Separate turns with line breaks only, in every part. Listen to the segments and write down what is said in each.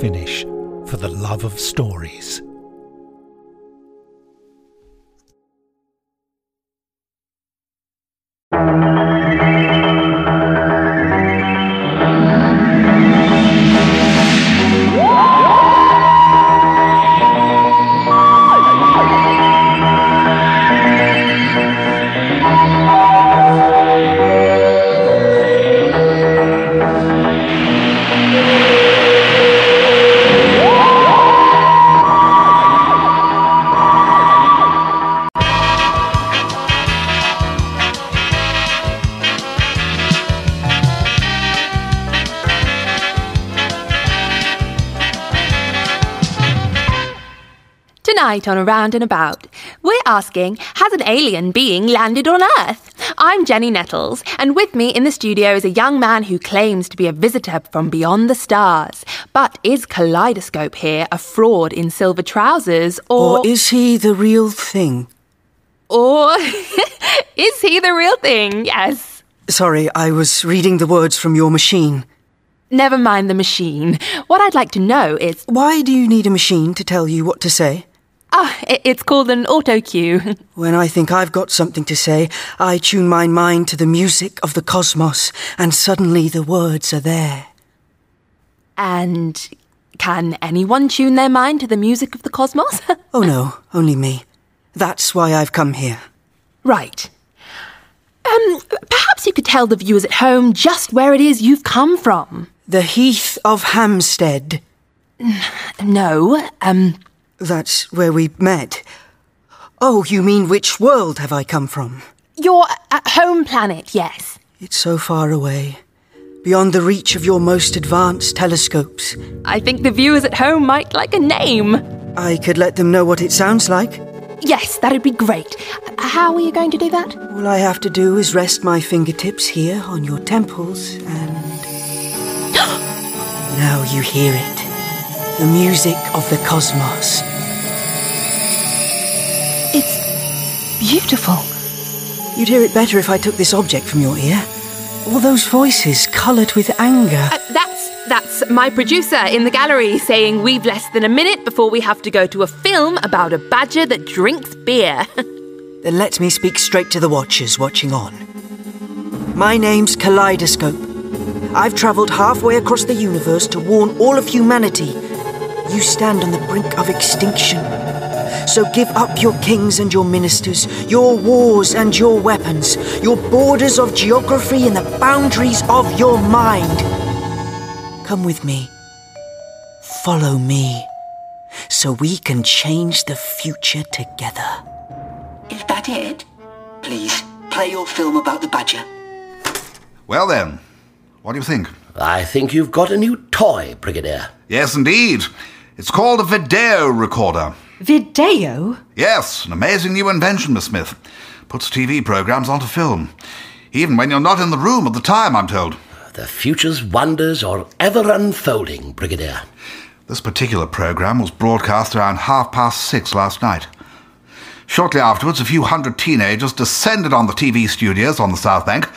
finish for the love of stories.
Tonight on Around and About, we're asking Has an alien being landed on Earth? I'm Jenny Nettles, and with me in the studio is a young man who claims to be a visitor from beyond the stars. But is Kaleidoscope here a fraud in silver trousers, or,
Or is he the real thing?
or is he the real thing? Yes.
Sorry, I was reading the words from your machine.
Never mind the machine. What I'd like to know is
Why do you need a machine to tell you what to say?
ah, i it's called an auto cue.
When I think I've got something to say, I tune my mind to the music of the cosmos, and suddenly the words are there.
and can anyone tune their mind to the music of the cosmos?
Oh no, only me. That's why I've come here.
Right. Um, perhaps you could tell the viewers at home just where it is you've come from.
The Heath of Hampstead.
No, um,
That's where we met. Oh, you mean which world have I come from?
your uh, home planet, yes.
It's so far away, beyond the reach of your most advanced telescopes.
I think the viewers at home might like a name.
I could let them know what it sounds like.
Yes, that'd be great. Uh, How are you going to do that?
All I have to do is rest my fingertips here on your temples and. now you hear it. The music of the cosmos.
It's beautiful.
You'd hear it better if I took this object from your ear. All those voices coloured with anger.
Uh, that's that's my producer in the gallery saying we've less than a minute before we have to go to a film about a badger that drinks beer.
Then let me speak straight to the watchers watching on. My name's Kaleidoscope. I've travelled halfway across the universe to warn all of humanity. You stand on the brink of extinction. So give up your kings and your ministers, your wars and your weapons, your borders of geography and the boundaries of your mind. Come with me. Follow me. So we can change the future together.
Is that it? Please, play your film about the badger.
Well then, what do you think?
I think you've got a new toy, Brigadier.
Yes, indeed. It's called a video recorder.
Video?
Yes, an amazing new invention, Miss Smith. Puts TV programs onto film. Even when you're not in the room at the time, I'm told.
The future's wonders are ever unfolding, Brigadier.
This particular program was broadcast around half past six last night. Shortly afterwards, a few hundred teenagers descended on the TV studios on the South Bank,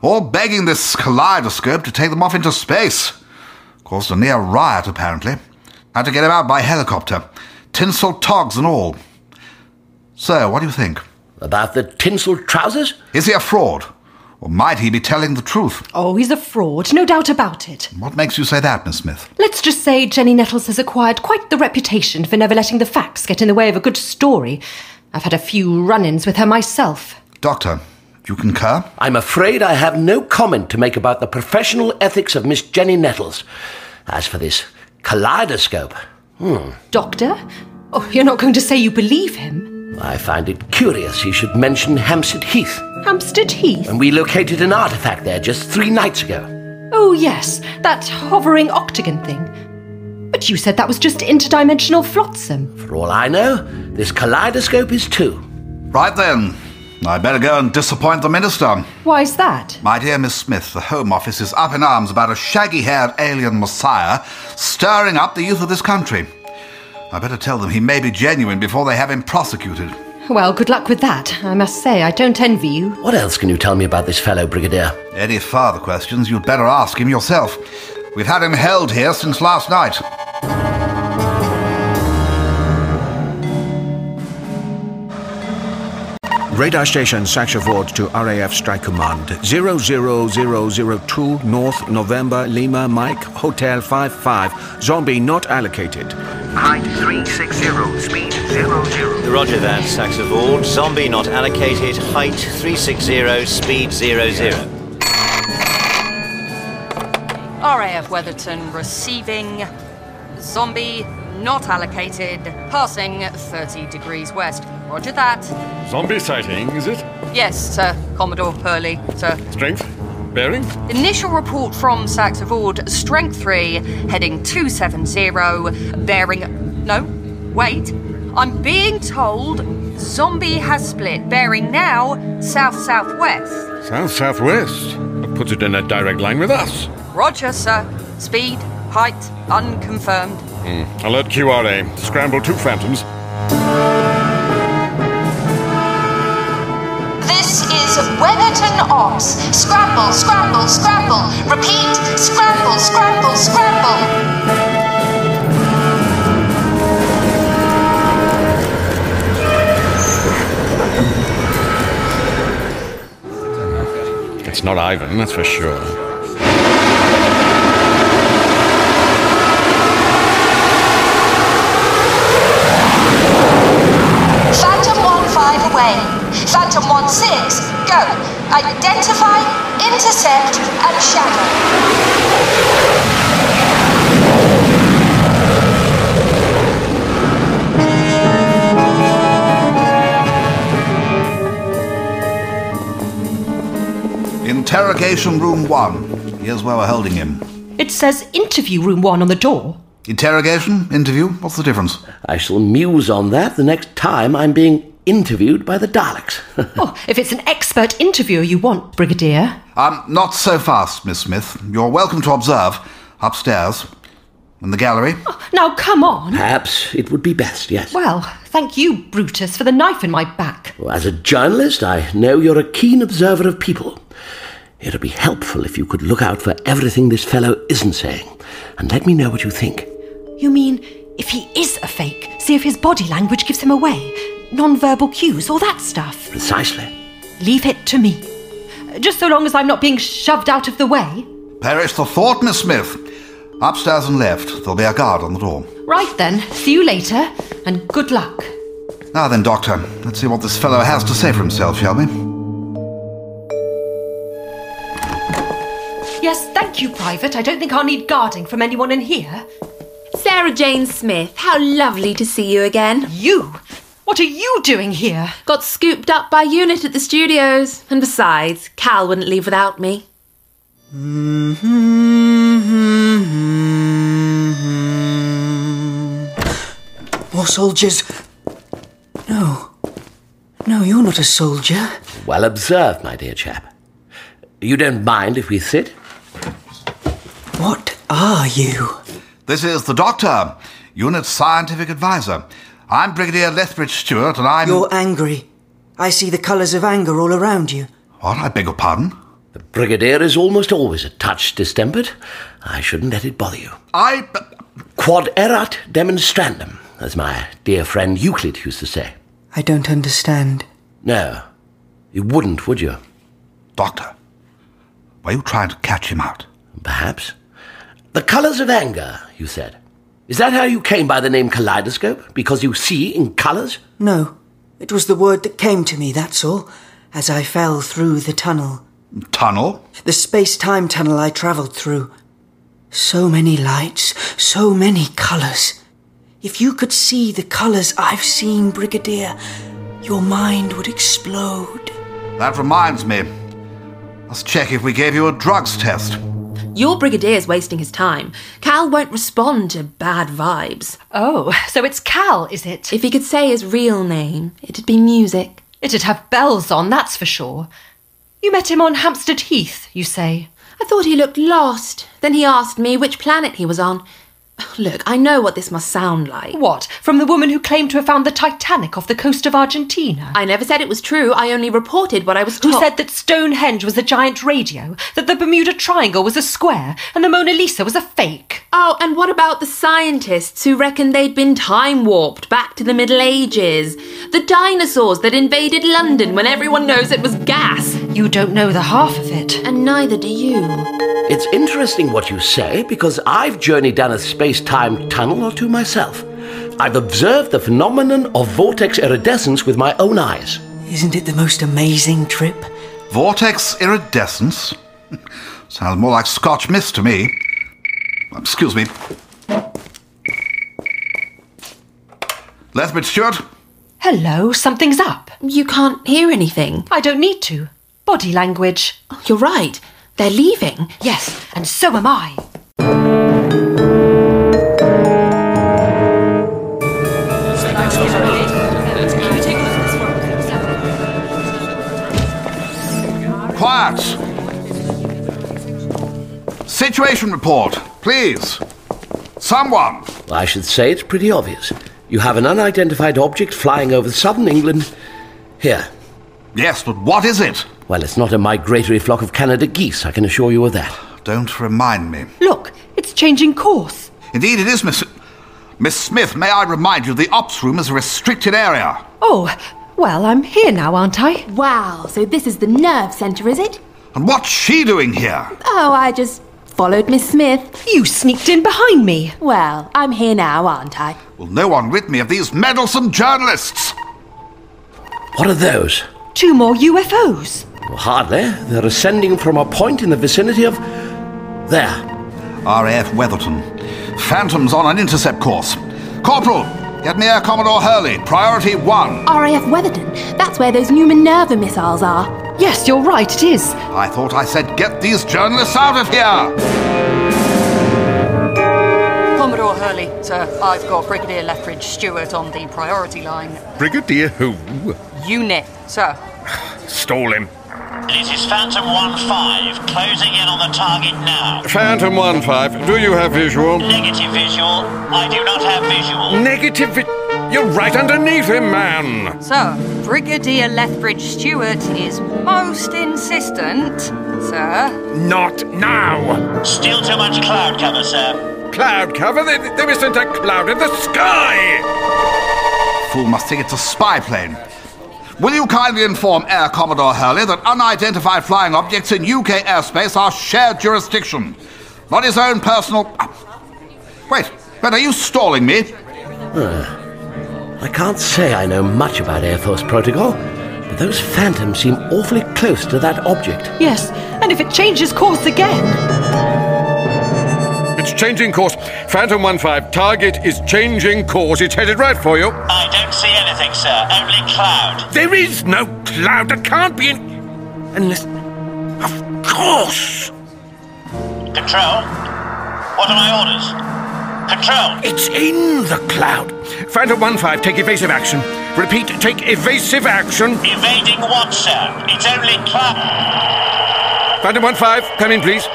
all begging this kaleidoscope to take them off into space. Caused a near riot, apparently. Had to get them out by helicopter, tinsel togs and all. So, what do you think?
About the tinsel trousers?
Is he a fraud? Or might he be telling the truth?
Oh, he's a fraud, no doubt about it.
What makes you say that, Miss Smith?
Let's just say Jenny Nettles has acquired quite the reputation for never letting the facts get in the way of a good story. I've had a few run ins with her myself.
Doctor, you concur?
I'm afraid I have no comment to make about the professional ethics of Miss Jenny Nettles. As for this kaleidoscope, hmm,
Doctor? Oh, you're not going to say you believe him?
I find it curious he should mention Hampstead Heath,
Hampstead Heath?
and we located an artifact there just three nights ago.
Oh, yes, that hovering octagon thing. But you said that was just interdimensional flotsam.
For all I know, this kaleidoscope is too.
Right then, I better go and disappoint the minister.
Why's that?
My dear Miss Smith, the Home Office is up in arms about a shaggy haired alien messiah stirring up the youth of this country. I better tell them he may be genuine before they have him prosecuted.
Well, good luck with that. I must say, I don't envy you.
What else can you tell me about this fellow, Brigadier?
Any further questions, you'd better ask him yourself. We've had him held here since last night.
Radar station Sakshavord to RAF Strike Command. 00002 North November Lima Mike Hotel 55. Zombie not allocated.
Height 360, speed 00.
Roger that, Saxavord. Zombie not allocated. Height 360, speed 00.
RAF Weatherton receiving. Zombie not allocated. Passing 30 degrees west. Roger that.
Zombie sighting, is it?
Yes, sir. Commodore Hurley,
Uh.
sir.
Strength? Bearing?
Initial report from Saxavord, strength 3, heading 270, bearing. No, wait. I'm being told zombie has split, bearing now south southwest.
South southwest. That puts it in a direct line with us.
Roger, sir. Speed, height, unconfirmed.
Hmm. Alert QRA. Scramble two phantoms.
This is Weatherton Ops. Scramble, scramble, scramble. Repeat, scramble, scramble, scramble.
It's not Ivan, that's for sure.
Phantom 1-5 away. Phantom 1-6, go. Identify, intercept, and shadow.
Interrogation Room 1. Here's where we're holding him.
It says interview room one on the door.
Interrogation? Interview? What's the difference?
I shall muse on that the next time I'm being interviewed by the Daleks.
Oh, if it's an expert interviewer you want, Brigadier.
Um, not so fast, Miss Smith. You're welcome to observe. Upstairs. In the gallery.
Now, come on.
Perhaps it would be best, yes.
Well, thank you, Brutus, for the knife in my back.
As a journalist, I know you're a keen observer of people. It'd be helpful if you could look out for everything this fellow isn't saying, and let me know what you think.
You mean if he is a fake, see if his body language gives him away, non-verbal cues, all that stuff.
Precisely.
Leave it to me. Just so long as I'm not being shoved out of the way.
Perish the thought, Miss Smith. Upstairs and left. There'll be a guard on the door.
Right then, see you later, and good luck.
Now then, Doctor, let's see what this fellow has to say for himself, shall we?
Yes, thank you, Private. I don't think I'll need guarding from anyone in here.
Sarah Jane Smith, how lovely to see you again.
You? What are you doing here?
Got scooped up by unit at the studios. And besides, Cal wouldn't leave without me.
Mm-hmm. More soldiers. No. No, you're not a soldier.
Well observed, my dear chap. You don't mind if we sit?
What are you?
This is the Doctor, Unit Scientific Advisor. I'm Brigadier Lethbridge Stewart, and I'm.
You're angry. I see the colours of anger all around you.
What? I beg your pardon?
The Brigadier is almost always a touch distempered. I shouldn't let it bother you.
I.
Quod erat demonstrandum, as my dear friend Euclid used to say.
I don't understand.
No, you wouldn't, would you?
Doctor, were you trying to catch him out?
Perhaps. The colours of anger, you said. Is that how you came by the name kaleidoscope? Because you see in colours?
No. It was the word that came to me, that's all, as I fell through the tunnel.
Tunnel?
The space time tunnel I travelled through. So many lights, so many colours. If you could see the colours I've seen, Brigadier, your mind would explode.
That reminds me. Let's check if we gave you a drugs test.
Your brigadier's wasting his time. Cal won't respond to bad vibes.
Oh, so it's Cal, is it?
If he could say his real name, it'd be music.
It'd have bells on, that's for sure. You met him on Hampstead Heath, you say.
I thought he looked lost. Then he asked me which planet he was on. Look, I know what this must sound like.
What? From the woman who claimed to have found the Titanic off the coast of Argentina?
I never said it was true. I only reported what I was
Who
told.
said that Stonehenge was a giant radio, that the Bermuda Triangle was a square, and the Mona Lisa was a fake?
Oh, and what about the scientists who reckoned they'd been time warped back to the Middle Ages? The dinosaurs that invaded London when everyone knows it was gas?
You don't know the half of it.
And neither do you.
It's interesting what you say because I've journeyed down a space time tunnel or two myself. I've observed the phenomenon of vortex iridescence with my own eyes.
Isn't it the most amazing trip?
Vortex iridescence? Sounds more like Scotch mist to me. Excuse me. Lethbridge Stewart?
Hello, something's up.
You can't hear anything. Oh,
I don't need to. Body language.
You're right. They're leaving.
Yes, and so am I.
Quiet! Situation report, please. Someone!
I should say it's pretty obvious. You have an unidentified object flying over southern England. Here.
Yes, but what is it?
Well, it's not a migratory flock of Canada geese, I can assure you of that.
Don't remind me.
Look, it's changing course.
Indeed, it is, Miss. Miss Smith, may I remind you the ops room is a restricted area.
Oh, well, I'm here now, aren't I?
Wow, so this is the nerve centre, is it?
And what's she doing here?
Oh, I just followed Miss Smith.
You sneaked in behind me.
Well, I'm here now, aren't I?
Will no one rid me of these meddlesome journalists?
What are those?
Two more UFOs.
Well, hardly. They're ascending from a point in the vicinity of. There.
R.F. Weatherton. Phantoms on an intercept course. Corporal, get me Air Commodore Hurley, priority one.
RAF Weatherden. That's where those new Minerva missiles are.
Yes, you're right, it is.
I thought I said get these journalists out of here.
Commodore Hurley, sir, I've got Brigadier Lethbridge Stewart on the priority line.
Brigadier who?
Unit, sir.
Stall him.
This is Phantom 1-5, closing in on the target now.
Phantom 1-5, do you have visual?
Negative visual. I do not have visual.
Negative. vi- You're right underneath him, man.
So, Brigadier Lethbridge Stewart is most insistent, sir.
Not now.
Still too much cloud cover, sir.
Cloud cover? There, there isn't a cloud in the sky.
Fool must think it's a spy plane. Will you kindly inform Air Commodore Hurley that unidentified flying objects in UK airspace are shared jurisdiction? Not his own personal. Ah. Wait, but are you stalling me?
Ah. I can't say I know much about Air Force protocol, but those phantoms seem awfully close to that object.
Yes, and if it changes course again.
It's changing course. Phantom 1-5, target is changing course. It's headed right for you.
I don't see anything, sir. Only cloud.
There is no cloud. There can't be any. Unless. Of course!
Control. What are my orders? Control.
It's in the cloud. Phantom 1 5, take evasive action. Repeat, take evasive action.
Evading what, sir? It's only cloud.
Phantom 1 5, come in, please.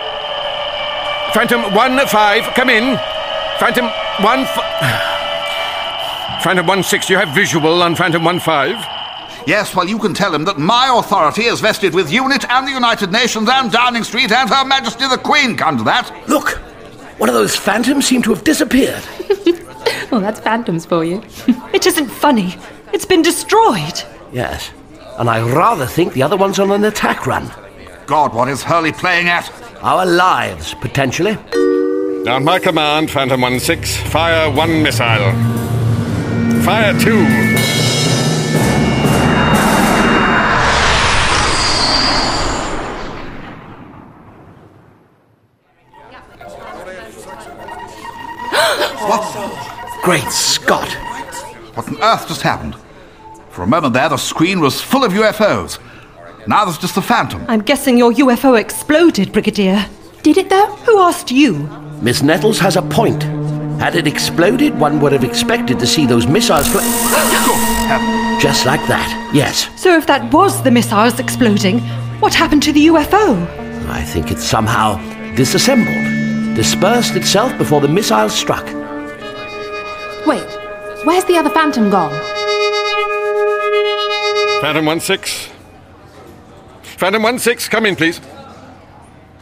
Phantom 1 5, come in. Phantom 1 f- Phantom 1 6, you have visual on Phantom 1 5.
Yes, well, you can tell him that my authority is vested with UNIT and the United Nations and Downing Street and Her Majesty the Queen, come to that.
Look! One of those phantoms seemed to have disappeared.
Well, that's phantoms for you.
It isn't funny. It's been destroyed.
Yes. And I rather think the other one's on an attack run.
God, what is Hurley playing at?
Our lives, potentially.
On my command, Phantom 1 6, fire one missile. Fire two.
Great Scott!
What on earth just happened? For a moment there, the screen was full of UFOs. Now there's just the Phantom.
I'm guessing your UFO exploded, Brigadier.
Did it though?
Who asked you?
Miss Nettles has a point. Had it exploded, one would have expected to see those missiles fl- just like that. Yes,
So if that was the missiles exploding, what happened to the UFO?
I think it's somehow disassembled. dispersed itself before the missile struck.
Wait, where's the other phantom gone?
Phantom 1 6. Phantom 1 6, come in, please.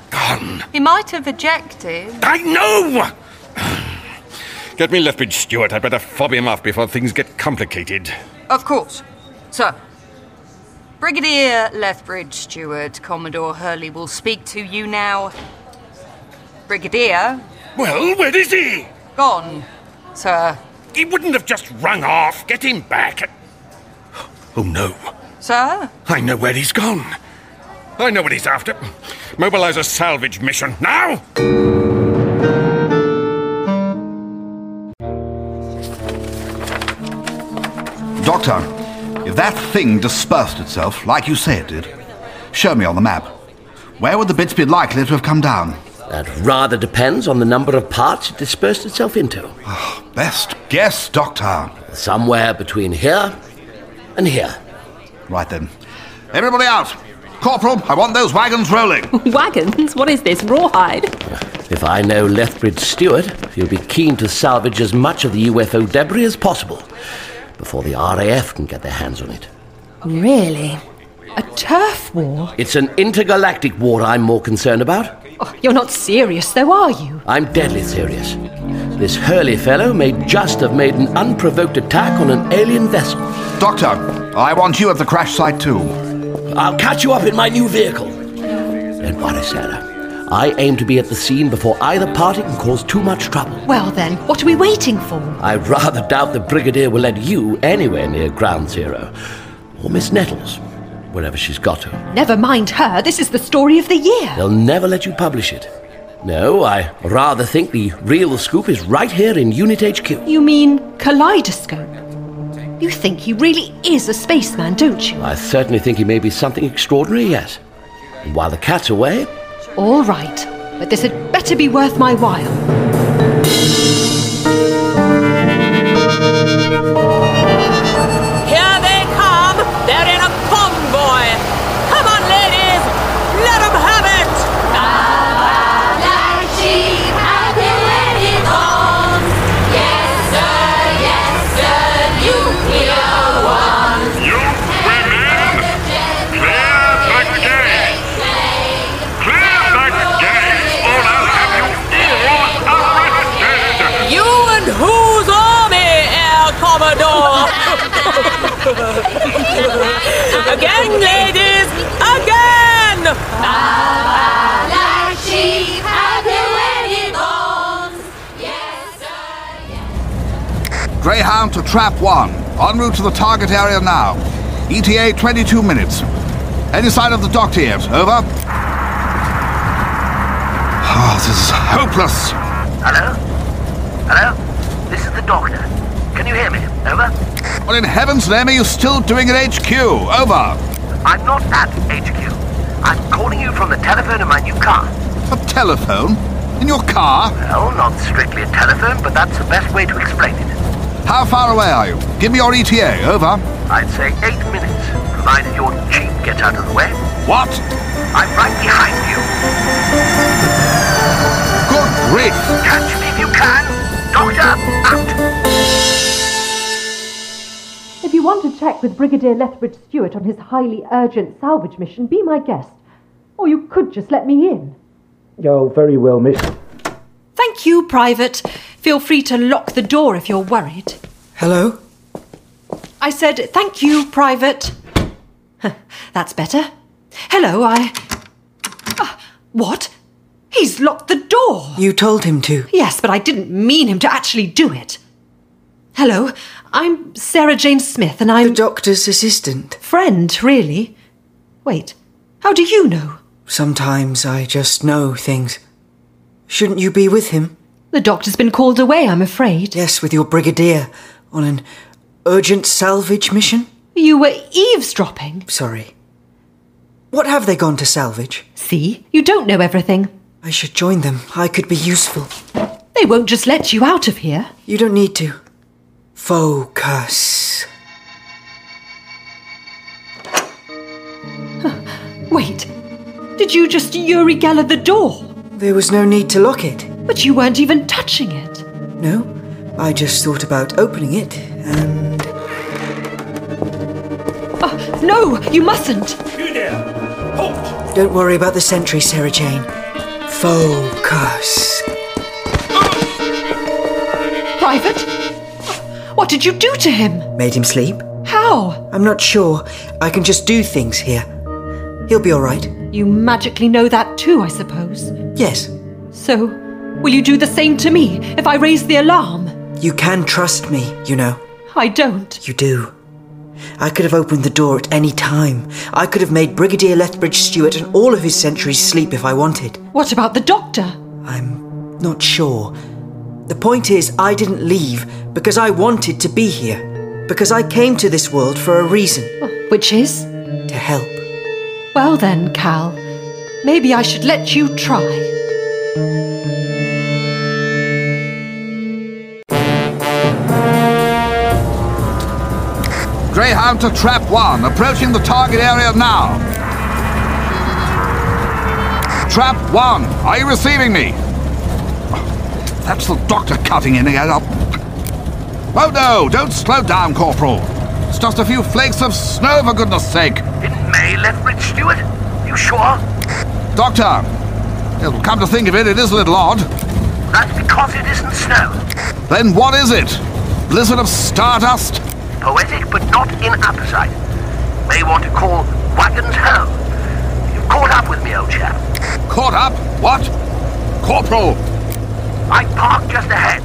Gone.
He might have ejected.
I know! Get me Lethbridge Stewart. I'd better fob him off before things get complicated.
Of course. Sir. Brigadier Lethbridge Stewart, Commodore Hurley will speak to you now. Brigadier,
Well, where is he?
gone. Sir.
He wouldn't have just rung off. Get him back. Oh, no.
Sir?
I know where he's gone. I know what he's after. Mobilize a salvage mission. Now!
Doctor, if that thing dispersed itself, like you say it did, show me on the map. Where would the bits be likely to have come down?
That rather depends on the number of parts it dispersed itself into.
Ah, Best guess, Doctor.
Somewhere between here and here.
Right then. Everybody out! Corporal, I want those wagons rolling.
Wagons? What is this, rawhide?
If I know Lethbridge Stewart, he'll be keen to salvage as much of the UFO debris as possible before the RAF can get their hands on it.
Really?
A turf war?
It's an intergalactic war I'm more concerned about.
Oh, you're not serious, though, are you?
I'm deadly serious. This Hurley fellow may just have made an unprovoked attack on an alien vessel.
Doctor, I want you at the crash site too.
I'll catch you up in my new vehicle. Don't worry, Sarah. I aim to be at the scene before either party can cause too much trouble.
Well, then, what are we waiting for?
I rather doubt the Brigadier will let you anywhere near Ground Zero. Or Miss Nettles, wherever she's got to.
Never mind her. This is the story of the year.
They'll never let you publish it. No, I rather think the real scoop is right here in Unit HQ.
You mean kaleidoscope? You think he really is a spaceman, don't you?
I certainly think he may be something extraordinary, yes. And while the cat's away,
All right, but this had better be worth my while.
Here they come! They're in a convoy! Come on, ladies! Let 'em have it!
Like sheep out in many homes. Yes, sir, yes, sir, nuclear ones. You women, clear the gate. Clear the gate, or I'll have you all arrested.
You and whose army, Air Commodore? again, ladies! Again!
Like sheep out in many homes.
Greyhound to Trap 1. En route to the target area now. E ETA 22 minutes. Any sign of the doctor yet? Over. Oh, this is hopeless.
Hello? Hello? This is the doctor. Can you hear me? Over?
What in heaven's name are you still doing at HQ? Over.
I'm not at HQ. I'm calling you from the telephone in my new car.
A telephone? In your car?
Well, not strictly a telephone, but that's the best way to explain it.
How far away are you? Give me your ETA. Over.
I'd say eight minutes, provided your jeep gets out of the way.
What?
I'm right behind you.
Good grief!
Catch me if you can! Doctor, out!
If you want to check with Brigadier Lethbridge Stewart on his highly urgent salvage mission, be my guest. Or you could just let me in.
Oh, very well, miss.
Thank you, Private. Feel free to lock the door if you're worried.
Hello?
I said, Thank you, Private. Huh, That's better. Hello, I. Ah, what? He's locked the door.
You told him to.
Yes, but I didn't mean him to actually do it. Hello, I'm Sarah Jane Smith, and I'm. The
doctor's assistant.
Friend, really? Wait, how do you know?
Sometimes I just know things. Shouldn't you be with him?
The doctor's been called away, I'm afraid.
Yes, with your brigadier on an urgent salvage mission?
You were eavesdropping.
Sorry. What have they gone to salvage?
See, you don't know everything.
I should join them. I could be useful.
They won't just let you out of here.
You don't need to. Focus.
Wait, did you just Yuri Geller the door?
There was no need to lock it.
But you weren't even touching it.
No, I just thought about opening it and.
Oh, no, you mustn't.
You there!
Don't worry about the sentry, Sarah Jane. Focus.
Private? uh, What did you do to him?
Made him sleep?
How?
I'm not sure. I can just do things here. He'll be all right.
You magically know that too, I suppose.
Yes,
So, will you do the same to me if I raise the alarm?
you can trust me, you know.
I don't.
You do. I could have opened the door at any time. I could have made Brigadier Lethbridge Stewart and all of his sentries sleep if I wanted.
What about the doctor?
Not sure. The point is, I didn't leave because I wanted to be here. Because I came to this world for a reason.
Which is?
To help.
Well then, Cal, maybe I should let you try.
Greyhound to trap one, approaching the target area now. Trap one, are you receiving me? That's the doctor cutting in again. I'll- Oh no, don't slow down, Corporal. It's just a few flakes of snow, for goodness sake.
May Lethbridge Stewart? You sure?
Doctor, it'll come to think of it, it is a little odd.
That's because it isn't snow.
Then what is it? Blizzard of stardust?
Poetic, but not in apposite. May want to call wagons home. You've caught up with me, old chap.
Caught up? What? Corporal!
I parked just ahead.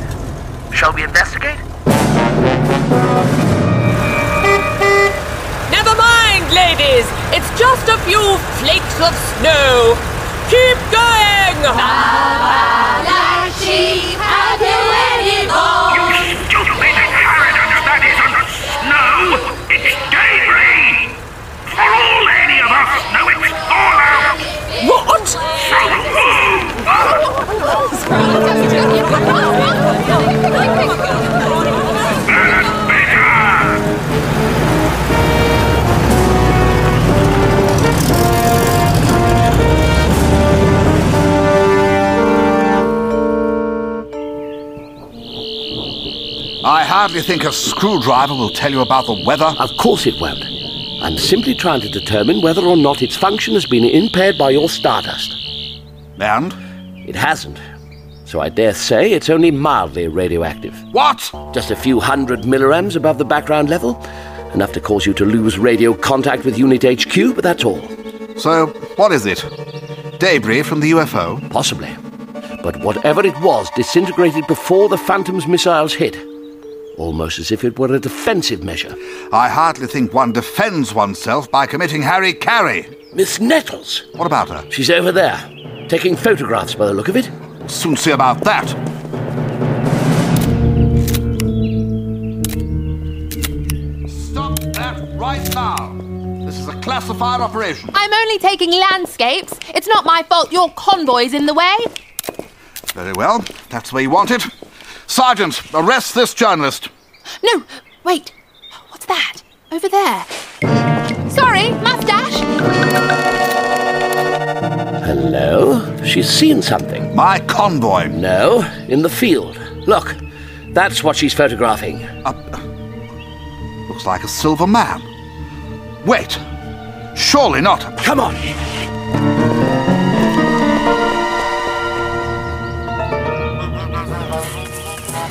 Shall we investigate?
Never mind, ladies. It's just a few flakes of snow. Keep going.
No! It's daybreak! For all any of us know it's all out!
What?
I hardly think a screwdriver will tell you about the weather.
Of course it won't. I'm simply trying to determine whether or not its function has been impaired by your stardust.
And?
It hasn't. So I dare say it's only mildly radioactive.
What?
Just a few hundred millirems above the background level. Enough to cause you to lose radio contact with Unit HQ, but that's all.
So, what is it? Debris from the UFO?
Possibly. But whatever it was disintegrated before the Phantom's missiles hit. Almost as if it were a defensive measure.
I hardly think one defends oneself by committing Harry Carey.
Miss Nettles?
What about her?
She's over there, taking photographs by the look of it.
Soon see about that. Stop that right now. This is a classified operation.
I'm only taking landscapes. It's not my fault your convoy's in the way.
Very well. That's where you want it. Sergeant, arrest this journalist.
No, wait. What's that? Over there. Sorry, mustache.
Hello? She's seen something.
My convoy.
No, in the field. Look, that's what she's photographing.
Looks like a silver man. Wait. Surely not.
Come on.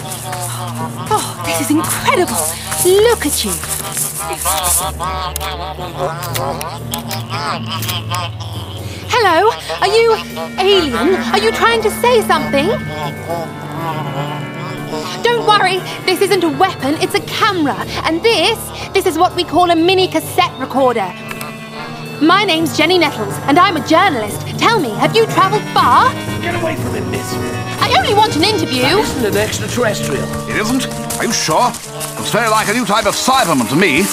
Oh, this is incredible. Look at you. Hello, are you alien? Are you trying to say something? Don't worry, this isn't a weapon, it's a camera. And this, this is what we call a mini cassette recorder. My name's Jenny Nettles, and I'm a journalist. Tell me, have you travelled far?
Get away from him, miss!
I only want an interview.
isn't an extraterrestrial.
It isn't? Are you sure? Looks very like a new type of Cyberman to me.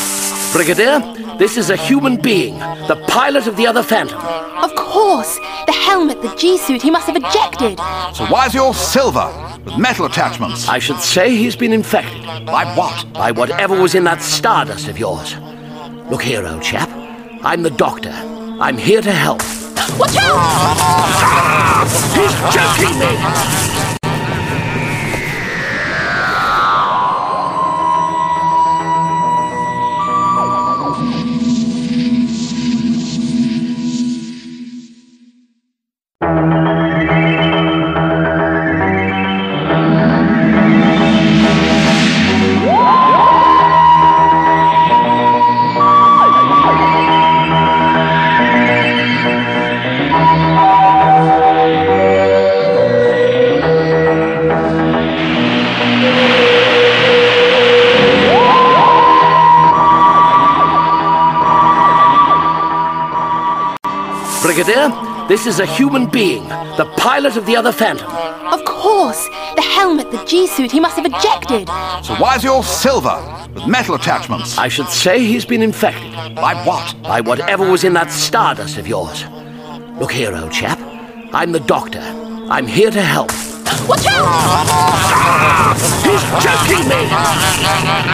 Brigadier, this is a human being, the pilot of the other Phantom.
Of course, the helmet, the G suit, he must have ejected.
So why's your silver with metal attachments?
I should say he's been infected.
By what?
By whatever was in that stardust of yours. Look here, old chap. I'm the doctor. I'm here to help.
Watch out!
He's joking me! Brigadier, this is a human being, the pilot of the other Phantom.
Of course! The helmet, the G suit, he must have ejected.
So why's your silver with metal attachments?
I should say he's been infected.
By what?
By whatever was in that stardust of yours. Look here, old chap. I'm the doctor. I'm here to help.
Watch out!
He's joking me!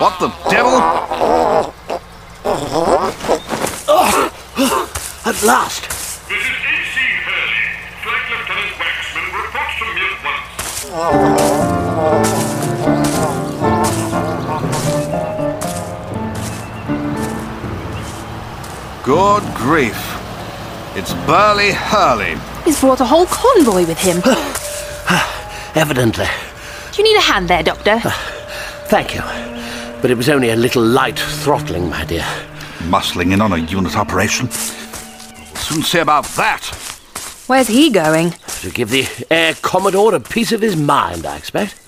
What the devil?
At last!
Good grief. It's Burley Hurley.
He's brought a whole convoy with him. Do
Evidently.
you need a hand there, Doctor?
Thank you. But it was only a little light throttling, my dear.
Muscling in on a unit operation. Soon see about that.
Where's he going?
To give the Air Commodore a piece of his mind, I expect.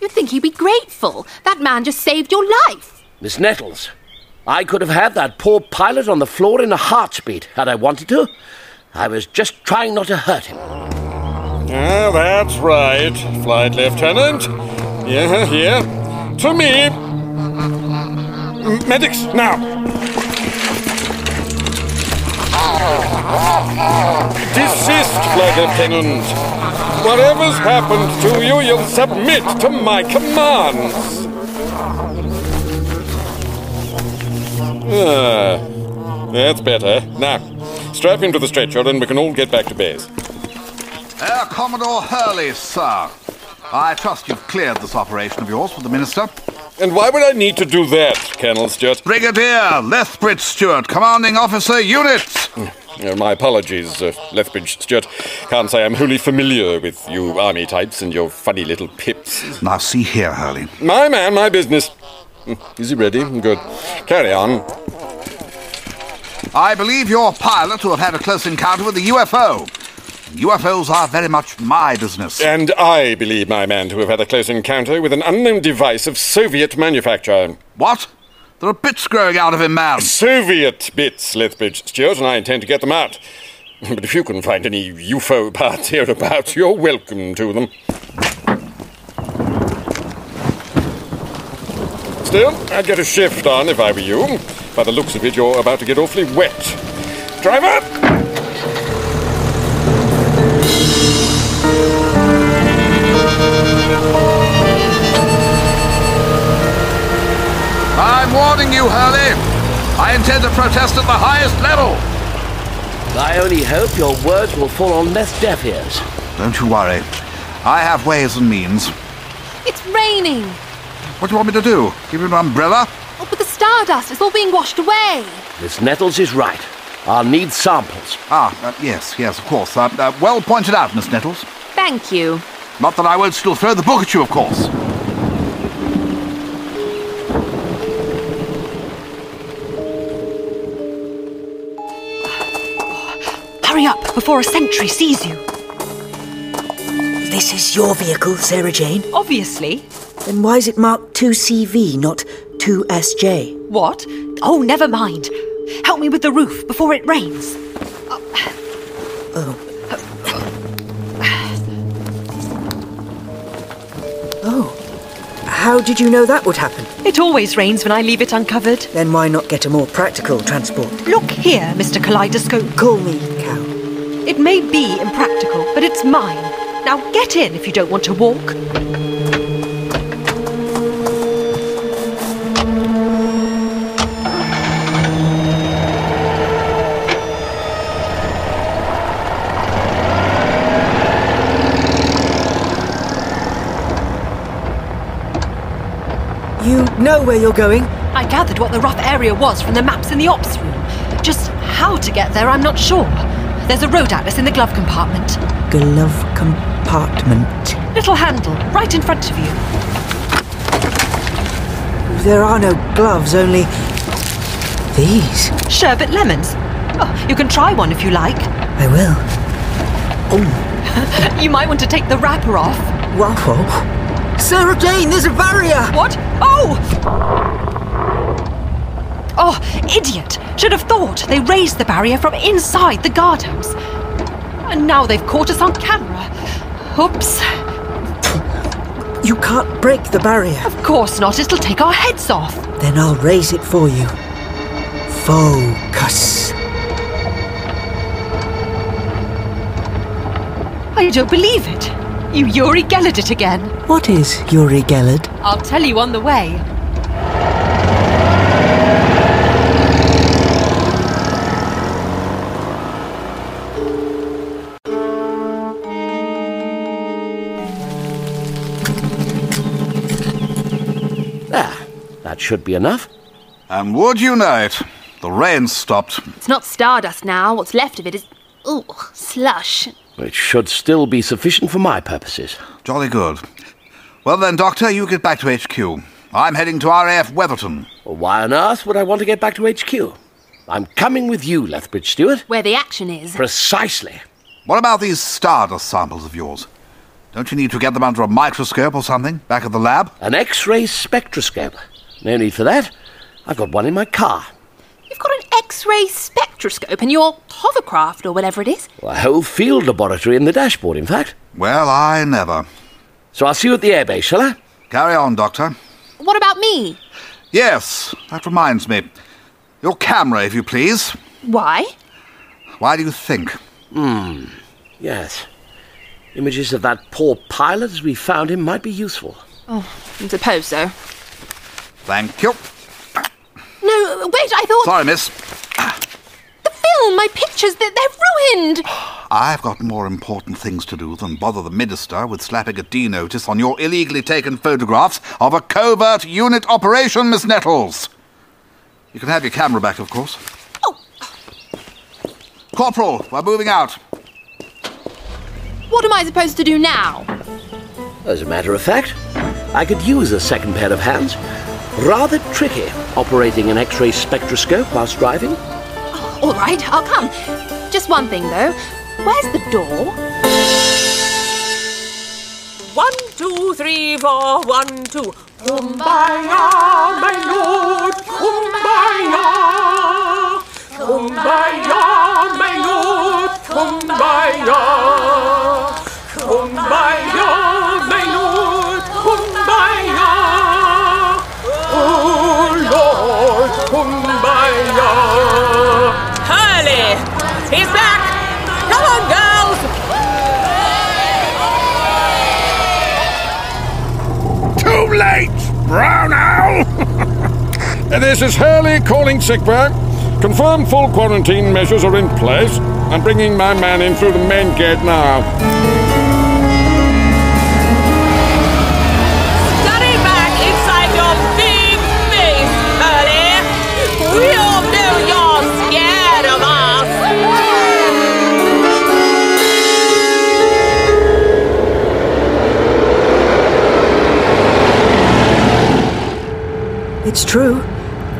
You'd think he'd be grateful. That man just saved your life.
Miss Nettles, I could have had that poor pilot on the floor in a heartbeat had I wanted to. I was just trying not to hurt him.
Yeah, that's right, Flight Lieutenant. Yeah, yeah. To me. M- Medics, now. Desist, Flight Lieutenant. Whatever's happened to you, you'll submit to my commands. Ah, that's better. Now, strap him to the stretcher and we can all get back to base.
Air Commodore Hurley, sir. I trust you've cleared this operation of yours with the Minister.
And why would I need to do that, Colonel Stewart?
Brigadier Lethbridge Stewart, Commanding Officer Unit.
Uh, my apologies, uh, Lethbridge Stewart. Can't say I'm wholly familiar with you army types and your funny little pips.
Now, see here, Hurley.
My man, my business. Hmm, Is he ready? Good. Carry on.
I believe your pilot to have had a close encounter with a UFO. UFOs are very much my business.
And I believe my man to have had a close encounter with an unknown device of Soviet manufacture.
What? There are bits growing out of him, man.
Soviet bits, Lethbridge Stewart, and I intend to get them out. But if you can find any UFO parts hereabouts, you're welcome to them. Still, I'd get a shift on if I were you. By the looks of it, you're about to get awfully wet. Driver!
I'm warning you, Hurley. I intend to protest at the highest level.
I only hope your words will fall on less deaf ears.
Don't you worry. I have ways and means.
It's raining.
What do you want me to do? Give you an umbrella?
Oh, but the stardust is all being washed away.
Miss Nettles is right. I'll need samples.
Ah, uh, yes, yes, of course. Uh, uh, well pointed out, Miss Nettles.
Thank you.
Not that I won't still throw the book at you, of course.
Hurry up before a sentry sees you.
This is your vehicle, Sarah Jane.
Obviously.
Then why is it marked 2CV, not 2SJ?
What? Oh, never mind. Help me with the roof before it rains.
Oh. Oh. How did you know that would happen?
It always rains when I leave it uncovered.
Then why not get a more practical transport?
Look here, Mr. Kaleidoscope.
Call me, Cow.
It may be impractical, but it's mine. Now get in if you don't want to walk.
You know where you're going.
I gathered what the rough area was from the maps in the ops room. Just how to get there, I'm not sure. There's a road atlas in the glove compartment.
Glove compartment.
Little handle, right in front of you.
There are no gloves, only these.
Sherbet lemons. Oh, you can try one if you like.
I will.
You might want to take the wrapper off.
Waffle. Sarah Jane, there's a barrier!
What? Oh! Oh, idiot! Should have thought they raised the barrier from inside the guardhouse. And now they've caught us on camera. Oops.
You can't break the barrier.
Of course not. It'll take our heads off.
Then I'll raise it for you. Focus.
I don't believe it. You Yuri Gelled it again.
What is Yuri Gelled?
I'll tell you on the way.
There. Ah, That should be enough.
And would you know it, the rain stopped.
It's not stardust now. What's left of it is. Ooh, slush.
It should still be sufficient for my purposes.
Jolly good. Well then, Doctor, you get back to HQ. I'm heading to RAF Weatherton.
Why on earth would I want to get back to HQ? I'm coming with you, Lethbridge Stewart.
Where the action is.
Precisely.
What about these stardust samples of yours? Don't you need to get them under a microscope or something, back at the lab?
An X ray spectroscope. No need for that. I've got one in my car.
You've got an X ray spectroscope in your hovercraft or whatever it is.
A whole field laboratory in the dashboard, in fact.
Well, I never.
So I'll see you at the airbase, shall I?
Carry on, Doctor.
What about me?
Yes, that reminds me. Your camera, if you please.
Why?
Why do you think?
Hmm. Yes. Images of that poor pilot as we found him might be useful.
Oh, I suppose so.
Thank you.
No, wait, I thought.
Sorry, miss.
The film, my pictures, they're, they're ruined.
I've got more important things to do than bother the minister with slapping a D notice on your illegally taken photographs of a covert unit operation, Miss Nettles. You can have your camera back, of course. Corporal, we're moving out.
What am I supposed to do now?
As a matter of fact, I could use a second pair of hands. Rather tricky operating an X ray spectroscope whilst driving.
All right, I'll come. Just one thing though. Where's the door?
One, two, three, four, one, two. Kumbaya, my lord, kumbaya. Kumbaya, my lord, kumbaya. Kumbaya, my lord, kumbaya. Oh, lord, kumbaya. Hurley, he's back. Come on, girls.
Too late, brown owl! this is Hurley calling sickbay. Confirm full quarantine measures are in place. I'm bringing my man in through the main gate now.
Study back inside your big face, Hurley. We all know you're scared of us.
It's true.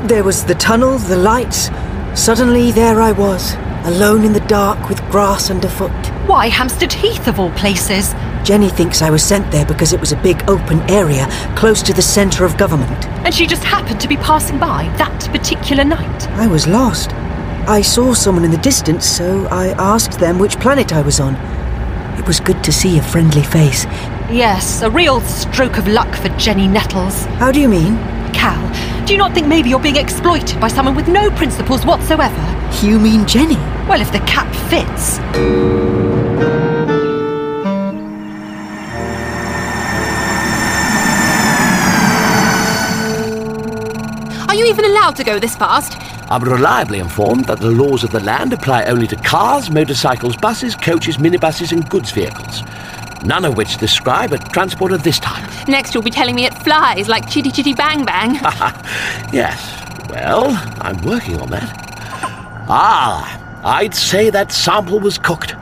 There was the tunnel, the lights. Suddenly, there I was, alone in the dark with grass underfoot.
Why Hampstead Heath of all places?
Jenny thinks I was sent there because it was a big open area close to the centre of government.
And she just happened to be passing by that particular night.
I was lost. I saw someone in the distance, so I asked them which planet I was on. It was good to see a friendly face.
Yes, a real stroke of luck for Jenny Nettles.
How do you mean?
Cal, do you not think maybe you're being exploited by someone with no principles whatsoever?
You mean Jenny?
Well, if the cap fits.
Are you even allowed to go this fast?
I'm reliably informed that the laws of the land apply only to cars, motorcycles, buses, coaches, minibuses, and goods vehicles. None of which describe a transport of this type.
Next, you'll be telling me it flies like chitty chitty bang bang.
Yes, well, I'm working on that. Ah, I'd say that sample was cooked.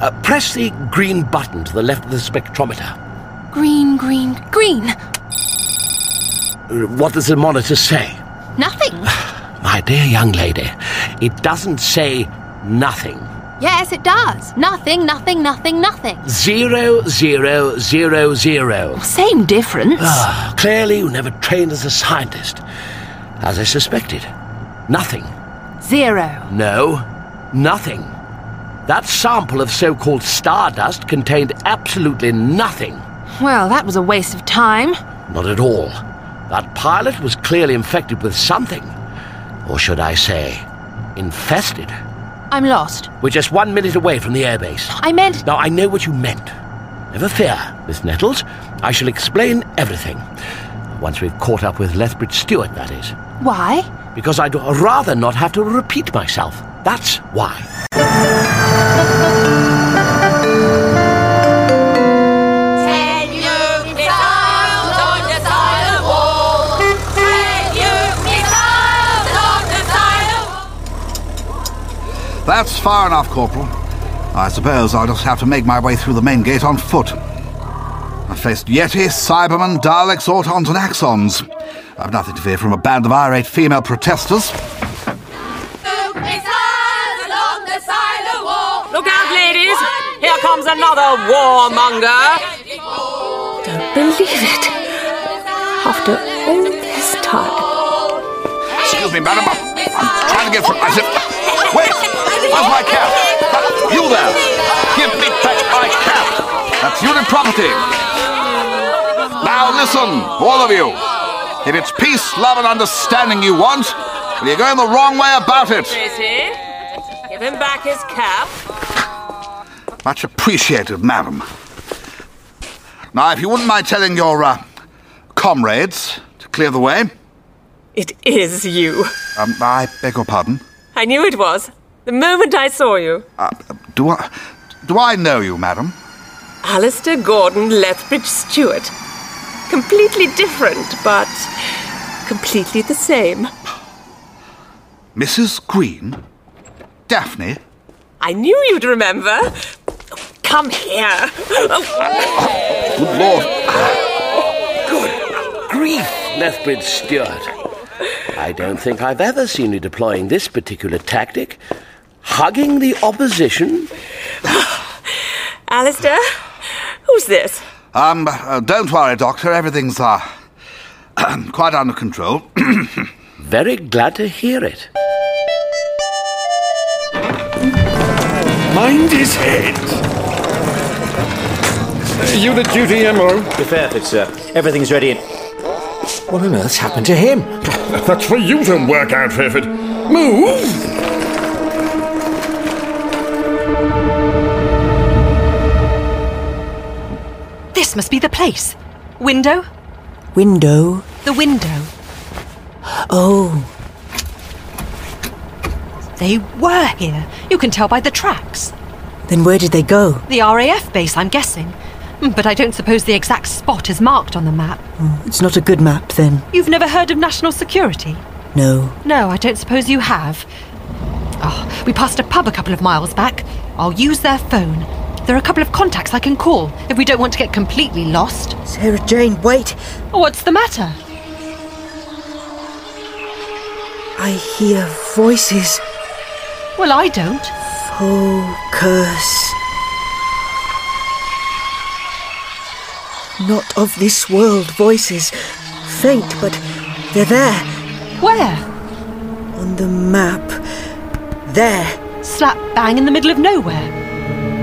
Uh, press the green button to the left of the spectrometer.
green, green, green.
Uh, What does the monitor say?
Nothing.
My dear young lady, it doesn't say nothing.
Yes, it does. Nothing, nothing, nothing, nothing.
Zero, zero, zero, zero.
Same difference.
Ah, clearly, you never trained as a scientist. As I suspected. Nothing.
Zero.
No, nothing. That sample of so called stardust contained absolutely nothing.
Well, that was a waste of time.
Not at all. That pilot was clearly infected with something. Or should I say, infested.
I'm lost.
We're just one minute away from the airbase.
I meant.
Now, I know what you meant. Never fear, Miss Nettles. I shall explain everything. Once we've caught up with Lethbridge Stewart, that is.
Why?
Because I'd rather not have to repeat myself. That's why.
That's far enough, Corporal. I suppose I'll just have to make my way through the main gate on foot. I faced Yeti, Cybermen, Daleks, Autons, and Axons. I've nothing to fear from a band of irate female protesters.
Look out, ladies! Here comes another warmonger!
Don't believe it. After all this time.
Excuse me, madam. I'm trying to get through. I said, wait! Where's my cap? You there! Give me back my cap! That's unit property! Now listen, all of you. If it's peace, love, and understanding you want, well, you're going the wrong way about it.
Pretty. Give him back his cap.
Much appreciated, madam. Now, if you wouldn't mind telling your uh, comrades to clear the way.
It is you.
Um, I beg your pardon.
I knew it was. The moment I saw you.
Uh, do I do I know you, madam?
Alistair Gordon Lethbridge Stewart. Completely different, but completely the same.
Mrs. Green, Daphne.
I knew you'd remember. Come here.
Good lord,
Ah, Grief, Lethbridge Stewart. I don't think I've ever seen you deploying this particular tactic. Hugging the opposition?
Alistair, who's this?
Um, uh, don't worry, Doctor. Everything's uh, quite under control.
Very glad to hear it.
Mind his head. Unit duty, MO.
Fairford, sir. uh, Everything's ready.
What on earth's happened to him? That's for you to work out, Fairford. Move!
This must be the place. Window?
Window.
The window.
Oh,
They were here. You can tell by the tracks.
then where did they go?
The RAF base, I'm guessing. But I don't suppose the exact spot is marked on the map.
Oh, It's not a good map then.
You've never heard of national security?
No.
No, I don't suppose you have. Oh, we passed a pub a couple of miles back. I'll use their phone. There are a couple of contacts I can call if we don't want to get completely lost.
Sarah Jane, wait.
What's the matter?
I hear voices.
Well, I don't.
Focus. Not of this world voices. Faint, but they're there.
Where?
On the map. There.
Slap bang in the middle of nowhere.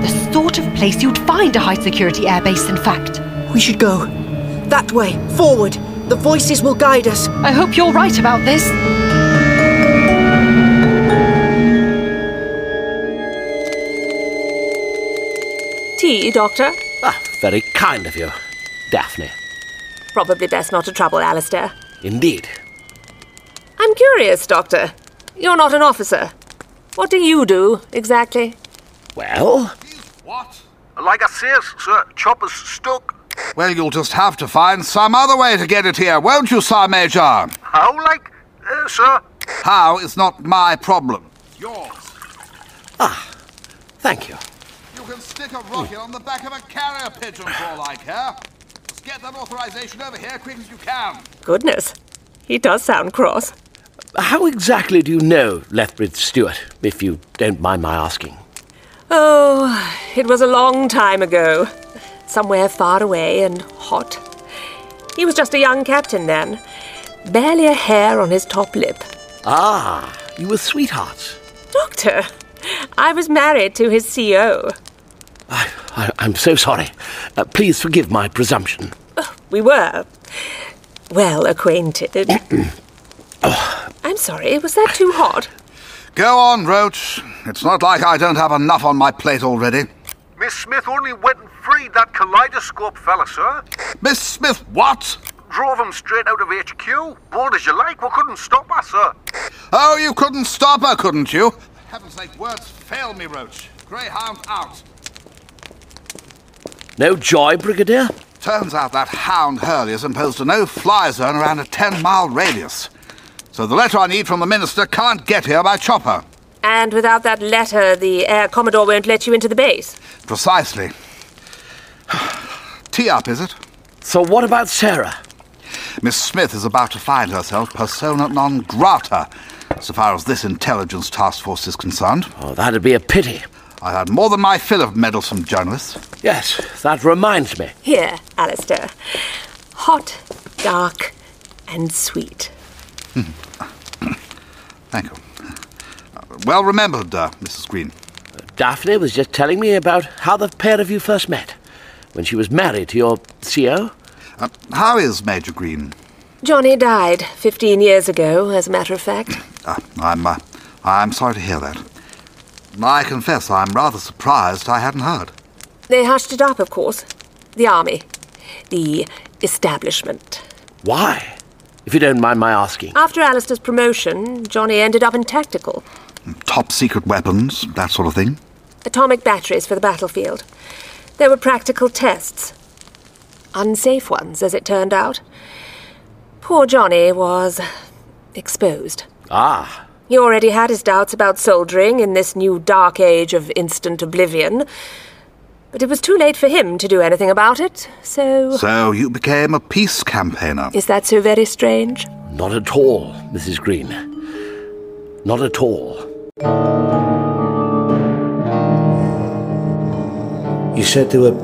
The sort of place you'd find a high security airbase, in fact.
We should go. That way. Forward. The voices will guide us.
I hope you're right about this.
Tea, Doctor?
Ah, very kind of you, Daphne.
Probably best not to trouble Alistair.
Indeed.
I'm curious, Doctor. You're not an officer. What do you do, exactly?
Well,
What? Like I says, sir, chopper's stuck.
Well, you'll just have to find some other way to get it here, won't you, Sir Major?
How like, uh, sir?
How is not my problem.
Yours.
thank you.
You can stick a rocket on the back of a carrier pigeon for all I care. Just get that authorization over here quick as you can.
Goodness, he does sound cross.
How exactly do you know Lethbridge Stewart, if you don't mind my asking?
Oh, it was a long time ago. Somewhere far away and hot. He was just a young captain then. Barely a hair on his top lip.
Ah, you were sweethearts.
Doctor, I was married to his E CO.
I, I'm so sorry. Uh, please forgive my presumption.
We were well acquainted.
Oh.
I'm sorry, was that too hot?
Go on, Roach. It's not like I don't have enough on my plate already.
Miss Smith only went and freed that kaleidoscope fella, sir.
Miss Smith, what?
Drove him straight out of HQ. Bold as you like, we couldn't stop her, sir.
Oh, you couldn't stop her, couldn't you? Heaven's sake, words fail me, Roach. Greyhound out.
No joy, Brigadier?
Turns out that hound Hurley has imposed a no-fly zone around a ten-mile radius. So the letter I need from the minister can't get here by chopper.
And without that letter, the Air Commodore won't let you into the base.
Precisely. Tea up, is it?
So what about Sarah?
Miss Smith is about to find herself persona non grata, so far as this intelligence task force is concerned.
Oh, that'd be a pity.
I had more than my fill of meddlesome journalists.
Yes, that reminds me.
Here, Alistair. Hot, dark, and sweet.
Thank you. Well remembered, uh, Mrs. Green.
Daphne was just telling me about how the pair of you first met, when she was married to your E CO.
Uh, how is Major Green?
Johnny died 15 years ago, as a matter of fact.
Uh, I'm, uh, I'm sorry to hear that. I confess I'm rather surprised I hadn't heard.
They hushed it up, of course. The army. The establishment.
Why? If you don't mind my asking.
After Alistair's promotion, Johnny ended up in tactical.
Top secret weapons, that sort of thing.
Atomic batteries for the battlefield. There were practical tests. Unsafe ones, as it turned out. Poor Johnny was exposed.
Ah,
He already had his doubts about soldiering in this new dark age of instant oblivion. But it was too late for him to do anything about it, so.
So you became a peace campaigner.
Is that so very strange?
Not at all, Mrs. Green. Not at all.
You said there were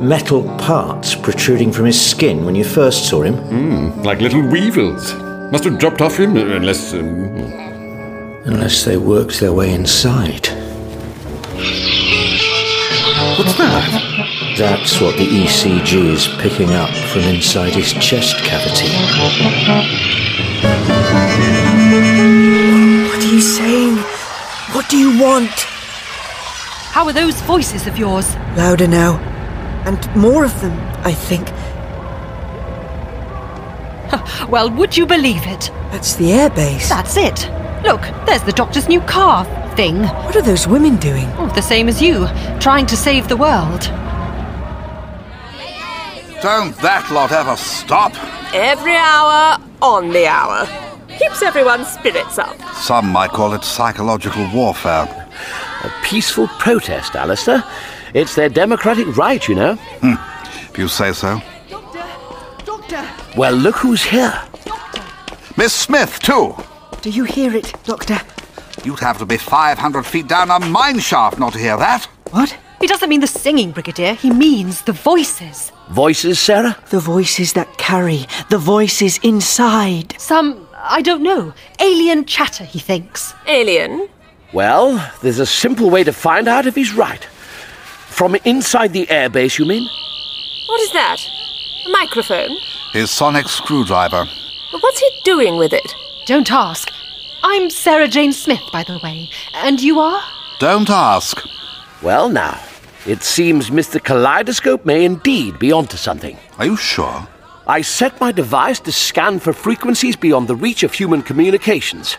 metal parts protruding from his skin when you first saw him?
Hmm, like little weevils. Must have dropped off him, uh, unless. Um,
Unless they worked their way inside.
what's that?
That's what the ECG is picking up from inside his chest cavity.
What are you saying? What do you want?
How are those voices of yours?
Louder now. And more of them, I think.
Well, would you believe it?
That's the airbase.
That's it. Look, there's the doctor's new car thing.
What are those women doing?
Oh, the same as you, trying to save the world.
Don't that lot ever stop?
Every hour, on the hour. Keeps everyone's spirits up.
Some might call it psychological warfare.
A peaceful protest, Alistair. It's their democratic right, you know.
Hmm. If you say so.
Well, look who's here.
Miss Smith, too.
Do you hear it, Doctor?
You'd have to be 500 feet down a mine shaft not to hear that.
What?
He doesn't mean the singing, Brigadier. He means the voices.
Voices, Sarah?
The voices that carry, the voices inside.
Some, I don't know, alien chatter, he thinks.
Eh, Alien?
Well, there's a simple way to find out if he's right. From inside the airbase, you mean?
What is that? A microphone?
His sonic screwdriver.
But what's he doing with it?
Don't ask. I'm Sarah Jane Smith, by the way. And you are?
Don't ask.
Well, now, it seems Mr. Kaleidoscope may indeed be onto something.
Are you sure?
I set my device to scan for frequencies beyond the reach of human communications.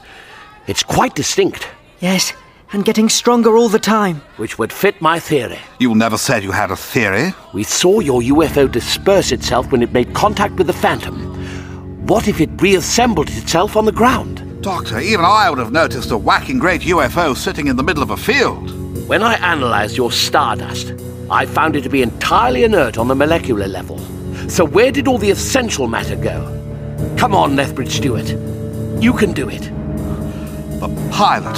It's quite distinct,
Yes, and getting stronger all the time.
which would fit my theory.
You never said you had a theory.
We saw your UFO disperse itself when it made contact with the Phantom. What if it reassembled itself on the ground?
Doctor, even I would have noticed a whacking great UFO sitting in the middle of a field.
When I analysed your stardust, I found it to be entirely inert on the molecular level. So, where did all the essential matter go? Come on, Lethbridge Stewart. You can do it.
The pilot.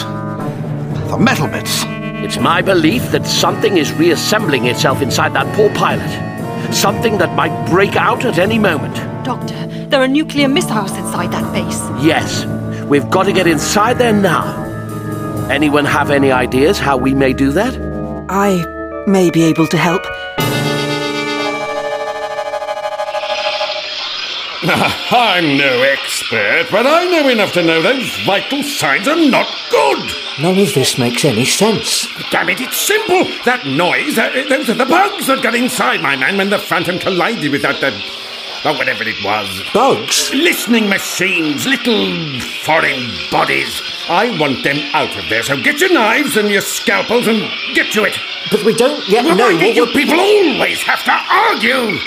The metal bits.
It's my belief that something is reassembling itself inside that poor pilot. Something that might break out at any moment.
Doctor, there are nuclear missiles inside that base.
Yes, we've got to get inside there now. Anyone have any ideas how we may do that?
I may be able to help.
I'm no expert, but I know enough to know those vital signs are not good.
None of this makes any sense.
Damn it, it's simple. That noise, that, those are the bugs that got inside my man when the Phantom collided with that, that or whatever it was.
Bugs?
Listening machines, little foreign bodies. I want them out of there, so get your knives and your scalpels and get to it.
But we don't yet
Why
know
do
what
you
we're-
people always have to argue?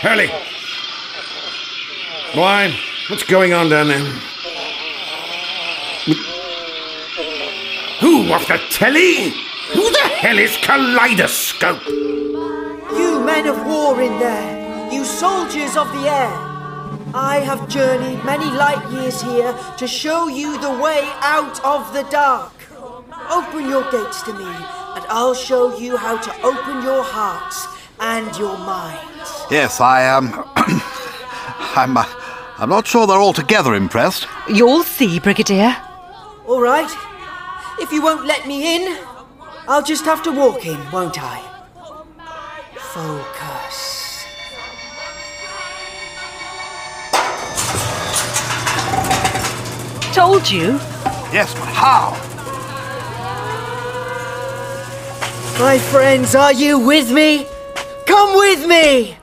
Hurley. Why? What's going on down there? Who off the telly? Who the hell is Kaleidoscope?
You men of war in there, you soldiers of the air, I have journeyed many light years here to show you the way out of the dark. Open your gates to me, and I'll show you how to open your hearts and your minds.
Yes, I am. I'm. Uh, I'm not sure they're altogether impressed.
You'll see, Brigadier.
All right? If you won't let me in, I'll just have to walk in, won't I? Focus.
Told you.
Yes, but how?
My friends, are you with me? Come with me!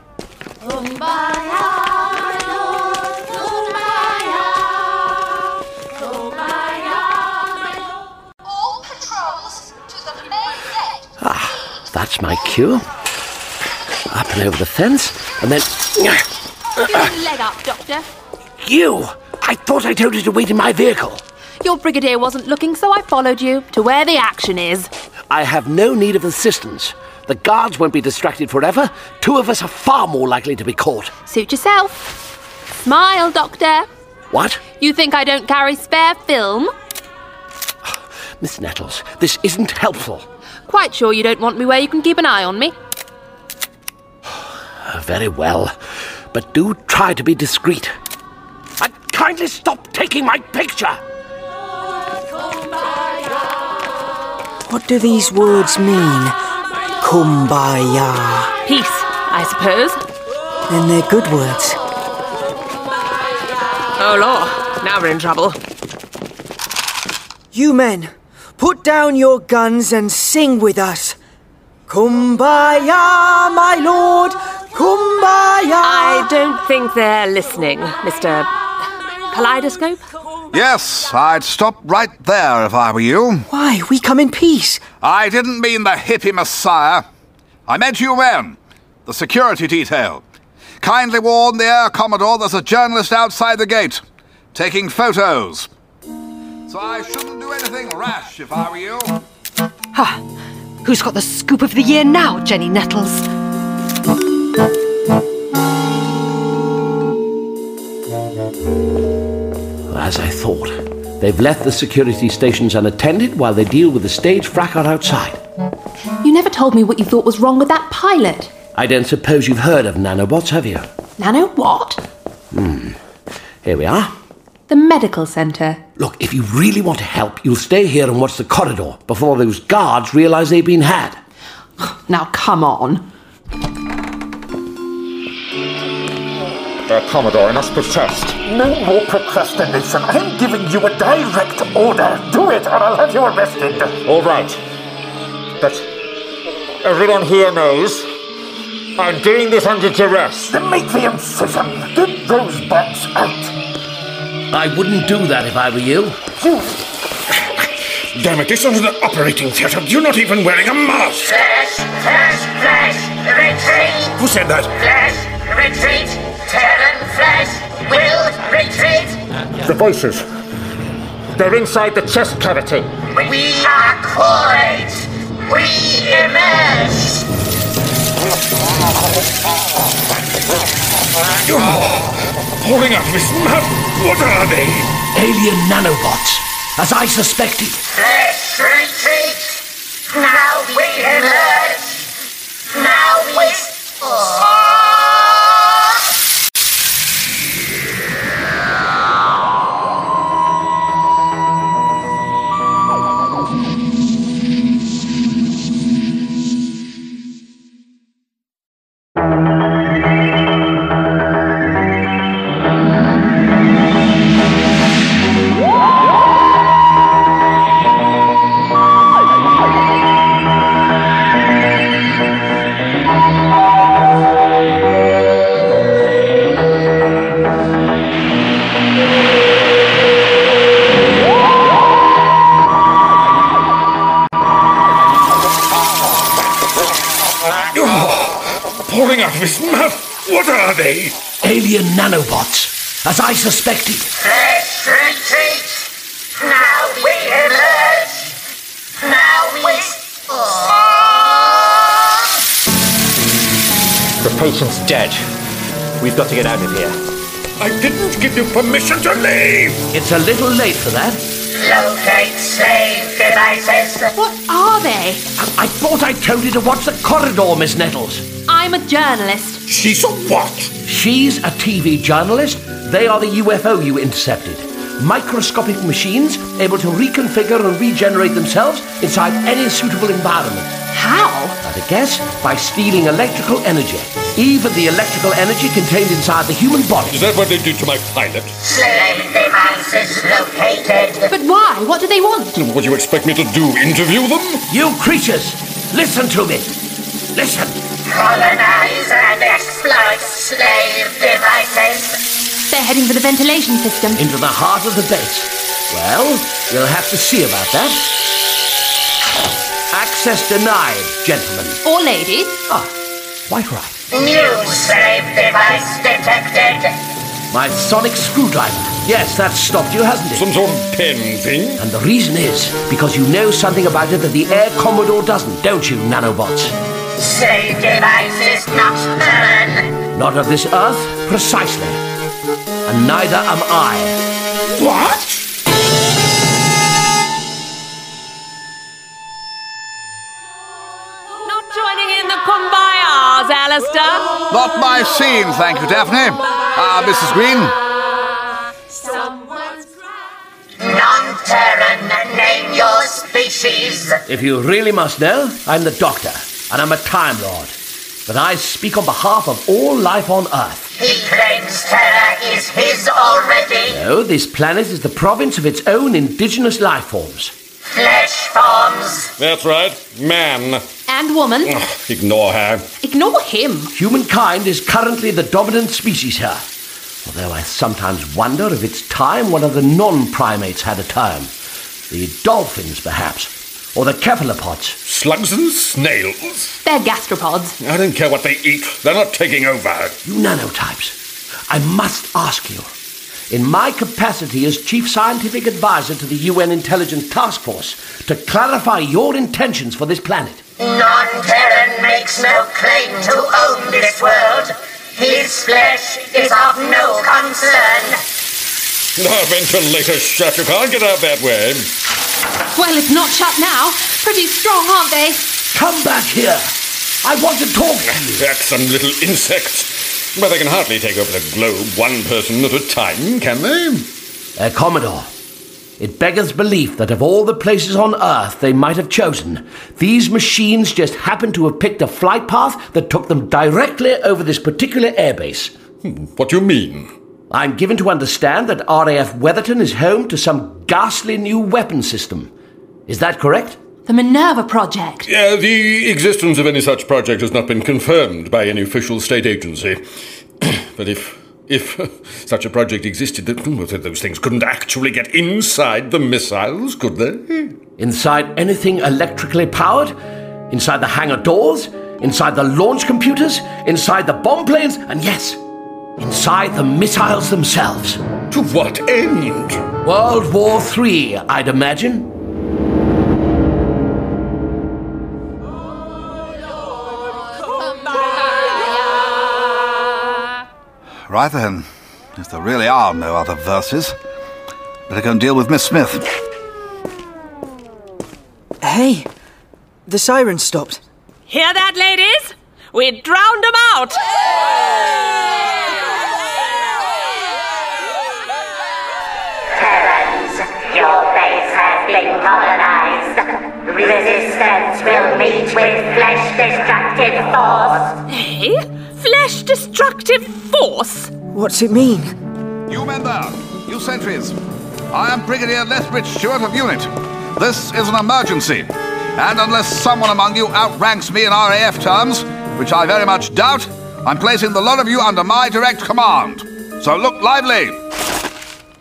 Ah, that's my cue. Up and over the fence, and then.
Your leg up, Doctor.
You! I thought I told you to wait in my vehicle.
Your brigadier wasn't looking, so I followed you to where the action is.
I have no need of assistance. The guards won't be distracted forever. Two of us are far more likely to be caught.
Suit yourself. Smile, Doctor.
What?
You think I don't carry spare film?
Miss Nettles, this isn't helpful.
Quite sure you don't want me where you can keep an eye on me.
Uh, Very well, but do try to be discreet. And kindly stop taking my picture!
What do these words mean? Kumbaya.
Peace, I suppose.
Then they're good words.
Oh, Lord. Now we're in trouble.
You men, put down your guns and sing with us. Kumbaya, my lord. Kumbaya.
I don't think they're listening, Mr. Kaleidoscope.
Yes, I'd stop right there if I were you.
Why? We come in peace.
I didn't mean the hippie messiah. I meant you men, the security detail. Kindly warn the air commodore there's a journalist outside the gate, taking photos. So I shouldn't do anything rash if I were you.
Ha! Who's got the scoop of the year now, Jenny Nettles?
As I thought, they've left the security stations unattended while they deal with the stage fracas outside.
You never told me what you thought was wrong with that pilot.
I don't suppose you've heard of nanobots, have you?
Nano, what?
Hmm. Here we are.
The medical centre.
Look, if you really want to help, you'll stay here and watch the corridor before those guards realize they've been had.
Now, come on.
Uh, Commodore, enough protest. No more procrastination. I'm giving you a direct order. Do it, or I'll have you arrested. All right. But everyone here knows I'm doing this under duress. Then make the incision. Get those bugs out.
I wouldn't do that if I were you.
Damn it, this is an operating theatre. You're not even wearing a mask.
Flash, flash, flash, retreat.
Who said that?
Flash, retreat. Terran flash will retreat.
The voices.
They're inside the chest cavity. We are corate. We emerge.
You're holding up this map. What are they?
Alien nanobots. as I suspected.
Let's retreat! Now we emerge! Now we...
Pouring out of his mouth. What are they?
Alien nanobots, as I suspected.
Let's retreat! Now we emerge! Now we...
The patient's dead. We've got to get out of here.
I didn't give you permission to leave!
It's a little late for that.
Locate slave devices!
What are they?
I thought I told you to watch the corridor, Miss Nettles.
I'm a journalist.
She's a what? She's a TV journalist. They are the UFO you intercepted. Microscopic machines able to reconfigure and regenerate themselves inside any suitable environment.
How?
At a guess, by stealing electrical energy. Even the electrical energy contained inside the human body.
Is that what they did to my pilot?
Slave devices located!
But why? What do they want?
What do you expect me to do? Interview them?
You creatures! Listen to me! Listen!
Colonize and exploit slave devices!
They're heading for the ventilation system.
Into the heart of the base. Well, we'll have to see about that. Access denied, gentlemen.
Or ladies. Oh.
Quite right.
New slave device detected!
My sonic screwdriver. Yes, that's stopped you, hasn't it?
Some sort of pen thing?
And the reason is because you know something about it that the Air Commodore doesn't, don't you, nanobots?
Slave devices not Earn!
Not of this earth, precisely. And neither am I. What?
Not joining in the kumbayas, Alistair.
Not my scene, thank you, Daphne. Ah, Mrs. Green.
Non-Terran, name your species!
If you really must know, I'm the Doctor, and I'm a Time Lord. But I speak on behalf of all life on Earth.
He claims Terra is his already!
No, this planet is the province of its own indigenous life forms.
Flesh forms! Mm.
That's right. Man.
And woman.
Ignore her.
Ignore him.
Humankind is currently the dominant species here. Although I sometimes wonder if it's time one of the non primates had a term. The dolphins, perhaps. Or the cephalopods.
Slugs and snails?
They're gastropods.
I don't care what they eat. They're not taking over.
You nanotypes, I must ask you. In my capacity as Chief Scientific Advisor to the UN Intelligence Task Force, to clarify your intentions for this planet.
Non-Terran makes no claim to own this world. His flesh is of no concern.
Our ventilator's shut. You can't get out that way.
Well, it's not shut now. Pretty strong, aren't they?
Come back here. I want to talk to you.
That's some little insects. But they can hardly take over the globe one person at a time, can they?
Uh, Commodore, it beggars belief that of all the places on Earth they might have chosen, these machines just happened to have picked a flight path that took them directly over this particular airbase.
Hmm, What do you mean?
I'm given to understand that RAF Weatherton is home to some ghastly new weapon system. Is that correct?
The Minerva Project.
Yeah, the existence of any such project has not been confirmed by any official state agency. but if if such a project existed, th- well, th- those things couldn't actually get inside the missiles, could they?
Inside anything electrically powered? Inside the hangar doors? Inside the launch computers? Inside the bomb planes? And yes, inside the missiles themselves.
To what end?
World War III, I'd imagine.
Right then, if there really are no other verses, better go and deal with Miss Smith.
Hey, the siren stopped.
Hear that, ladies? We drowned them out.
Heavens, your base has been colonized. Resistance will meet with flesh destructive force.
Eh? Flesh destructive force?
What's it mean?
You men there, you sentries. I am Brigadier Lethbridge Stewart of Unit. This is an emergency. And unless someone among you outranks me in RAF terms, which I very much doubt, I'm placing the lot of you under my direct command. So look lively.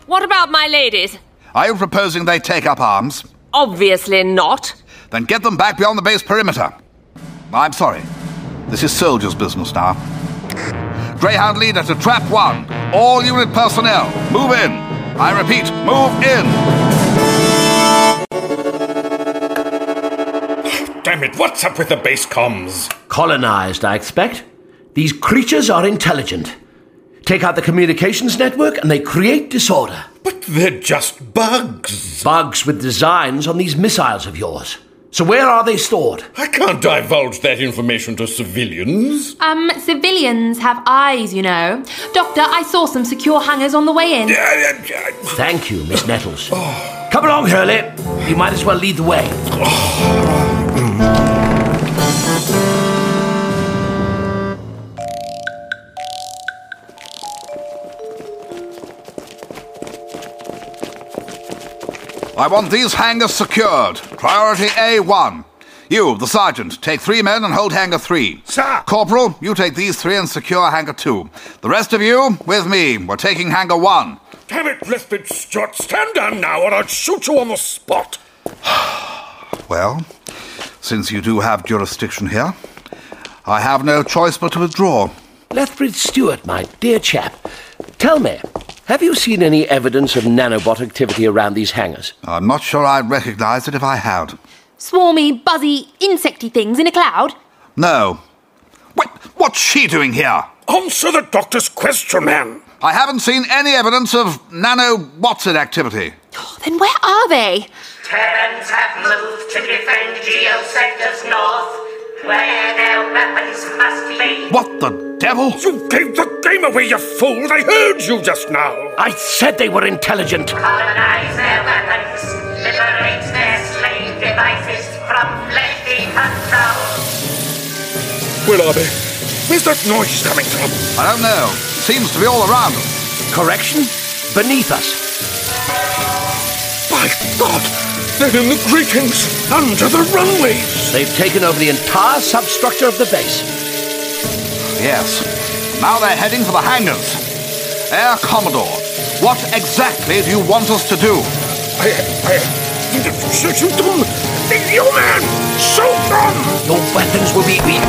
What about my ladies?
Are you proposing they take up arms?
Obviously not.
Then get them back beyond the base perimeter. I'm sorry. This is soldiers' business now. Greyhound leader to trap one. All unit personnel, move in. I repeat, move in.
Damn it, what's up with the base comms?
Colonized, I expect. These creatures are intelligent. Take out the communications network and they create disorder.
But they're just bugs.
Bugs with designs on these missiles of yours. So where are they stored?
I can't divulge that information to civilians.
Um, civilians have eyes, you know. Doctor, I saw some secure hangers on the way in.
Thank you, Miss Nettles. Come along, Hurley. You might as well lead the way.
I want these hangars secured. Priority A1. You, the sergeant, take three men and hold hangar three. Sir! Corporal, you take these three and secure hangar two. The rest of you, with me. We're taking hangar one.
Damn it, Lethbridge Stewart, stand down now or I'll shoot you on the spot.
Well, since you do have jurisdiction here, I have no choice but to withdraw.
Lethbridge Stewart, my dear chap, tell me, have you seen any evidence of nanobot activity around these hangars?
I'm not sure I'd recognize it if I had.
Swarmy, buzzy, insecty things in a cloud.
No. What, what's she doing here?
Answer the doctor's question, man.
I haven't seen any evidence of nano Watson activity.
Then where are they?
Terrans have moved to defend Geo Sectors North, where their weapons must be.
What the devil?
You gave the game away, you fool! They heard you just now!
I said they were intelligent!
Colonize their weapons, liberate their slave devices from lefty control.
Where are they? Where's that noise coming from?
I don't know. Seems to be all around us.
Correction? Beneath us.
By God! They're in the gratings! Under the runways!
They've taken over the entire substructure of the base.
Yes. Now they're heading for the hangars. Air Commodore, what exactly do you want us to do?
I, I, shoot them! You man! Shoot them!
Your weapons will be. be-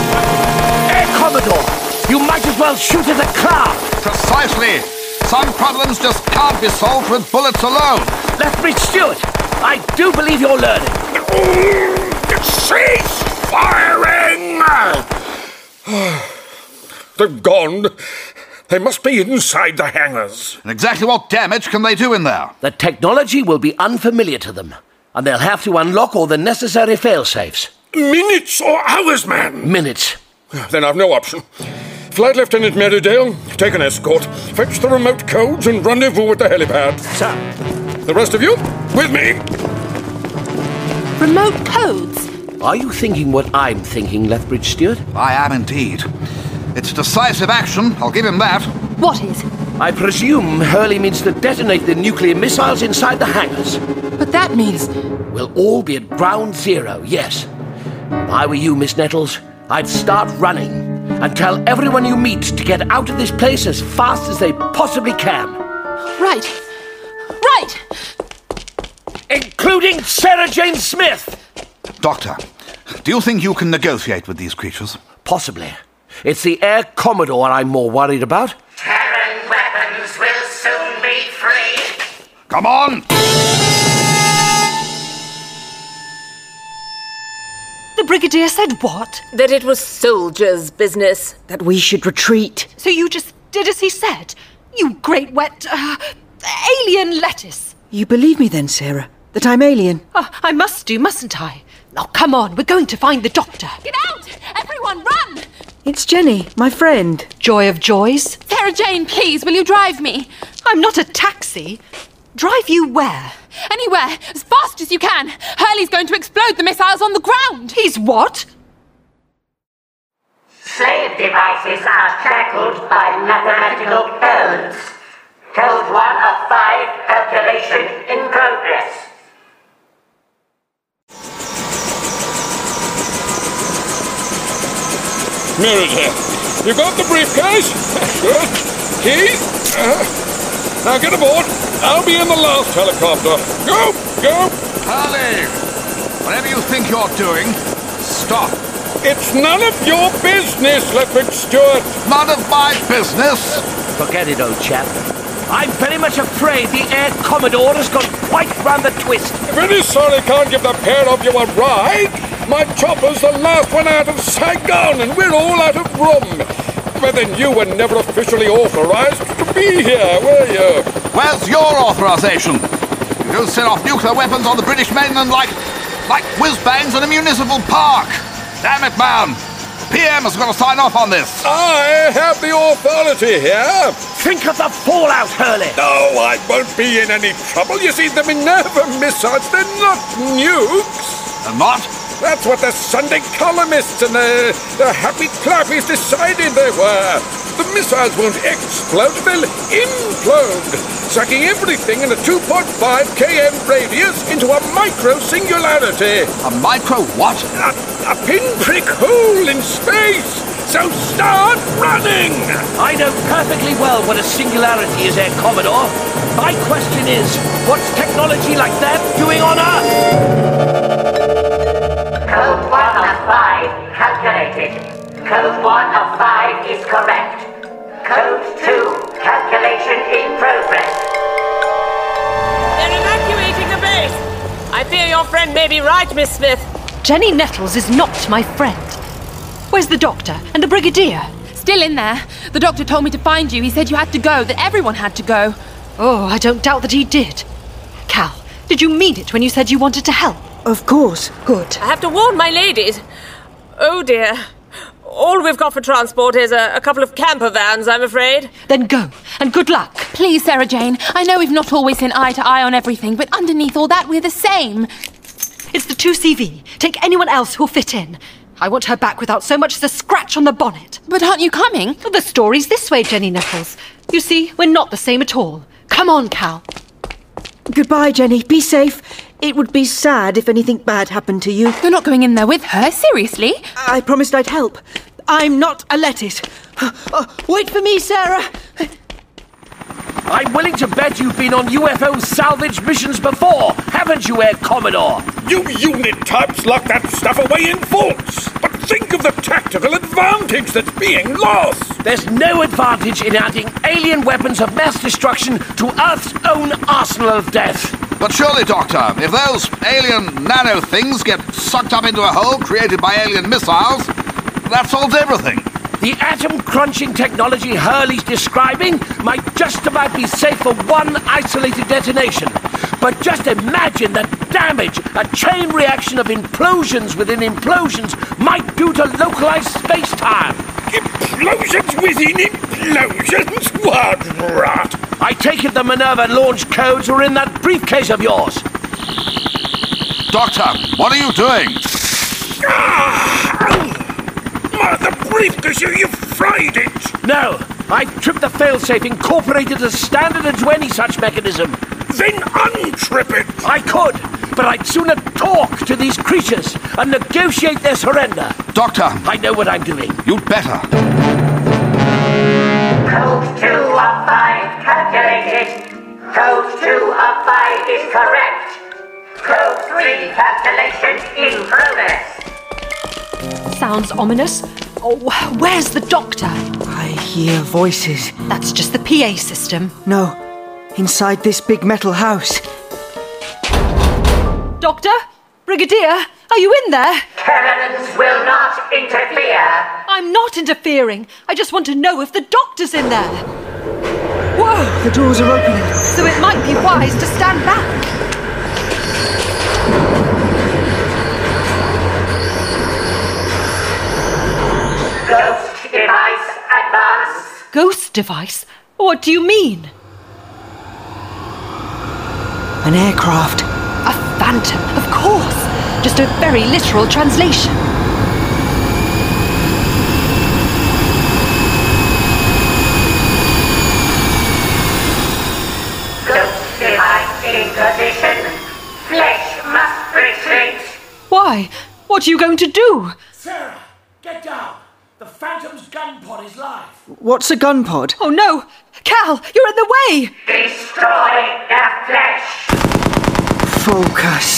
Air Commodore! You might as well shoot at a cloud!
Precisely! Some problems just can't be solved with bullets alone.
Lethbridge Stewart, I do believe you're learning.
Cease firing! They've gone. They must be inside the hangars.
And exactly what damage can they do in there?
The technology will be unfamiliar to them, and they'll have to unlock all the necessary failsafes.
Minutes or hours, man!
Minutes.
Then I've no option. Flight Lieutenant Merridale, take an escort, fetch the remote codes, and rendezvous at the helipad. Sir. The rest of you, with me.
Remote codes?
Are you thinking what I'm thinking, Lethbridge Stewart?
I am indeed. It's decisive action, I'll give him that.
What is?
I presume Hurley means to detonate the nuclear missiles inside the hangars.
But that means.
We'll all be at ground zero, yes. If I were you, Miss Nettles, I'd start running and tell everyone you meet to get out of this place as fast as they possibly can,
Right. Right!
including Sarah Jane Smith!
Doctor, do you think you can negotiate with these creatures?
Possibly. It's the Air Commodore I'm more worried about.
Terran weapons will soon be free.
Come on!
The Brigadier said what?
That it was soldiers' business.
That we should retreat.
So you just did as he said? You great wet. Uh, alien lettuce!
You believe me then, Sarah, that I'm alien?
Ah, I must do, mustn't I?
Oh, come on, we're going to find the doctor.
Get out! Everyone, run!
It's Jenny, my friend. Joy of joys.
Sarah Jane, please, will you drive me?
I'm not a taxi. Drive you where?
Anywhere, as fast as you can. Hurley's going to explode the missiles on the ground.
He's what?
Slave devices are shackled by mathematical codes. Code 1 of 5, calculation in progress.
Mirrors here. You got the briefcase? Good. Keys? Uh, now get aboard. I'll be in the last helicopter. Go, go.
Harley, whatever you think you're doing, stop.
It's none of your business, Leopard Stewart.
None of my business.
Forget it, old chap. I'm very much afraid the Air Commodore has gone quite round the twist.
Very sorry can't give the pair of you a ride. My chopper's the last one out of Saigon, and we're all out of room. But then you were never officially authorized to be here, were you?
Where's your authorization? You don't set off nuclear weapons on the British mainland like, like whiz bangs in a municipal park. Damn it, man! PM has got to sign off on this.
I have the authority here.
Think of the fallout, Hurley.
No, I won't be in any trouble. You see, the Minerva missiles, they're not nukes.
They're not?
That's what the Sunday columnists and the, the happy clappies decided they were. The missiles won't explode, they'll implode, sucking everything in a 2.5 km radius into a micro singularity.
A micro what?
A, a pinprick hole in space. So start running!
I know perfectly well what a singularity is, Air Commodore. My question is, what's technology like that doing on Earth?
Code 1 of 5 calculated. Code 1 of 5 is correct. Code 2 calculation in progress.
They're evacuating the base. I fear your friend may be right, Miss Smith.
Jenny Nettles is not my friend. Where's the doctor and the brigadier?
Still in there. The doctor told me to find you. He said you had to go, that everyone had to go.
Oh, I don't doubt that he did. Cal, did you mean it when you said you wanted to help?
Of course. Good.
I have to warn my ladies. Oh dear. All we've got for transport is a, a couple of camper vans, I'm afraid.
Then go, and good luck.
Please, Sarah Jane, I know we've not always been eye to eye on everything, but underneath all that, we're the same.
It's the 2CV. Take anyone else who'll fit in. I want her back without so much as a scratch on the bonnet.
But aren't you coming?
The story's this way, Jenny Nettles. You see, we're not the same at all. Come on, Cal.
Goodbye, Jenny. Be safe. It would be sad if anything bad happened to you.
You're not going in there with her, seriously?
I promised I'd help. I'm not a lettuce. Uh, Wait for me, Sarah.
I'm willing to bet you've been on UFO salvage missions before, haven't you, Air Commodore?
You unit types lock that stuff away in vaults. But think of the tactical advantage that's being lost.
There's no advantage in adding alien weapons of mass destruction to Earth's own arsenal of death.
But surely, Doctor, if those alien nano things get sucked up into a hole created by alien missiles, that solves everything.
The atom crunching technology Hurley's describing might just about be safe for one isolated detonation. But just imagine the damage a chain reaction of implosions within implosions might do to localized space time.
Implosions within implosions? What rot!
I take it the Minerva launch codes were in that briefcase of yours.
Doctor, what are you doing?
Ah! Ah, the briefcase, you, you fried it!
No, I've tripped the failsafe incorporated as standard into any such mechanism.
Then untrip it!
I could, but I'd sooner talk to these creatures and negotiate their surrender.
Doctor!
I know what I'm doing.
You'd better.
Code 2 of 5 calculated. Code 2 of 5 is correct. Code 3 calculation in progress.
Sounds ominous. Oh, where's the doctor?
I hear voices.
That's just the PA system.
No, inside this big metal house.
Doctor? Brigadier? Are you in there?
Terrans will not interfere.
I'm not interfering. I just want to know if the doctor's in there. Whoa!
The doors are opening.
So it might be wise to stand back.
Ghost device advance.
Ghost device? What do you mean?
An aircraft.
A phantom, of course. Just a very literal translation.
Ghost device in position. Flesh must retreat.
Why? What are you going to do?
Sarah, get down. The Phantom's gun pod is live.
What's a gun pod?
Oh no! Cal, you're in the way!
Destroy the flesh.
Focus.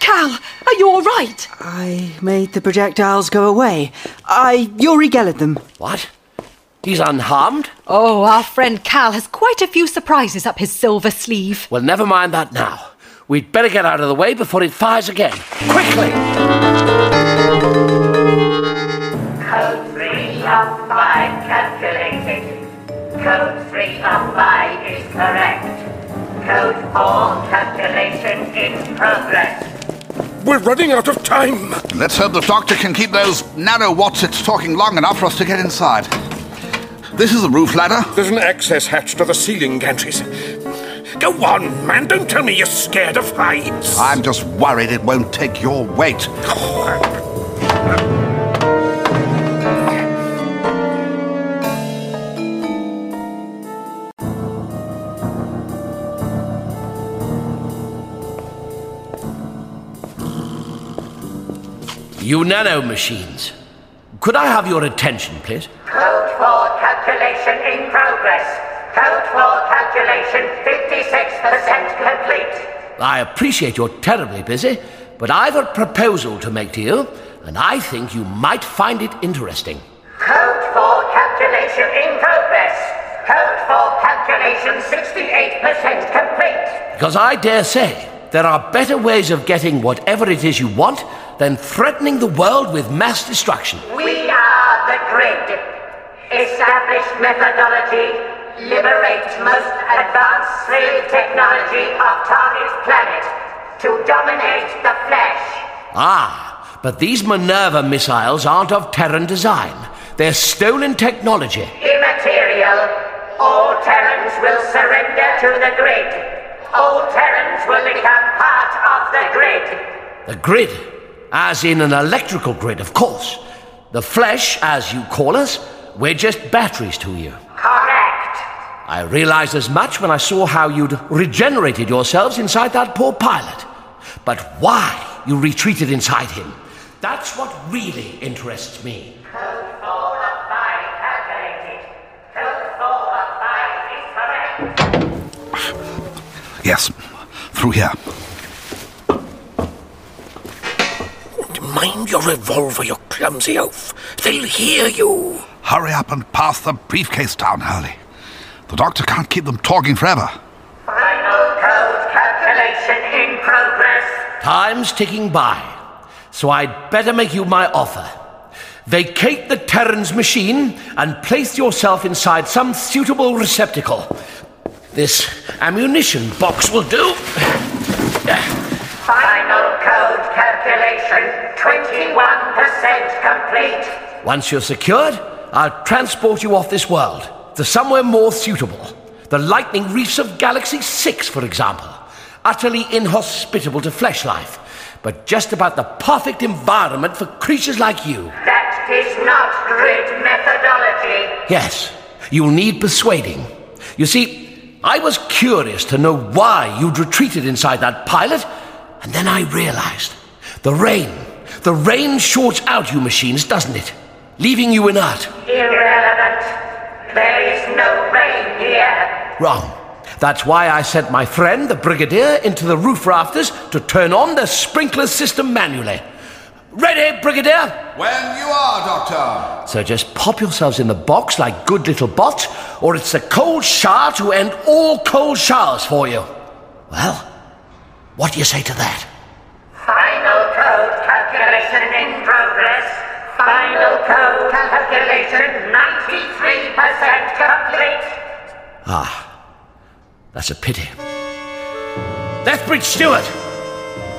Cal, are you alright?
I made the projectiles go away. I Yuri Gellered them.
What? He's unharmed?
Oh, our friend Cal has quite a few surprises up his silver sleeve.
Well, never mind that now. We'd better get out of the way before it fires again. Quickly!
Code 3 of 5 calculated. Code 3 of 5 is correct. Code 4 calculation in progress.
We're running out of time. Let's hope the doctor can keep those narrow Watsits talking long enough for us to get inside. This is the roof ladder.
There's an access hatch to the ceiling gantries. Go on, man, don't tell me you're scared of heights.
I'm just worried it won't take your weight.
You nano machines. Could I have your attention, please?
Code 4 calculation in progress. Code 4 calculation 56% complete.
I appreciate you're terribly busy, but I've a proposal to make to you, and I think you might find it interesting.
Code 4 calculation in progress. Code 4 calculation 68% complete.
Because I dare say there are better ways of getting whatever it is you want than threatening the world with mass destruction.
We are the grid. Establish methodology. Liberate most advanced slave technology of target planet to dominate the flesh.
Ah, but these Minerva missiles aren't of Terran design. They're stolen technology.
Immaterial. All Terrans will surrender to the grid. All Terrans will become part of the grid.
The grid, as in an electrical grid, of course. The flesh, as you call us, we're just batteries to you.
Correct.
I realized as much when I saw how you'd regenerated yourselves inside that poor pilot. But why you retreated inside him, that's what really interests me.
Yes, through here.
Mind your revolver, you clumsy oaf. They'll hear you.
Hurry up and pass the briefcase down, Hurley. The doctor can't keep them talking forever.
Calculation in progress.
Time's ticking by, so I'd better make you my offer. Vacate the Terran's machine and place yourself inside some suitable receptacle. This ammunition box will do.
Final code calculation 21% complete.
Once you're secured, I'll transport you off this world to somewhere more suitable. The lightning reefs of Galaxy 6, for example. Utterly inhospitable to flesh life, but just about the perfect environment for creatures like you.
That is not grid methodology.
Yes, you'll need persuading. You see, I was curious to know why you'd retreated inside that pilot, and then I realized the rain. The rain shorts out you machines, doesn't it? Leaving you inert.
Irrelevant. There is no rain here.
Wrong. That's why I sent my friend, the Brigadier, into the roof rafters to turn on the sprinkler system manually. Ready, Brigadier?
When you are, Doctor.
So just pop yourselves in the box like good little bots, or it's a cold shower to end all cold showers for you. Well, what do you say to that?
Final code calculation in progress. Final code calculation 93% complete.
Ah, that's a pity. Lethbridge Stewart!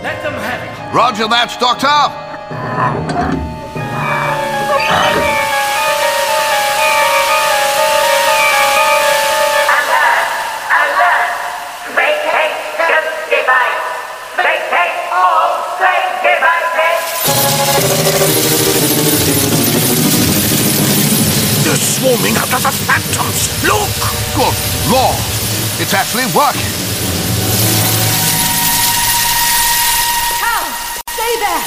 Let them have it!
Roger that, Doctor!
Vacate the device. Vacate all flame devices.
They're swarming out of the phantoms! Look! Good lord! It's actually working!
Stay there!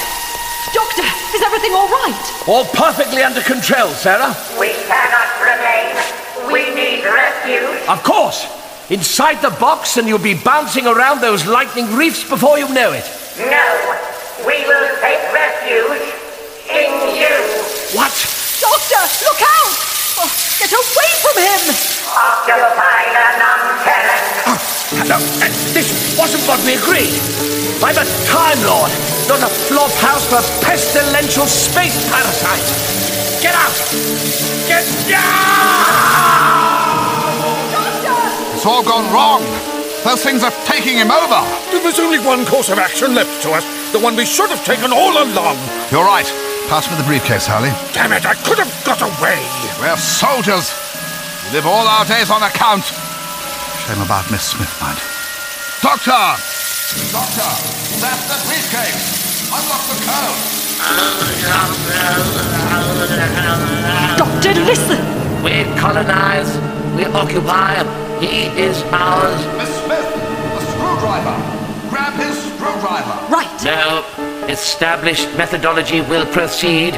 Doctor, is everything all right?
All perfectly under control, Sarah.
We cannot remain. We need refuge.
Of course! Inside the box, and you'll be bouncing around those lightning reefs before you know it.
No, we will take refuge in you.
What?
Doctor, look out! Oh, get away from him!
Occupy the non-terran.
No, uh, this wasn't what we agreed. I'm a Time Lord, not a flop house for pestilential space parasites. Get out! Get
It's all gone wrong! Those things are taking him over!
There was only one course of action left to us, the one we should have taken all along.
You're right. Pass me the briefcase, Harley.
Damn it, I could have got away.
We're soldiers! We live all our days on account! Shame about Miss Smithmind. Doctor! Doctor! That's the briefcase! Unlock the code!
Doctor, listen!
We colonize, we occupy, he is ours.
Miss Smith, a screwdriver! Grab his screwdriver!
Right.
No. Established methodology will proceed.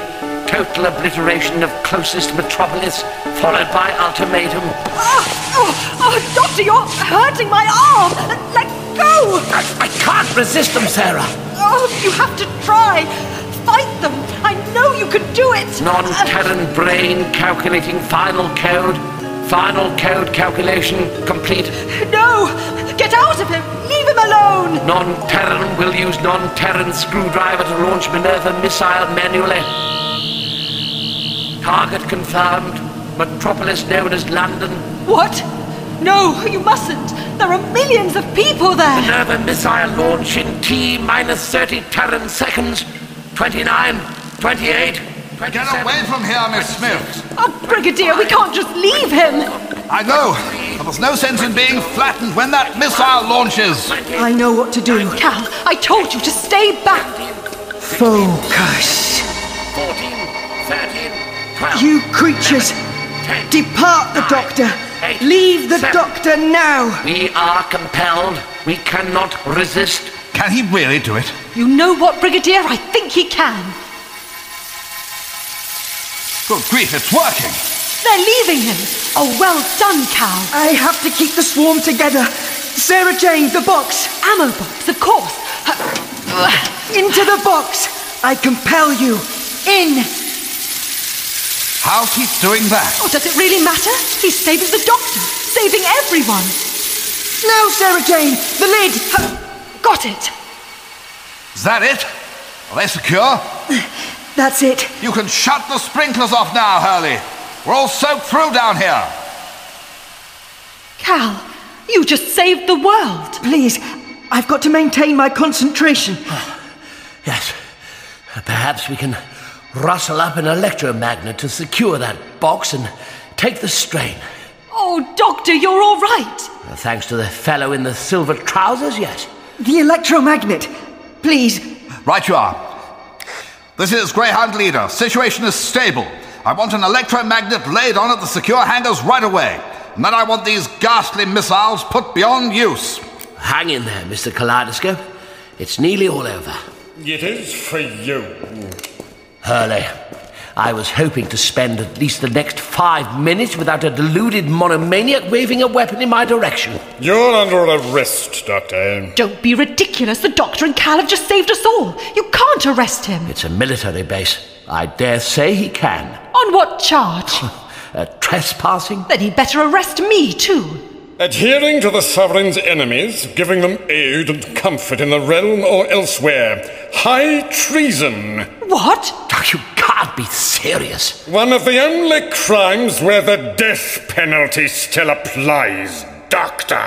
Total obliteration of closest metropolis, followed by ultimatum.
Oh, oh, Doctor, you're hurting my arm! Let go!
I can't resist them, Sarah.
Oh, you have to try! Fight them! I know you can do it! Uh,
Non-Terran brain calculating final code. Final code calculation complete.
No! Get out of him! Leave him alone!
Non-Terran will use non-Terran screwdriver to launch Minerva missile manually. Target confirmed. Metropolis known as London.
What? No, you mustn't! There are millions of people there!
Minerva missile launch in T minus 30 Terran seconds. 29, 28, 27. Get away
from here, Miss Smith!
Oh, Brigadier, we can't just leave him!
I know! There was no sense in being flattened when that missile launches!
I know what to do.
Cal, I told you to stay back!
Focus.
14, 13, 12.
You creatures! Depart the doctor! Leave the doctor now!
We are compelled. We cannot resist.
Can he really do it?
You know what, Brigadier? I think he can!
Good grief, it's working!
They're leaving him! Oh, well done, Cal!
I have to keep the swarm together. Sarah Jane, the box!
Ammo box, of course! Uh,
Into the box! I compel you! In!
How's he doing that?
Oh, does it really matter? He's saving the doctor, saving everyone.
Now, Sarah Jane, the lid!
Got it.
Is that it? Are they secure?
That's it.
You can shut the sprinklers off now, Hurley! We're all soaked through down here!
Cal, you just saved the world.
Please, I've got to maintain my concentration.
Yes. Perhaps we can rustle up an electromagnet to secure that box and take the strain.
Oh, Doctor, you're all right.
Uh, Thanks to the fellow in the silver trousers, yes.
The electromagnet. Please,
Right you are. This is Greyhound Leader. Situation is stable. I want an electromagnet laid on at the secure hangars right away. And then I want these ghastly missiles put beyond use.
Hang in there, Mr. Kaleidoscope. It's nearly all over.
It is for you.
Hurley, I was hoping to spend at least the next five minutes without a deluded monomaniac waving a weapon in my direction.
You're under arrest, Doctor.
Don't be ridiculous. The doctor and Cal have just saved us all. You can't arrest him.
It's a military base. I dare say he can.
On what charge?
Uh, trespassing?
then he'd better arrest me, too.
Adhering to the sovereign's enemies, giving them aid and comfort in the realm or elsewhere. High treason.
What?
You can't be serious.
One of the only crimes where the death penalty still applies, Doctor.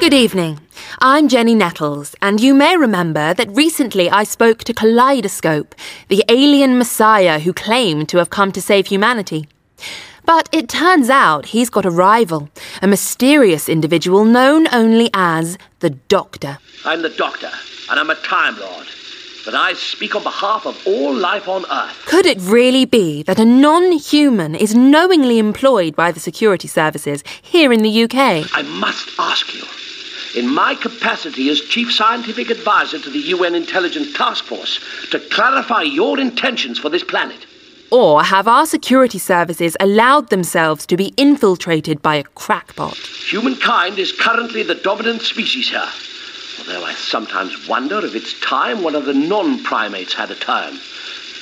Good evening. I'm Jenny Nettles, and you may remember that recently I spoke to Kaleidoscope, the alien messiah who claimed to have come to save humanity. But it turns out he's got a rival, a mysterious individual known only as the Doctor.
I'm the Doctor, and I'm a Time Lord. But I speak on behalf of all life on Earth.
Could it really be that a non human is knowingly employed by the security services here in the UK?
I must ask you, in my capacity as Chief Scientific Advisor to the UN Intelligence Task Force, to clarify your intentions for this planet.
Or have our security services allowed themselves to be infiltrated by a crackpot?
Humankind is currently the dominant species here. Although I sometimes wonder if it's time one of the non primates had a turn.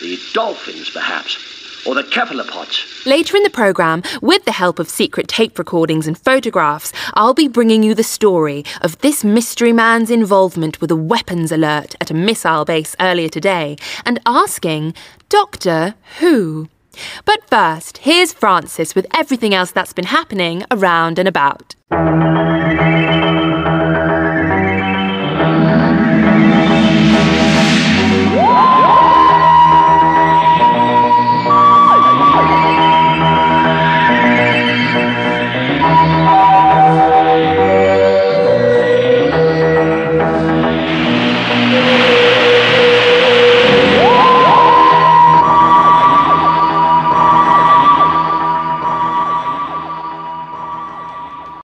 The dolphins, perhaps, or the cephalopods.
Later in the programme, with the help of secret tape recordings and photographs, I'll be bringing you the story of this mystery man's involvement with a weapons alert at a missile base earlier today and asking, Doctor Who? But first, here's Francis with everything else that's been happening around and about.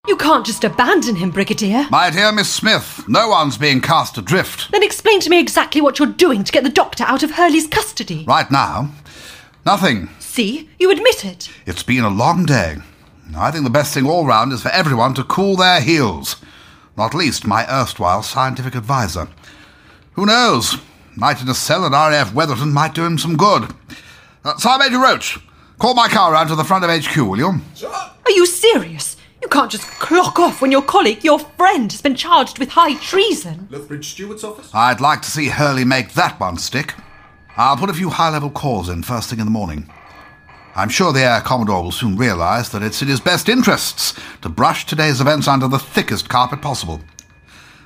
You can't just abandon him, Brigadier.
My dear Miss Smith, no one's being cast adrift.
Then explain to me exactly what you're doing to get the doctor out of Hurley's custody.
Right now, nothing.
See, you admit it.
It's been a long day. I think the best thing all round is for everyone to cool their heels. Not least my erstwhile scientific advisor. Who knows? Night in a cell at RAF Weatherton might do him some good. Uh, Sergeant Major Roach, call my car round to the front of HQ, will you?
Are you serious? You can't just clock off when your colleague, your friend, has been charged with high treason.
Lethbridge Stewart's office? I'd like to see Hurley make that one stick. I'll put a few high level calls in first thing in the morning. I'm sure the Air Commodore will soon realise that it's in his best interests to brush today's events under the thickest carpet possible.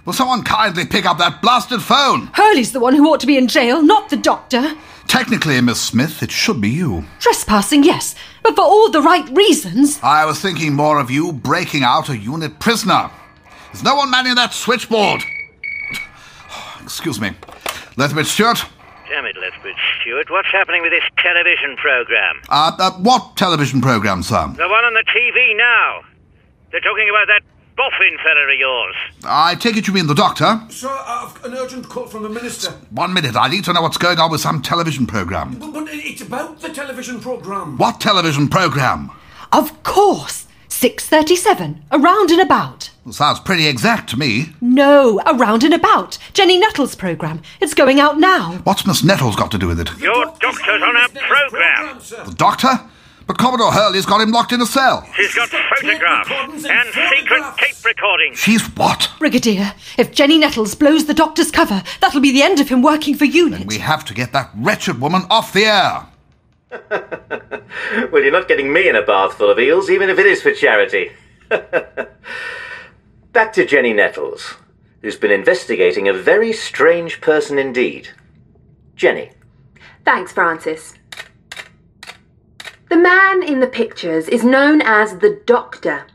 Will someone kindly pick up that blasted phone?
Hurley's the one who ought to be in jail, not the doctor.
Technically, Miss Smith, it should be you.
Trespassing, yes, but for all the right reasons.
I was thinking more of you breaking out a unit prisoner. There's no one manning that switchboard. Excuse me. Lethbridge Stewart,
Damn it, Lethbridge Stewart. What's happening with this television program?
uh, uh, what television programme, sir?
The one on the TV now. They're talking about that boffin fella of yours.
I take it you mean the doctor?
Sir, I've an urgent call from the Minister.
One minute, I need to know what's going on with some television programme.
But, but it's about the television programme.
What television programme?
Of course. 637. Around and about.
Sounds pretty exact to me.
No, around and about. Jenny Nettles' programme. It's going out now.
What's Miss Nettles got to do with it?
Your doctor's on our program.
The doctor? But Commodore Hurley's got him locked in a cell.
She's got photographs and secret tape recordings.
She's what?
Brigadier, if Jenny Nettles blows the doctor's cover, that'll be the end of him working for UNIT.
We have to get that wretched woman off the air.
Well, you're not getting me in a bath full of eels, even if it is for charity. Back to Jenny Nettles, who's been investigating a very strange person indeed. Jenny.
Thanks, Francis. The man in the pictures is known as the Doctor.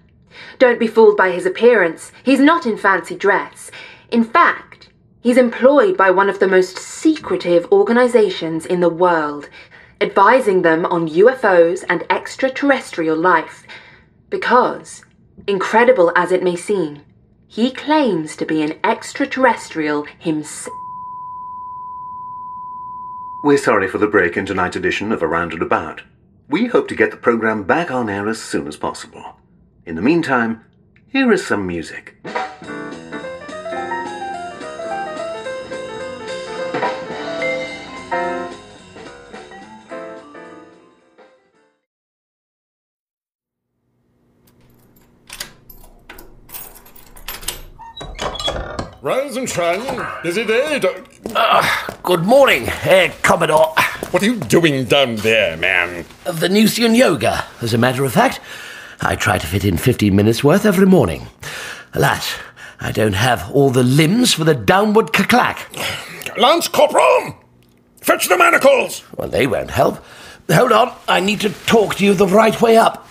Don't be fooled by his appearance. He's not in fancy dress. In fact, he's employed by one of the most secretive organisations in the world, advising them on UFOs and extraterrestrial life. Because, incredible as it may seem, he claims to be an extraterrestrial himself.
We're sorry for the break in tonight's edition of Around and About. We hope to get the program back on air as soon as possible. In the meantime, here is some music.
Rise and shine. Busy day, Doc.
Ah,
Good morning, Air Commodore.
What are you doing down there, man?
Venusian yoga, as a matter of fact. I try to fit in 15 minutes worth every morning. Alas,
I don't have all the limbs for the downward clack.
Lance Corporal! Fetch the manacles!
Well, they won't help. Hold on, I need to talk to you the right way up.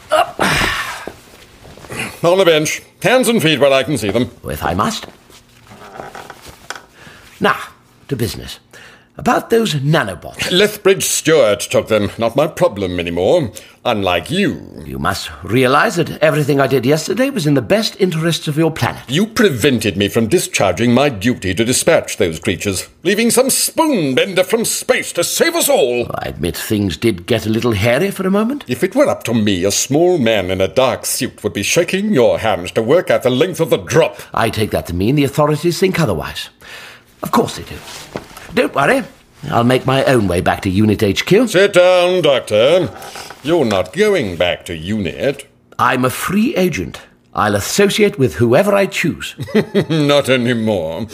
On the bench. Hands and feet where I can see them.
If I must. Now, to business. About those nanobots.
Lethbridge Stewart took them. Not my problem anymore. Unlike you.
You must realize that everything I did yesterday was in the best interests of your planet.
You prevented me from discharging my duty to dispatch those creatures, leaving some spoonbender from space to save us all.
I admit things did get a little hairy for a moment.
If it were up to me, a small man in a dark suit would be shaking your hands to work out the length of the drop.
I take that to mean the authorities think otherwise. Of course they do. Don't worry. I'll make my own way back to Unit HQ.
Sit down, Doctor. You're not going back to unit.
I'm a free agent. I'll associate with whoever I choose.
not anymore.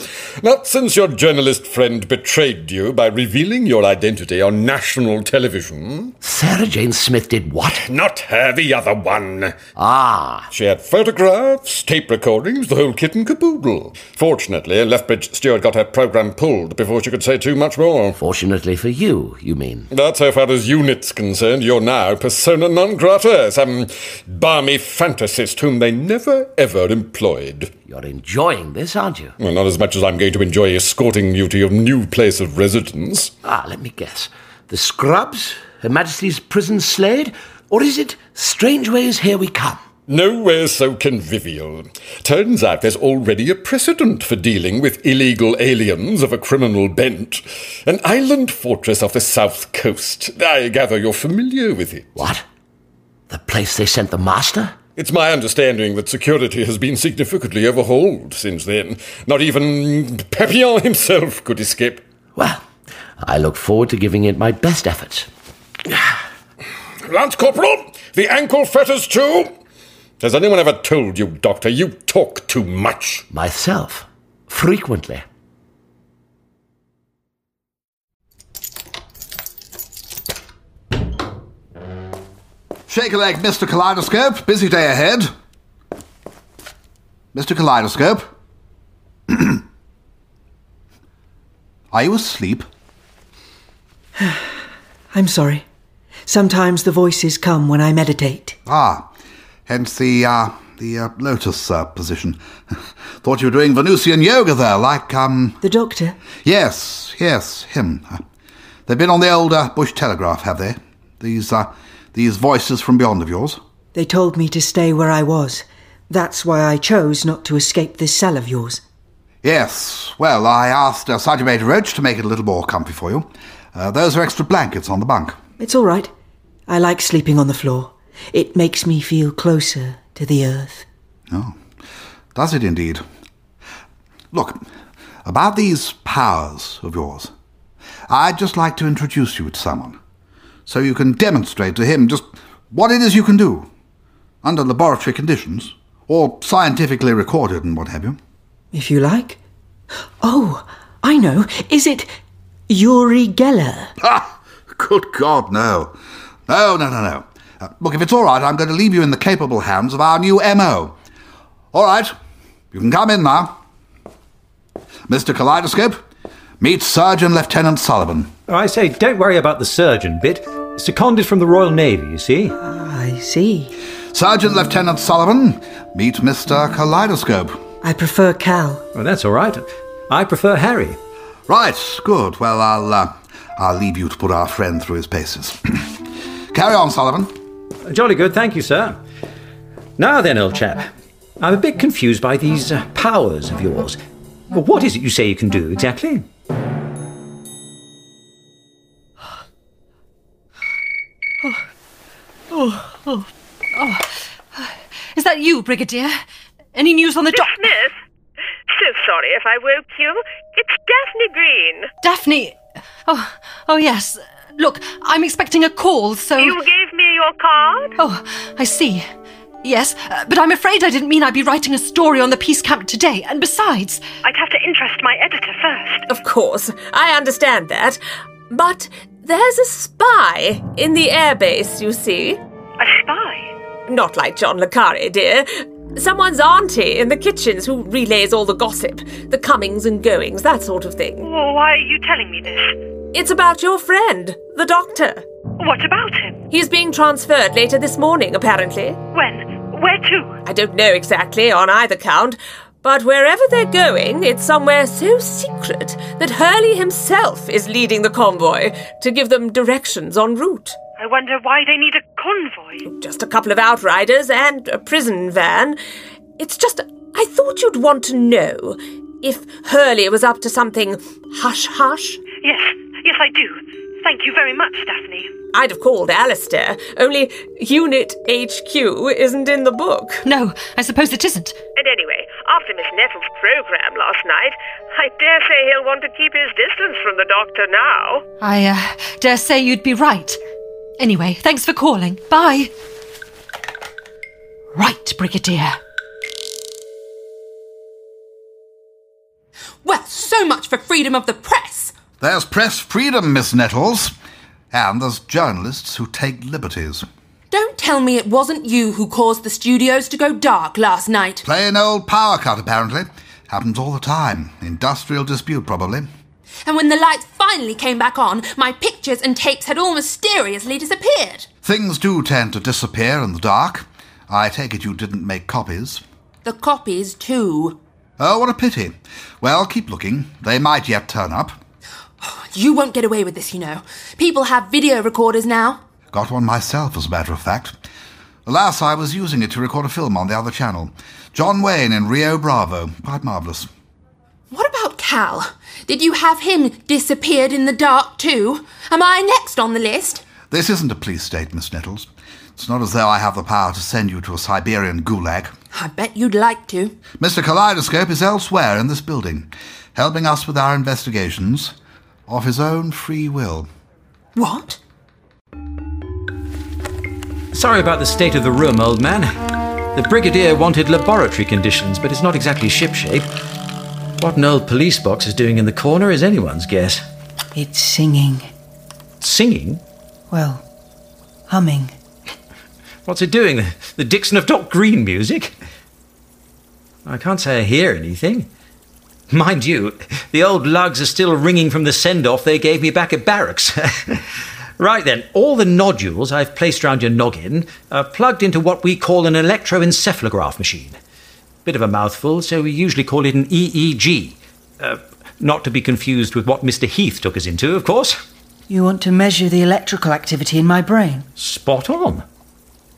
Not since your journalist friend betrayed you by revealing your identity on national television.
Sarah Jane Smith did what?
Not her, the other one.
Ah.
She had photographs, tape recordings, the whole kit and caboodle. Fortunately, Lethbridge Stewart got her program pulled before she could say too much more.
Fortunately for you, you mean?
But so far as unit's concerned, you're now persona non grata, some balmy fantasist whom they never ever employed.
You're enjoying this, aren't you?
Well, not as much as I'm going to enjoy escorting you to your new place of residence.
Ah, let me guess. The Scrubs? Her Majesty's Prison Slade? Or is it Strange Ways Here We Come?
Nowhere so convivial. Turns out there's already a precedent for dealing with illegal aliens of a criminal bent. An island fortress off the south coast. I gather you're familiar with it.
What? The place they sent the master?
It's my understanding that security has been significantly overhauled since then. Not even Papillon himself could escape.
Well, I look forward to giving it my best efforts.
Lance Corporal, the ankle fetters too. Has anyone ever told you, Doctor, you talk too much?
Myself, frequently.
Shake a leg, Mr. Kaleidoscope. Busy day ahead. Mr. Kaleidoscope? Are you asleep?
I'm sorry. Sometimes the voices come when I meditate.
Ah, hence the, uh, the uh, lotus uh, position. Thought you were doing Venusian yoga there, like, um...
The doctor?
Yes, yes, him. Uh, They've been on the old uh, Bush Telegraph, have they? These, uh, these voices from beyond of yours?
They told me to stay where I was. That's why I chose not to escape this cell of yours.
Yes. Well, I asked uh, Sergeant Major Roach to make it a little more comfy for you. Uh, those are extra blankets on the bunk.
It's all right. I like sleeping on the floor. It makes me feel closer to the earth.
Oh, does it indeed? Look, about these powers of yours, I'd just like to introduce you to someone so you can demonstrate to him just what it is you can do under laboratory conditions or scientifically recorded and what have you.
If you like. Oh, I know. Is it Yuri Geller?
Ah, good God, no. No, no, no, no. Uh, look, if it's all right, I'm going to leave you in the capable hands of our new MO. All right, you can come in now. Mr. Kaleidoscope, meet Surgeon Lieutenant Sullivan.
Oh, I say, don't worry about the surgeon bit. Seconded from the Royal Navy, you see.
Ah, I see.
Sergeant Lieutenant Sullivan, meet Mr. Kaleidoscope.
I prefer Cal.
Well, Oh, that's all right. I prefer Harry.
Right, good. Well, I'll, uh, I'll leave you to put our friend through his paces. Carry on, Sullivan.
Jolly good, thank you, sir. Now then, old chap, I'm a bit confused by these uh, powers of yours. What is it you say you can do exactly?
Oh, oh, oh. Is that you, Brigadier? Any news on the doc?
Smith? So sorry if I woke you. It's Daphne Green.
Daphne! Oh, oh yes. Look, I'm expecting a call, so.
You gave me your card?
Oh, I see. Yes, uh, but I'm afraid I didn't mean I'd be writing a story on the peace camp today. And besides,
I'd have to interest my editor first.
Of course, I understand that. But there's a spy in the airbase, you see.
A spy?
Not like John Le Carre, dear.
Someone's auntie in the kitchens who relays all the gossip, the comings and goings, that sort of thing.
Why are you telling me this?
It's about your friend, the doctor.
What about him?
He's being transferred later this morning, apparently.
When? Where to?
I don't know exactly on either count, but wherever they're going, it's somewhere so secret that Hurley himself is leading the convoy to give them directions en route.
I wonder why they need a convoy.
Just a couple of outriders and a prison van. It's just, I thought you'd want to know if Hurley was up to something hush hush.
Yes, yes, I do. Thank you very much, Daphne.
I'd have called Alistair, only Unit HQ isn't in the book.
No, I suppose it isn't.
And anyway, after Miss Nettle's program last night, I dare say he'll want to keep his distance from the doctor now.
I uh, dare say you'd be right. Anyway, thanks for calling. Bye. Right, Brigadier.
Well, so much for freedom of the press.
There's press freedom, Miss Nettles. And there's journalists who take liberties.
Don't tell me it wasn't you who caused the studios to go dark last night.
Plain old power cut, apparently. Happens all the time. Industrial dispute, probably.
And when the lights finally came back on, my pictures and tapes had all mysteriously disappeared.
Things do tend to disappear in the dark. I take it you didn't make copies.
The copies, too.
Oh, what a pity. Well, keep looking. They might yet turn up.
You won't get away with this, you know. People have video recorders now.
Got one myself, as a matter of fact. Alas, I was using it to record a film on the other channel. John Wayne in Rio Bravo. Quite marvellous.
What about Cal? Did you have him disappeared in the dark, too? Am I next on the list?
This isn't a police state, Miss Nettles. It's not as though I have the power to send you to a Siberian gulag.
I bet you'd like to.
Mr. Kaleidoscope is elsewhere in this building, helping us with our investigations of his own free will.
What?
Sorry about the state of the room, old man. The Brigadier wanted laboratory conditions, but it's not exactly shipshape. What an old police box is doing in the corner is anyone's guess.
It's singing.
Singing?
Well, humming.
What's it doing? The, the Dixon of Doc Green music? I can't say I hear anything. Mind you, the old lugs are still ringing from the send off they gave me back at barracks. right then, all the nodules I've placed round your noggin are plugged into what we call an electroencephalograph machine. Bit of a mouthful, so we usually call it an EEG. Uh, not to be confused with what Mr. Heath took us into, of course.
You want to measure the electrical activity in my brain?
Spot on.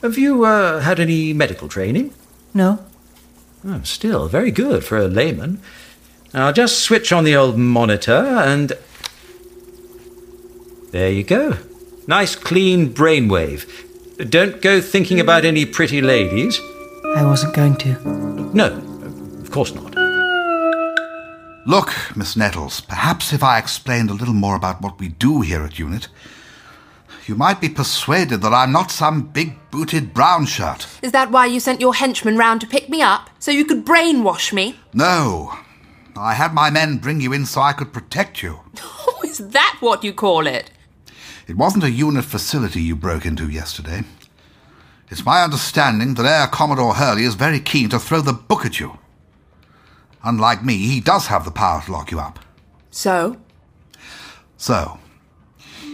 Have you uh, had any medical training?
No.
Oh, still, very good for a layman. I'll just switch on the old monitor and. There you go. Nice clean brainwave. Don't go thinking about any pretty ladies.
I wasn't going to.
No, of course not.
Look, Miss Nettles, perhaps if I explained a little more about what we do here at UNIT, you might be persuaded that I'm not some big booted brown shirt.
Is that why you sent your henchman round to pick me up? So you could brainwash me?
No. I had my men bring you in so I could protect you.
Oh, is that what you call it?
It wasn't a unit facility you broke into yesterday. It's my understanding that Air Commodore Hurley is very keen to throw the book at you. Unlike me, he does have the power to lock you up.
So?
So,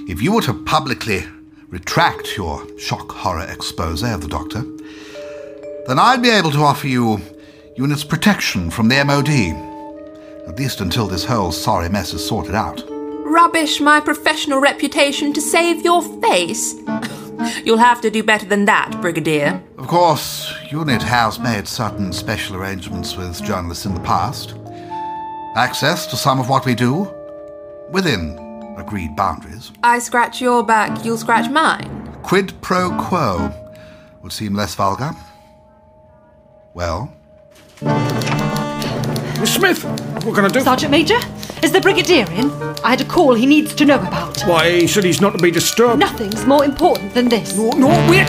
if you were to publicly retract your shock horror expose of the Doctor, then I'd be able to offer you units protection from the MOD. At least until this whole sorry mess is sorted out.
Rubbish my professional reputation to save your face. You'll have to do better than that, Brigadier.
Of course, UNIT has made certain special arrangements with journalists in the past. Access to some of what we do within agreed boundaries.
I scratch your back, you'll scratch mine.
Quid pro quo would seem less vulgar. Well,
Miss Smith, what can I do?
Sergeant Major, is the Brigadier in? I had a call he needs to know about.
Why should he's not to be disturbed?
Nothing's more important than this. No,
no, wait!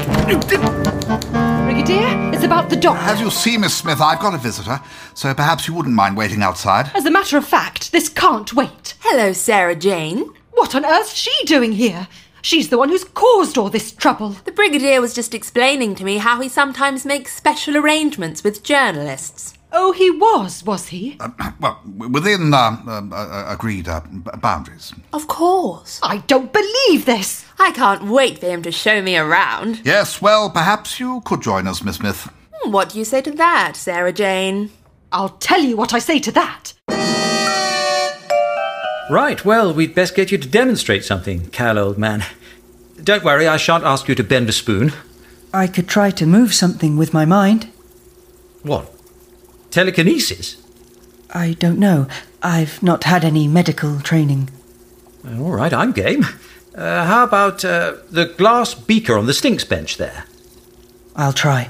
Brigadier, it's about the doctor.
as you see, Miss Smith, I've got a visitor, so perhaps you wouldn't mind waiting outside.
As a matter of fact, this can't wait.
Hello, Sarah Jane.
What on earth's she doing here?
She's the one who's caused all this trouble.
The Brigadier was just explaining to me how he sometimes makes special arrangements with journalists.
Oh, he was, was he?
Uh, Well, w- within uh, um, uh, agreed uh, b- boundaries.
Of course.
I don't believe this.
I can't wait for him to show me around.
Yes, well, perhaps you could join us, Miss Smith.
Hmm, What do you say to that, Sarah Jane?
I'll tell you what I say to that.
Right, well, we'd best get you to demonstrate something, Cal, old man. Don't worry, I shan't ask you to bend a spoon.
I could try to move something with my mind.
What? Telekinesis?
I don't know. I've not had any medical training.
Uh, All right, I'm game. Uh, how about uh, the glass beaker on the stinks bench there?
I'll try.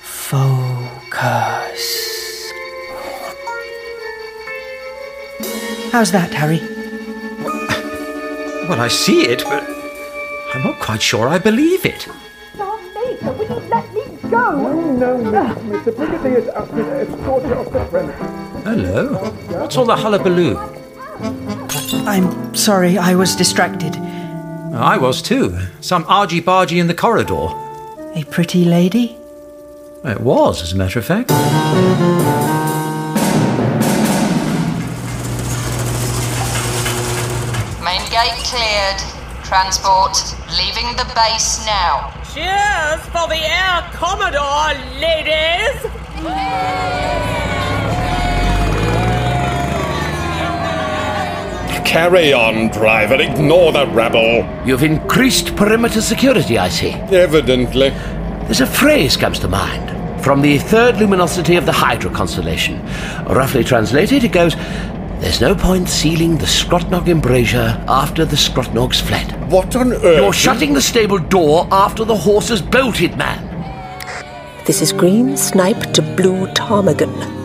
Focus. How's that, Harry?
Well, I see it, but I'm not quite sure I believe it.
Will you let me go? No, no, Miss Smith. The Brigadier's up with a daughter of the
Hello? What's all the hullabaloo? Uh,
I'm sorry, I was distracted.
I was too. Some argy bargy in the corridor.
A pretty lady?
It was, as a matter of fact.
Main gate cleared. Transport leaving the base now.
Cheers for the Air Commodore, ladies!
Carry on, driver. Ignore the rabble.
You've increased perimeter security, I see.
Evidently.
There's a phrase comes to mind from the third luminosity of the Hydra constellation. Roughly translated, it goes There's no point sealing the Scrotnog embrasure after the Scrotnog's fled.
What on earth?
You're shutting the stable door after the horse has bolted, man.
This is green snipe to blue ptarmigan.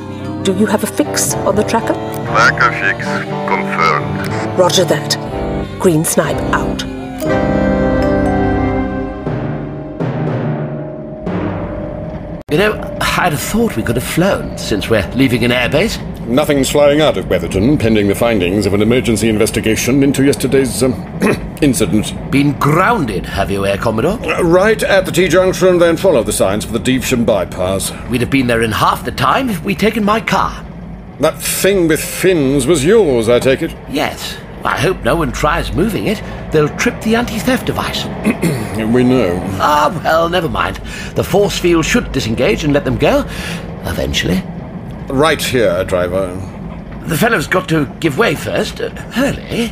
Do you have a fix on the tracker?
Lack of fix confirmed.
Roger that. Green snipe out.
You know, I'd have thought we could have flown since we're leaving an airbase.
Nothing's flying out of Weatherton pending the findings of an emergency investigation into yesterday's um, incident. Uh,
Been grounded, have you, Air Commodore?
Right at the T junction, then follow the signs for the Deepsham bypass.
We'd have been there in half the time if we'd taken my car.
That thing with fins was yours, I take it.
Yes. I hope no one tries moving it. They'll trip the anti theft device.
we know.
Ah, well, never mind. The force field should disengage and let them go. Eventually.
Right here, driver.
The fellow's got to give way first. Uh, Hurley,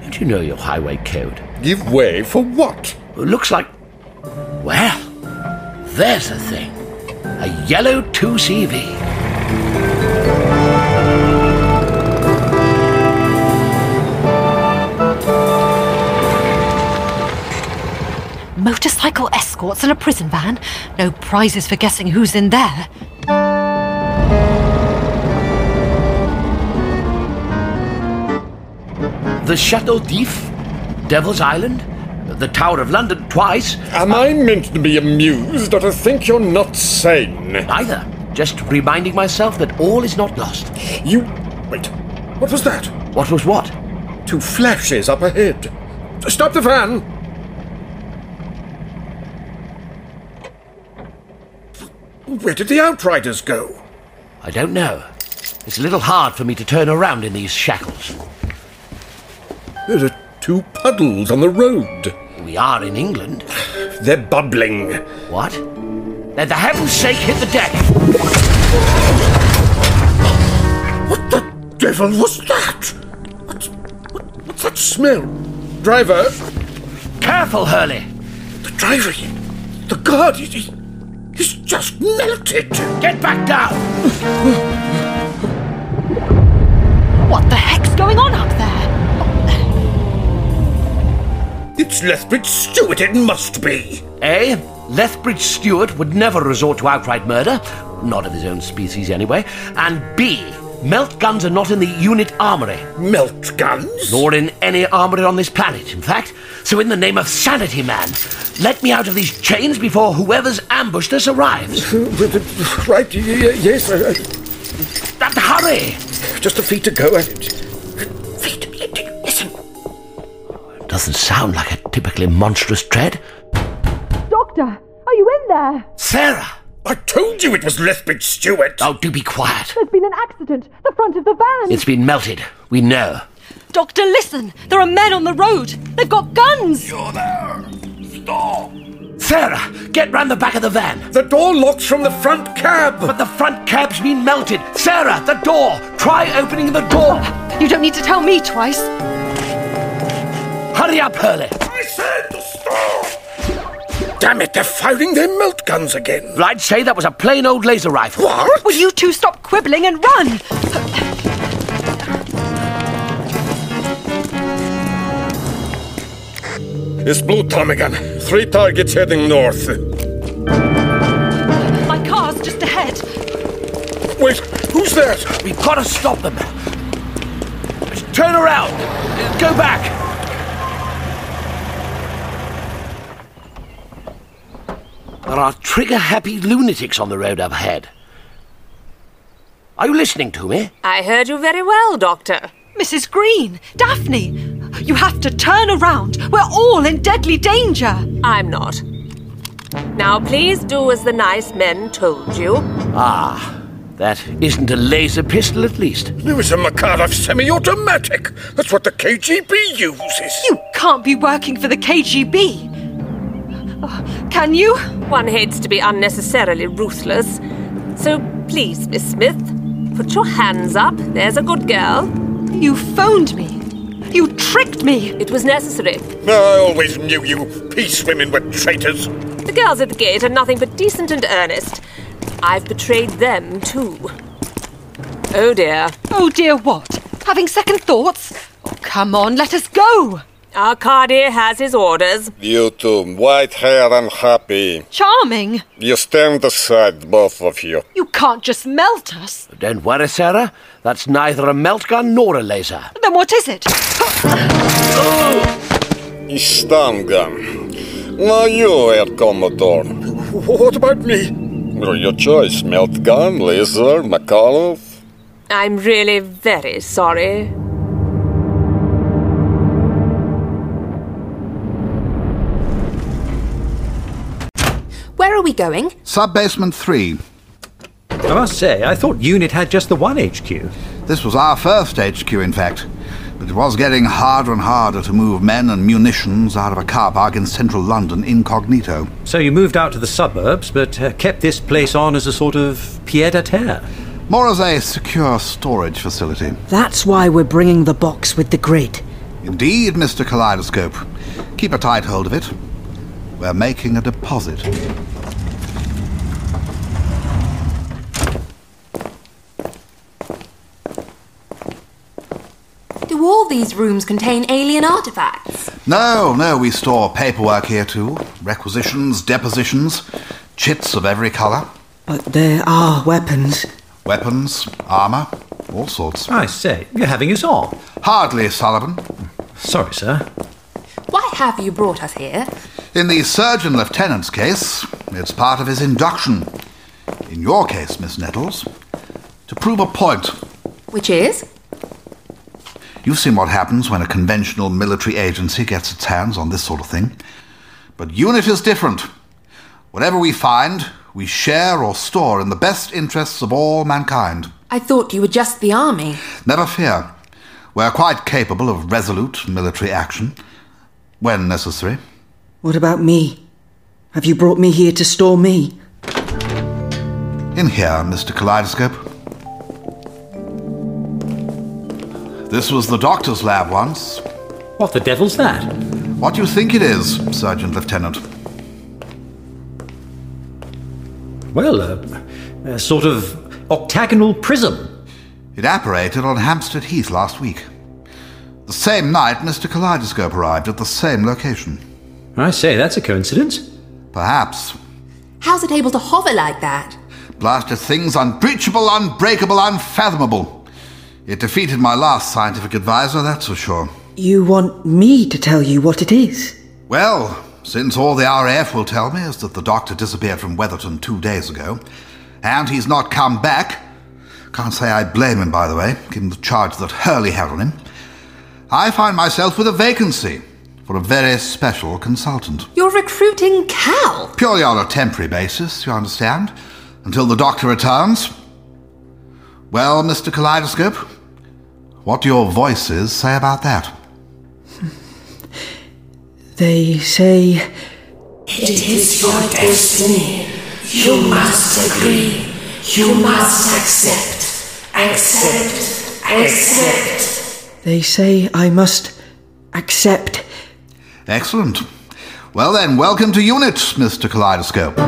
don't you know your highway code?
Give way for what?
Looks like. Well, there's the thing. A yellow 2CV.
Motorcycle escorts and a prison van. No prizes for guessing who's in there.
The Chateau d'If, Devil's Island, the Tower of London twice.
Am I meant to be amused, or to think you're not sane?
Neither. Just reminding myself that all is not lost.
You. Wait. What was that?
What was what?
Two flashes up ahead. Stop the van! Where did the outriders go?
I don't know. It's a little hard for me to turn around in these shackles.
There are two puddles on the road.
We are in England.
They're bubbling.
What? Let the heavens shake, hit the deck.
What the devil was that? What, what- what's that smell? Driver!
Careful, Hurley!
The driver, he, the guard, he, he- he's just melted!
Get back down!
What the heck's going on up there?
It's Lethbridge Stewart, it must be!
A. Eh? Lethbridge Stewart would never resort to outright murder, not of his own species anyway. And B. Melt guns are not in the unit armory.
Melt guns?
Nor in any armory on this planet, in fact. So, in the name of sanity, man, let me out of these chains before whoever's ambushed us arrives.
Right, y- y- yes, I- I-
That hurry!
just a feet ago. I,
Listen! Doesn't sound like a typically monstrous tread.
Doctor, are you in there?
Sarah!
I told you it was Lethbridge Stewart!
Oh, do be quiet.
There's been an accident. The front of the van.
It's been melted. We know.
Doctor, listen! There are men on the road! They've got guns!
You're there! Stop!
Sarah, get round the back of the van.
The door locks from the front cab.
But the front cab's been melted. Sarah, the door. Try opening the door.
You don't need to tell me twice.
Hurry up, Hurley.
I said to stop! Damn it, they're firing their melt guns again.
I'd say that was a plain old laser rifle.
What?
Will you two stop quibbling and run?
It's Blue Ptarmigan. Three targets heading north.
My car's just ahead.
Wait, who's that?
We've got to stop them. Turn around. Go back. There are trigger happy lunatics on the road up ahead. Are you listening to me?
I heard you very well, Doctor.
Mrs. Green, Daphne, you have to turn around. We're all in deadly danger.
I'm not. Now, please do as the nice men told you.
Ah, that isn't a laser pistol, at least.
It was a Makarov semi automatic. That's what the KGB uses.
You can't be working for the KGB. Oh, Can you?
One hates to be unnecessarily ruthless. So please, Miss Smith, put your hands up. There's a good girl.
You phoned me. You tricked me.
It was necessary.
I always knew you peace women were traitors.
The girls at the gate are nothing but decent and earnest. I've betrayed them, too. Oh dear.
Oh dear, what? Having second thoughts? Oh, come on, let us go.
Arcadia has his orders.
You two, white hair and happy.
Charming.
You stand aside, both of you.
You can't just melt us.
Oh, Don't worry, Sarah. That's neither a melt gun nor a laser.
Then what is it?
Istanga. Now you, Air er Commodore.
What about me?
Well, Your choice, melt gun, laser, Makarov.
I'm really very sorry.
Where are we going?
Sub basement 3.
I must say, I thought UNIT had just the one HQ.
This was our first HQ, in fact. But it was getting harder and harder to move men and munitions out of a car park in central London incognito.
So you moved out to the suburbs, but uh, kept this place on as a sort of pied à terre.
More as a secure storage facility.
That's why we're bringing the box with the grid.
Indeed, Mr. Kaleidoscope. Keep a tight hold of it. We're making a deposit.
Do all these rooms contain alien artifacts?
No, no, we store paperwork here too. Requisitions, depositions, chits of every colour,
But there are weapons.
weapons, armour, all sorts.
I say, you're having us on.
Hardly, Sullivan.
Sorry, sir.
Why have you brought us here?
In the surgeon lieutenant's case, it's part of his induction. In your case, Miss Nettles, to prove a point.
Which is?
You've seen what happens when a conventional military agency gets its hands on this sort of thing. But UNIT is different. Whatever we find, we share or store in the best interests of all mankind.
I thought you were just the army.
Never fear. We're quite capable of resolute military action when necessary.
What about me? Have you brought me here to store me?
In here, Mr. Kaleidoscope. This was the doctor's lab once.
What the devil's that?
What do you think it is, Sergeant Lieutenant?
Well, a, a sort of octagonal prism.
It apparated on Hampstead Heath last week. The same night Mr. Kaleidoscope arrived at the same location.
I say, that's a coincidence.
Perhaps.
How's it able to hover like that?
Blasted things unbreachable, unbreakable, unfathomable. It defeated my last scientific advisor, that's for sure.
You want me to tell you what it is?
Well, since all the RAF will tell me is that the doctor disappeared from Weatherton two days ago, and he's not come back, can't say I blame him, by the way, given the charge that Hurley had on him, I find myself with a vacancy for for a very special consultant.
You're recruiting Cal.
Purely on a temporary basis, you understand, until the doctor returns. Well, Mr. Kaleidoscope, what do your voices say about that?
They say
It is your destiny. You must agree. You must accept. Accept. Accept.
They say I must accept.
Excellent. Well then, welcome to Unit, Mr. Kaleidoscope.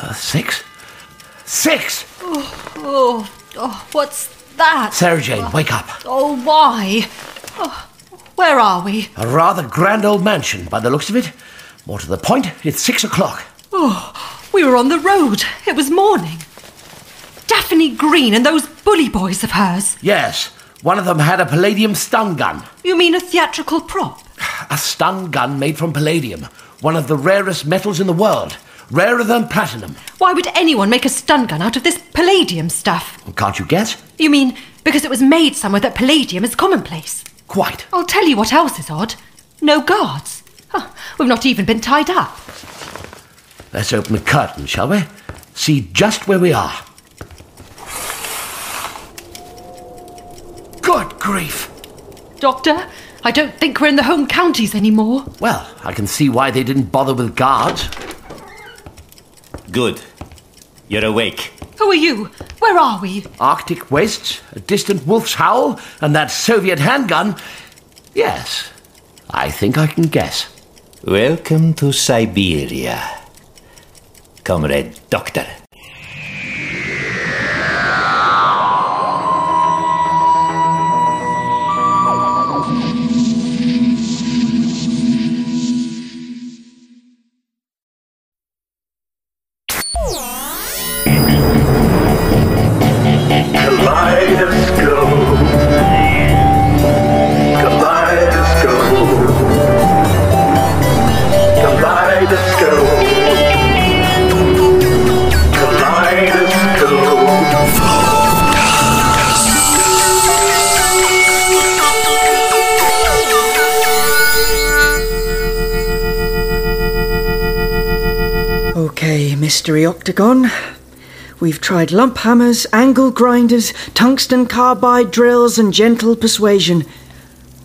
Uh, six? Six!
Oh, oh, oh, what's that?
Sarah Jane, wake up.
Oh, why? Oh, where are we?
A rather grand old mansion, by the looks of it. More to the point, it's six o'clock.
Oh, we were on the road. It was morning. Daphne Green and those bully boys of hers.
Yes, one of them had a palladium stun gun.
You mean a theatrical prop?
A stun gun made from palladium, one of the rarest metals in the world, rarer than platinum.
Why would anyone make a stun gun out of this palladium stuff?
Can't you guess?
You mean because it was made somewhere that palladium is commonplace?
Quite.
I'll tell you what else is odd. No guards. Huh, we've not even been tied up.
Let's open the curtain, shall we? See just where we are. Good grief.
Doctor, I don't think we're in the home counties anymore.
Well, I can see why they didn't bother with guards.
Good. You're awake.
Who are you? Where are we?
Arctic wastes, a distant wolf's howl, and that Soviet handgun. Yes, I think I can guess.
Welcome to Siberia, Comrade Doctor.
Okay, Mystery Octagon. We've tried lump hammers, angle grinders, tungsten carbide drills, and gentle persuasion.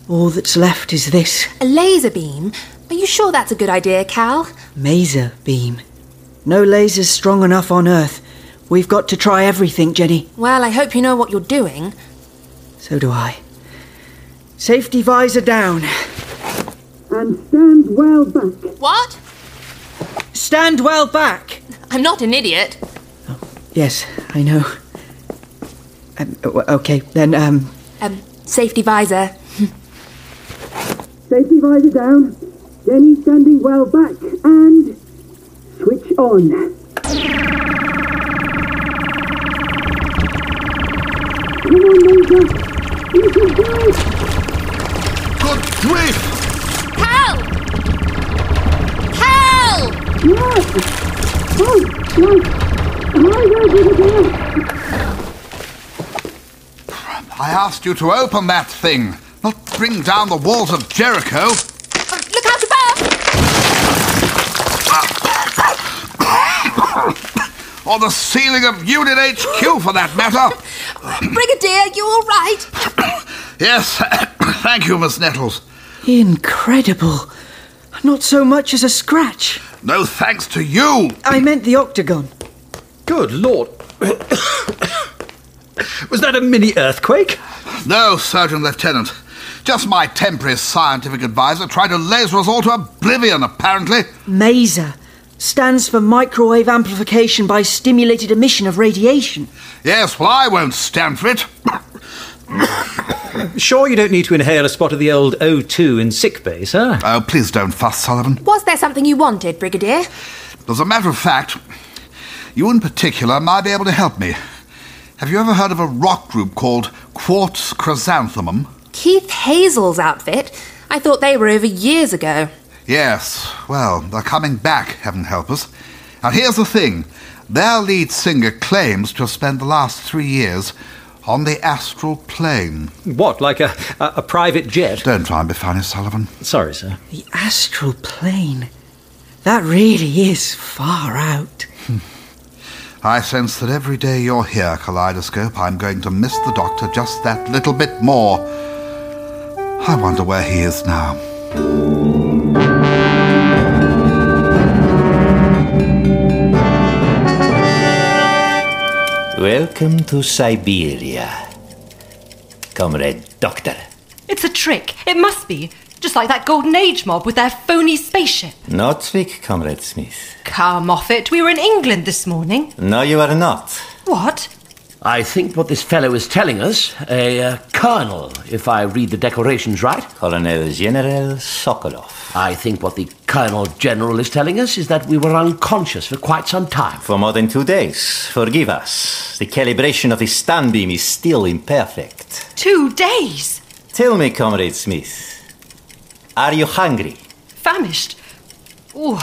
All that's left is this
A laser beam? Are you sure that's a good idea, Cal?
maser beam. No laser's strong enough on Earth. We've got to try everything, Jenny.
Well, I hope you know what you're doing.
So do I. Safety visor down.
And stand well back.
What?
Stand well back!
I'm not an idiot.
Yes, I know. Um, o- okay, then, um,
Um, safety visor.
Safety visor down. Jenny standing well back. And switch on. Come on, Major. You can do it. Good grief!
Cal! Cal!
Yes! Oh, yes! My God, you can do it.
I asked you to open that thing, not bring down the walls of Jericho.
Look out above!
or the ceiling of Unit HQ for that matter.
Brigadier, you all right?
Yes, thank you, Miss Nettles.
incredible. Not so much as a scratch.
No thanks to you.
I meant the octagon.
Good lord. Was that a mini earthquake?
No, Surgeon Lieutenant. Just my temporary scientific advisor tried to laser us all to oblivion, apparently.
Maser stands for microwave amplification by stimulated emission of radiation.
Yes, well, I won't stand for it.
Sure, you don't need to inhale a spot of the old O2 in sick bay, sir.
Oh, please don't fuss, Sullivan.
Was there something you wanted, Brigadier?
As a matter of fact, you in particular might be able to help me. Have you ever heard of a rock group called Quartz Chrysanthemum?
Keith Hazel's outfit. I thought they were over years ago.
Yes, well, they're coming back, heaven help us. And here's the thing their lead singer claims to have spent the last three years on the astral plane.
What, like a, a, a private jet?
Don't try and be funny, Sullivan.
Sorry, sir.
The astral plane. That really is far out.
I sense that every day you're here, Kaleidoscope, I'm going to miss the Doctor just that little bit more. I wonder where he is now.
Welcome to Siberia, Comrade Doctor.
It's a trick. It must be. Just like that Golden Age mob with their phony spaceship.
No trick, Comrade Smith.
Come off it. We were in England this morning.
No, you are not.
What?
I think what this fellow is telling us, a uh, colonel, if I read the decorations right.
Colonel General Sokolov.
I think what the colonel general is telling us is that we were unconscious for quite some time.
For more than two days. Forgive us. The calibration of the stun beam is still imperfect.
Two days?
Tell me, Comrade Smith, are you hungry?
Famished? Oh,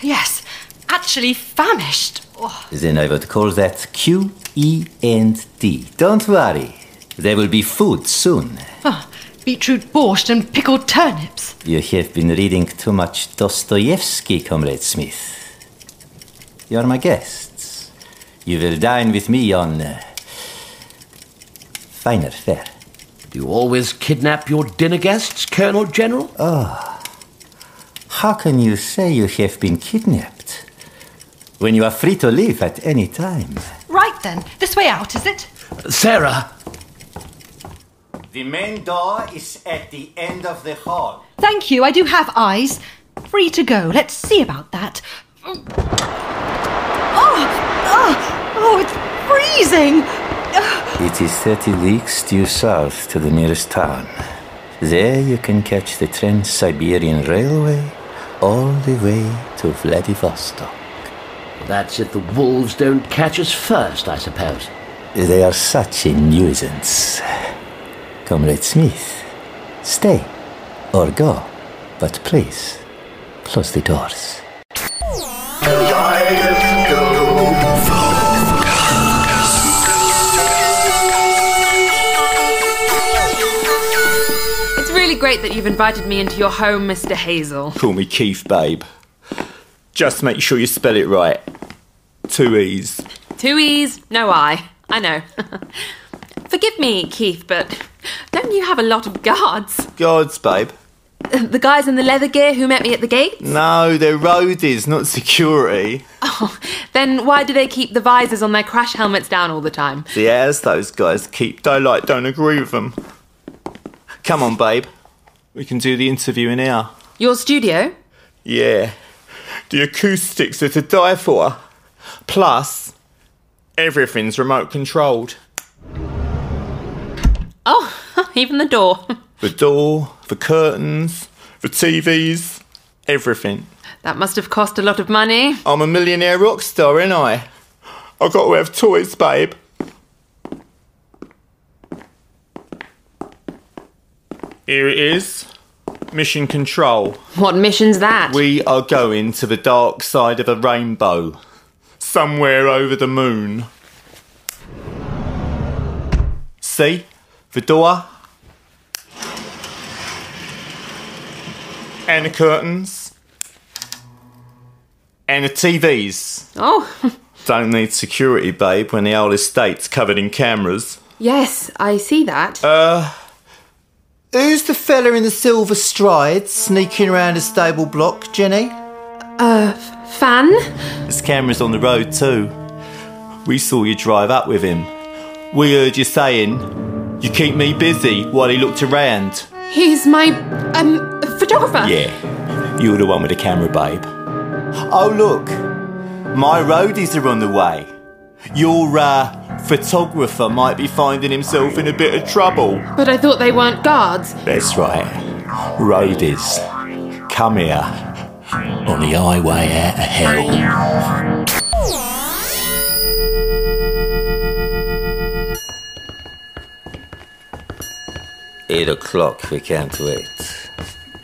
yes. Actually, famished. Oh.
Then I would call that Q, E, and D. Don't worry. There will be food soon.
Ah, beetroot borscht and pickled turnips.
You have been reading too much Dostoevsky, Comrade Smith. You are my guests. You will dine with me on uh, finer fare.
Do you always kidnap your dinner guests, Colonel General?
Oh. How can you say you have been kidnapped? When you are free to leave at any time.
Right then. This way out, is it?
Sarah!
The main door is at the end of the hall.
Thank you. I do have eyes. Free to go. Let's see about that. Oh! Oh! Oh, it's freezing!
It is 30 leagues due south to the nearest town. There you can catch the Trans Siberian Railway all the way to Vladivostok.
That's if the wolves don't catch us first, I suppose.
They are such a nuisance. Comrade Smith, stay or go, but please close the doors.
It's really great that you've invited me into your home, Mr. Hazel.
Call me Keith, babe. Just make sure you spell it right. Two E's.
Two E's, no I. I know. Forgive me, Keith, but don't you have a lot of guards?
Guards, babe.
The guys in the leather gear who met me at the gate?
No, they're roadies, not security.
Oh, then why do they keep the visors on their crash helmets down all the time?
The airs those guys keep, daylight don't agree with them. Come on, babe. We can do the interview in here.
Your studio?
Yeah. The acoustics are to die for. Plus, everything's remote controlled.
Oh, even the door.
The door, the curtains, the TVs, everything.
That must have cost a lot of money.
I'm a millionaire rock star, ain't I? I got to have toys, babe. Here it is. Mission control.
What mission's that?
We are going to the dark side of a rainbow. Somewhere over the moon. See? The door. And the curtains. And the TVs.
Oh,
Don't need security, babe, when the whole estate's covered in cameras.
yes, I see that.
Uh, who's the fella in the silver strides sneaking around a stable block, Jenny?
Uh, fan?
There's cameras on the road too. We saw you drive up with him. We heard you saying, "You keep me busy," while he looked around.
He's my, um, photographer.
Yeah, you're the one with the camera, babe. Oh look, my roadies are on the way. Your uh, photographer might be finding himself in a bit of trouble.
But I thought they weren't guards.
That's right. Roadies, come here. On the highway out of hell.
Eight o'clock, we can't wait.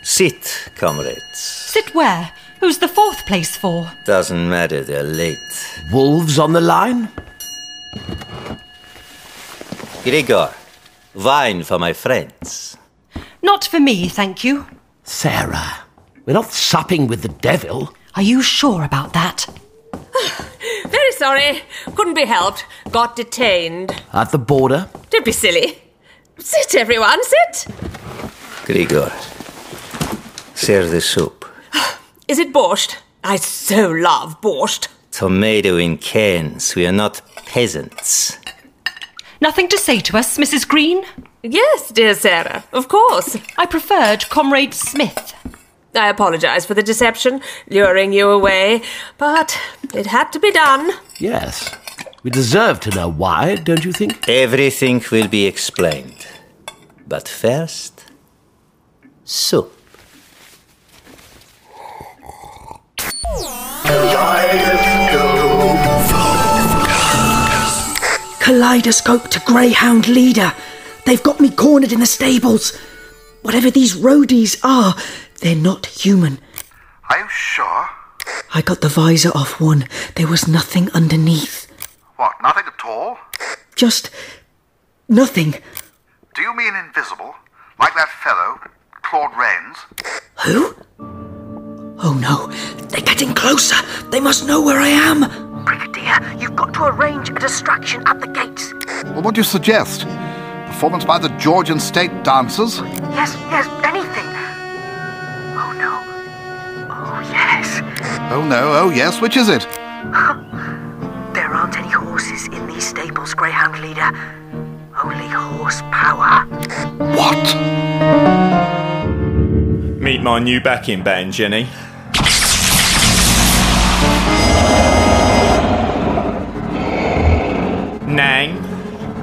Sit, comrades.
Sit where? Who's the fourth place for?
Doesn't matter, they're late.
Wolves on the line?
Gregor, wine for my friends.
Not for me, thank you.
Sarah, we're not supping with the devil.
Are you sure about that?
Very sorry. Couldn't be helped. Got detained.
At the border?
Don't be silly. Sit, everyone, sit.
Gregor, serve the soup.
Is it borscht? I so love borscht.
Tomato in cans. We are not peasants.
Nothing to say to us, Mrs. Green?
Yes, dear Sarah, of course.
I preferred Comrade Smith.
I apologize for the deception, luring you away, but it had to be done.
Yes. We deserve to know why, don't you think?
Everything will be explained. But first, soup.
Kaleidoscope to Greyhound leader. They've got me cornered in the stables. Whatever these roadies are, they're not human.
Are you sure?
I got the visor off one. There was nothing underneath.
What, nothing at all?
Just nothing.
Do you mean invisible? Like that fellow, Claude Rains?
Who? Oh no, they're getting closer. They must know where I am.
Dear, Um, you've got to arrange a distraction at the gates.
Well, what do you suggest? Performance by the Georgian state dancers?
Yes, yes, anything. Oh no. Oh yes.
Oh no, oh yes, which is it?
There aren't any horses in these stables, Greyhound leader. Only horsepower.
What?
Meet my new backing band, Jenny. Nang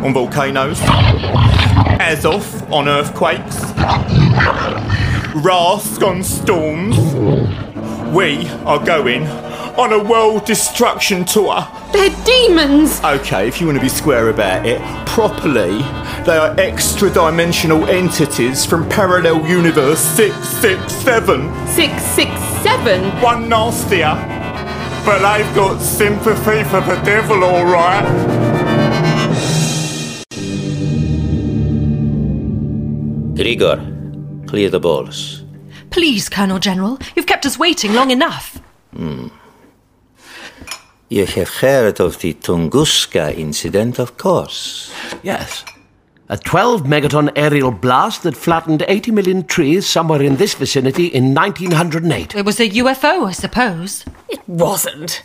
on volcanoes. Azoth on earthquakes. Rask on storms. We are going on a world destruction tour.
They're demons!
Okay, if you want to be square about it, properly, they are extra dimensional entities from parallel universe 667.
Six, six, seven.
One nastier. But I've got sympathy for the devil, alright.
Gregor, clear the balls.
Please, Colonel General, you've kept us waiting long enough.
Hmm. You have heard of the Tunguska incident, of course.
Yes. A 12 megaton aerial blast that flattened 80 million trees somewhere in this vicinity in 1908.
It was a UFO, I suppose.
It wasn't.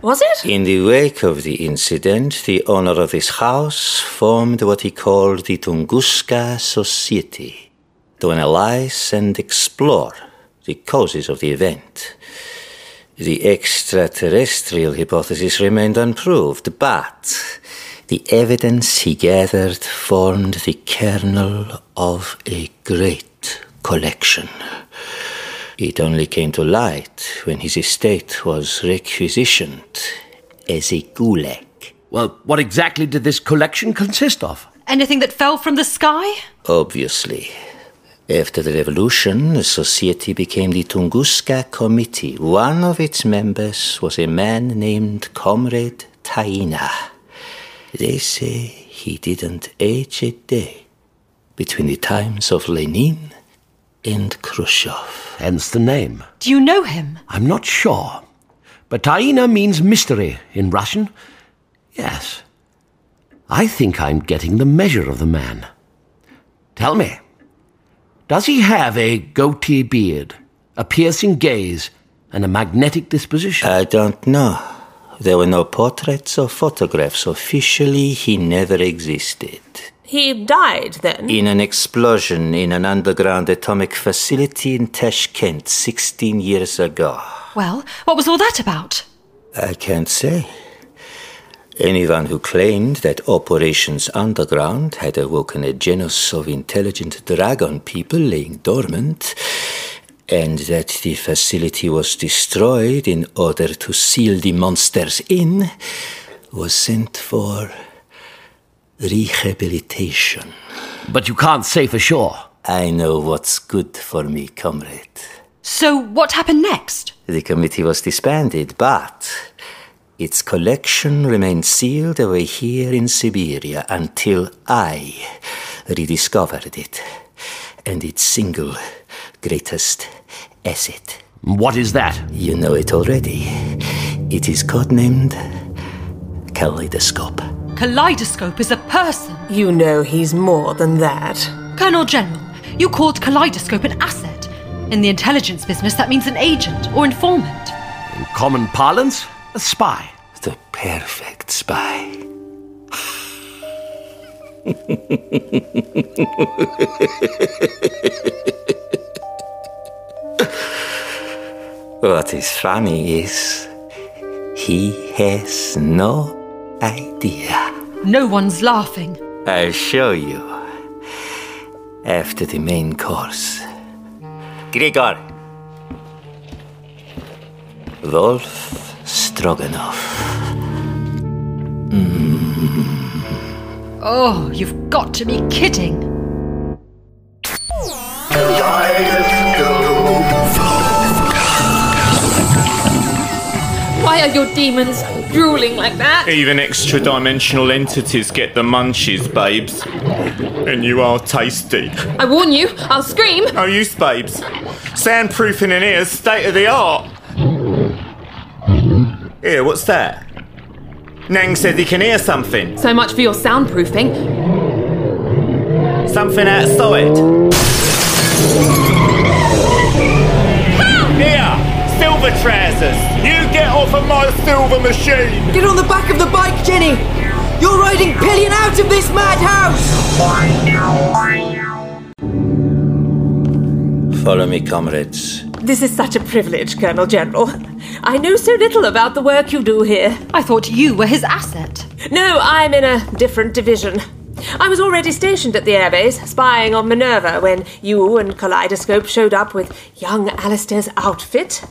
Was it?
In the wake of the incident, the owner of this house formed what he called the Tunguska Society to analyze and explore the causes of the event. The extraterrestrial hypothesis remained unproved, but the evidence he gathered formed the kernel of a great collection. It only came to light when his estate was requisitioned as a gulag.
Well, what exactly did this collection consist of?
Anything that fell from the sky?
Obviously. After the revolution, the society became the Tunguska Committee. One of its members was a man named Comrade Taina. They say he didn't age a day between the times of Lenin and Khrushchev.
Hence the name.
Do you know him?
I'm not sure. But Taina means mystery in Russian. Yes. I think I'm getting the measure of the man. Tell me, does he have a goatee beard, a piercing gaze, and a magnetic disposition?
I don't know. There were no portraits or photographs. Officially, he never existed.
He died then?
In an explosion in an underground atomic facility in Tashkent 16 years ago.
Well, what was all that about?
I can't say. Anyone who claimed that Operations Underground had awoken a genus of intelligent dragon people laying dormant, and that the facility was destroyed in order to seal the monsters in, was sent for rehabilitation.
But you can't say for sure.
I know what's good for me, comrade.
So, what happened next?
The committee was disbanded, but its collection remained sealed away here in Siberia until I rediscovered it and its single greatest asset.
What is that?
You know it already. It is codenamed Kaleidoscope.
Kaleidoscope is a person.
You know he's more than that.
Colonel General, you called Kaleidoscope an asset. In the intelligence business, that means an agent or informant.
In common parlance, a spy.
The perfect spy. what is funny is he has no idea.
No one's laughing.
I'll show you after the main course. Grigor! Wolf Stroganoff.
Oh, you've got to be kidding.
Why are your demons drooling like that?
Even extra dimensional entities get the munchies, babes. And you are tasty.
I warn you, I'll scream.
No use, babes. Soundproofing in here is state of the art. Here, what's that? Nang says he can hear something.
So much for your soundproofing.
Something outside. Here, silver trousers. You get off of my silver machine.
Get on the back of the bike, Jenny! You're riding pillion out of this madhouse!
Follow me, comrades.
This is such a privilege, Colonel General. I know so little about the work you do here.
I thought you were his asset.
No, I'm in a different division. I was already stationed at the airbase, spying on Minerva, when you and Kaleidoscope showed up with young Alistair's outfit.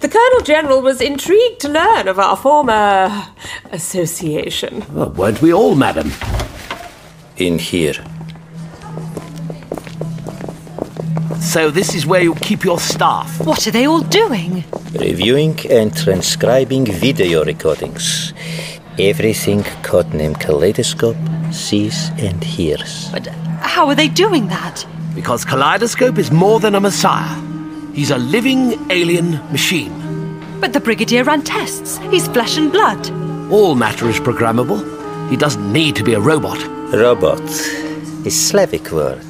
The Colonel General was intrigued to learn of our former association.
Oh, weren't we all, madam?
In here.
So this is where you keep your staff.
What are they all doing?
Reviewing and transcribing video recordings. Everything codename Kaleidoscope sees and hears.
But how are they doing that?
Because Kaleidoscope is more than a messiah. He's a living alien machine.
But the Brigadier ran tests. He's flesh and blood.
All matter is programmable. He doesn't need to be a robot.
Robot is Slavic word.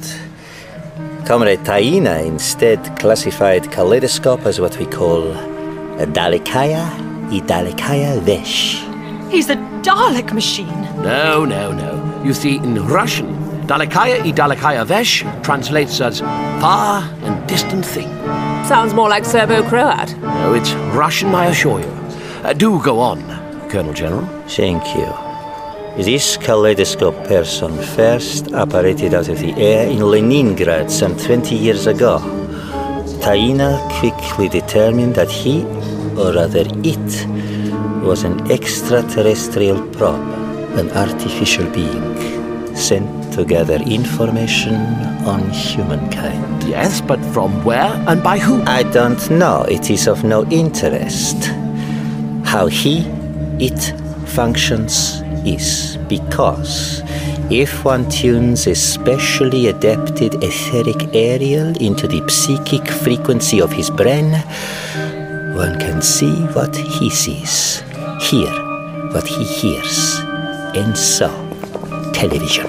Comrade Taina instead classified Kaleidoscope as what we call a Dalekaya i Dalekaya Vesh.
He's a Dalek machine.
No, no, no. You see, in Russian, Dalekaya i Dalekaya Vesh translates as far and distant thing.
Sounds more like Serbo Croat.
No, it's Russian, I assure you. Uh, do go on, Colonel General.
Thank you. This kaleidoscope person first operated out of the air in Leningrad some 20 years ago. Taina quickly determined that he, or rather it, was an extraterrestrial probe, an artificial being sent to gather information on humankind.
Yes, but from where and by who?
I don't know. It is of no interest. How he, it, functions is because if one tunes a specially adapted etheric aerial into the psychic frequency of his brain, one can see what he sees, hear what he hears, and so television.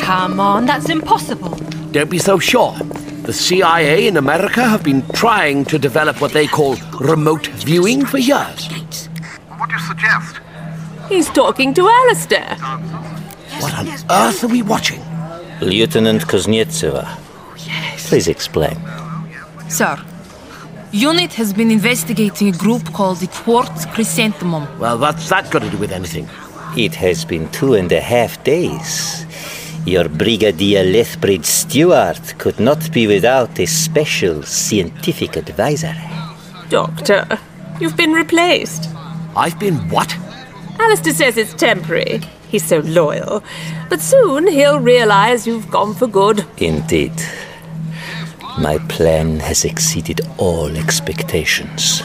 Come on, that's impossible.
Don't be so sure. The CIA in America have been trying to develop what they call remote viewing for years.
What do you suggest? Uh,
He's talking to Alistair.
What on earth are we watching?
Lieutenant Kuznetsova, please explain.
Sir, unit has been investigating a group called the Quartz Chrysanthemum.
Well, what's that got to do with anything?
It has been two and a half days. Your Brigadier Lethbridge Stewart could not be without a special scientific advisor.
Doctor, you've been replaced.
I've been what?
Alistair says it's temporary. He's so loyal. But soon he'll realize you've gone for good.
Indeed. My plan has exceeded all expectations.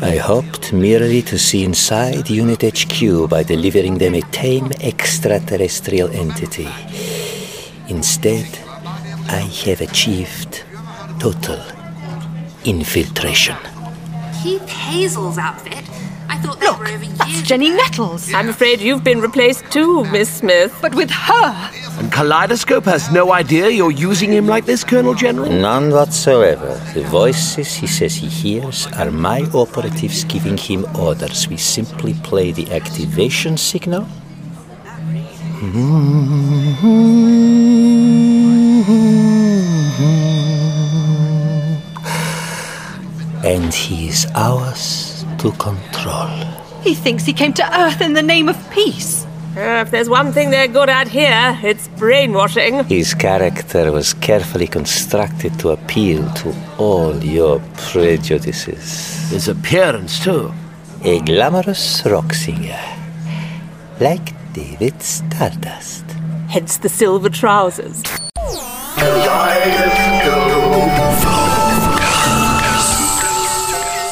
I hoped merely to see inside Unit HQ by delivering them a tame extraterrestrial entity. Instead, I have achieved total infiltration.
Keep Hazel's outfit. I thought they were over
That's Jenny Nettles. I'm afraid you've been replaced too, Miss Smith. But with her.
And Kaleidoscope has no idea you're using him like this, Colonel General?
None whatsoever. The voices he says he hears are my operatives giving him orders. We simply play the activation signal. And he is ours to control.
He thinks he came to Earth in the name of peace.
Uh, if there's one thing they're good at here, it's brainwashing.
His character was carefully constructed to appeal to all your prejudices.
His appearance, too.
A glamorous rock singer, like David Stardust.
Hence the silver trousers.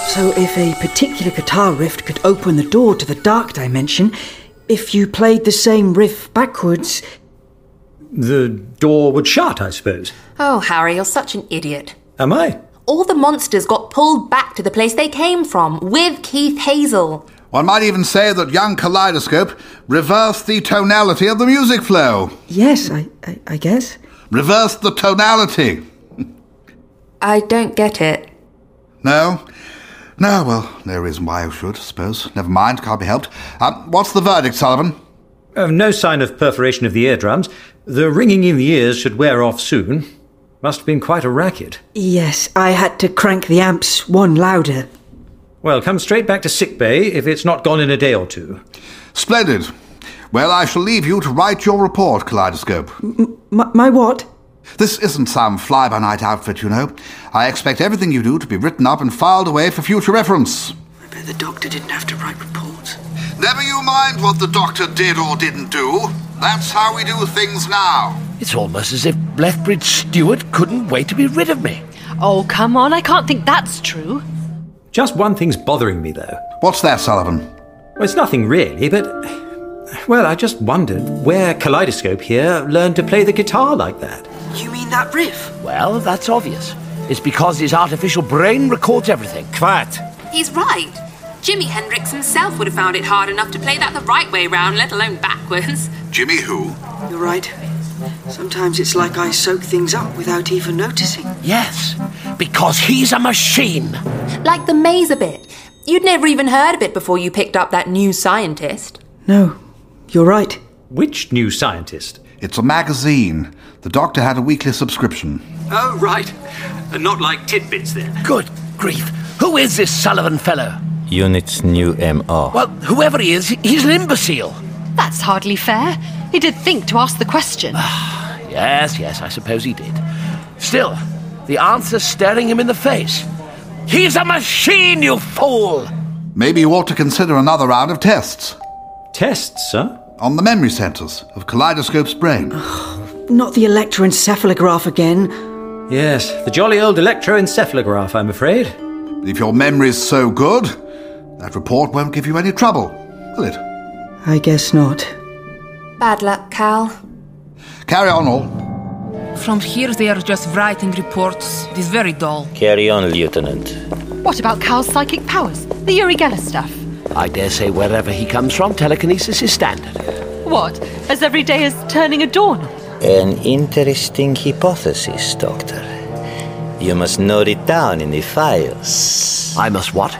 So, if a particular guitar riff could open the door to the dark dimension, if you played the same riff backwards,
The door would shut, I suppose.
Oh, Harry, you're such an idiot.
Am I?
All the monsters got pulled back to the place they came from with Keith Hazel.
One might even say that young Kaleidoscope reversed the tonality of the music flow.
Yes, I, I, I guess.
Reversed the tonality.
I don't get it.
No? No, well, no reason why I should, I suppose. Never mind, can't be helped. Um, what's the verdict, Sullivan?
Uh, no sign of perforation of the eardrums. The ringing in the ears should wear off soon. Must have been quite a racket.
yes, I had to crank the amps one louder.
Well, come straight back to sick bay if it's not gone in a day or two.
Splendid. Well, I shall leave you to write your report, Kaleidoscope.
my, my what?
This isn't some fly by night outfit, you know. I expect everything you do to be written up and filed away for future reference.
But the doctor didn't have to write reports.
Never you mind what the doctor did or didn't do. That's how we do things now.
It's almost as if Lethbridge Stewart couldn't wait to be rid of me.
Oh, come on, I can't think that's true.
Just one thing's bothering me, though.
What's that, Sullivan?
Well, it's nothing really, but. Well, I just wondered where Kaleidoscope here learned to play the guitar like that.
You mean that riff?
Well, that's obvious. It's because his artificial brain records everything.
Quiet.
He's right. Jimi Hendrix himself would have found it hard enough to play that the right way round, let alone backwards.
Jimmy who?
You're right. Sometimes it's like I soak things up without even noticing.
Yes, because he's a machine.
Like the maze a bit. You'd never even heard of it before you picked up that new scientist.
No, you're right.
Which new scientist?
It's a magazine. The doctor had a weekly subscription.
Oh, right. Not like tidbits then.
Good grief. Who is this Sullivan fellow?
Unit's new MO.
Well, whoever he is, he's an imbecile.
That's hardly fair. He did think to ask the question.
Yes, yes, I suppose he did. Still, the answer's staring him in the face. He's a machine, you fool!
Maybe you ought to consider another round of tests.
Tests, sir?
On the memory centers of Kaleidoscope's brain.
Not the electroencephalograph again.
Yes, the jolly old electroencephalograph, I'm afraid.
If your memory's so good, that report won't give you any trouble, will it?
I guess not.
Bad luck, Cal.
Carry on, all.
From here, they are just writing reports. It is very dull.
Carry on, Lieutenant.
What about Cal's psychic powers? The Uri Geller stuff?
I dare say wherever he comes from, telekinesis is standard.
What? As every day is turning a dawn?
An interesting hypothesis, Doctor. You must note it down in the files.
I must what?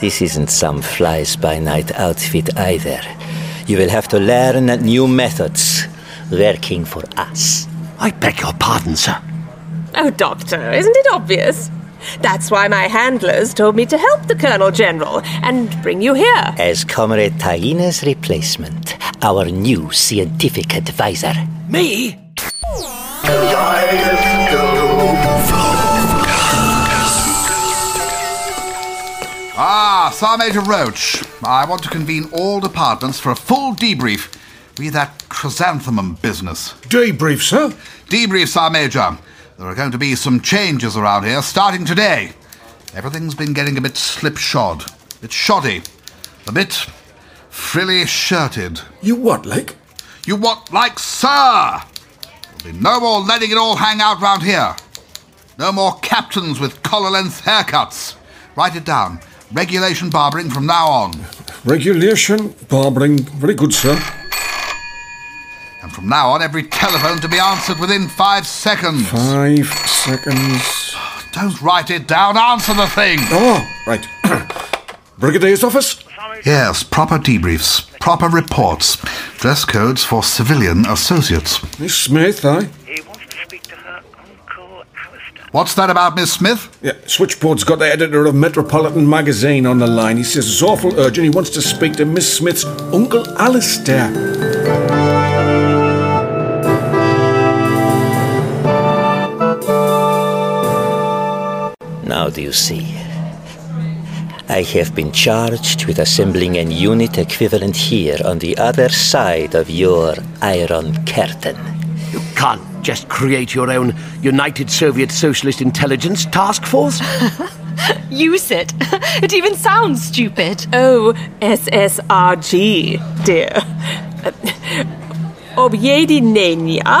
This isn't some flies by night outfit either. You will have to learn new methods working for us.
I beg your pardon, sir.
Oh, Doctor, isn't it obvious? That's why my handlers told me to help the Colonel General and bring you here.
As Comrade Taina's replacement, our new scientific advisor.
Me?
Ah, Sergeant Major Roach. I want to convene all departments for a full debrief Be that chrysanthemum business.
Debrief, sir.
Debrief, Sir Major. There are going to be some changes around here starting today. Everything's been getting a bit slipshod, a bit shoddy, a bit frilly shirted.
You what, like?
You what, like, sir? There'll be no more letting it all hang out round here. No more captains with collar length haircuts. Write it down. Regulation barbering from now on.
Regulation, barbering. Very good, sir.
And from now on, every telephone to be answered within five seconds.
Five seconds.
Don't write it down. Answer the thing.
Oh, right. Brigadier's office?
Yes, proper debriefs, proper reports, dress codes for civilian associates.
Miss Smith,
eh?
aye?
What's that about, Miss Smith?
Yeah, Switchboard's got the editor of Metropolitan Magazine on the line. He says it's awful urgent. He wants to speak to Miss Smith's Uncle Alistair.
Now do you see? I have been charged with assembling an unit equivalent here on the other side of your iron curtain.
You can't just create your own United Soviet Socialist Intelligence Task Force.
Use it. It even sounds stupid.
Oh, SSRG, dear. Objedinenia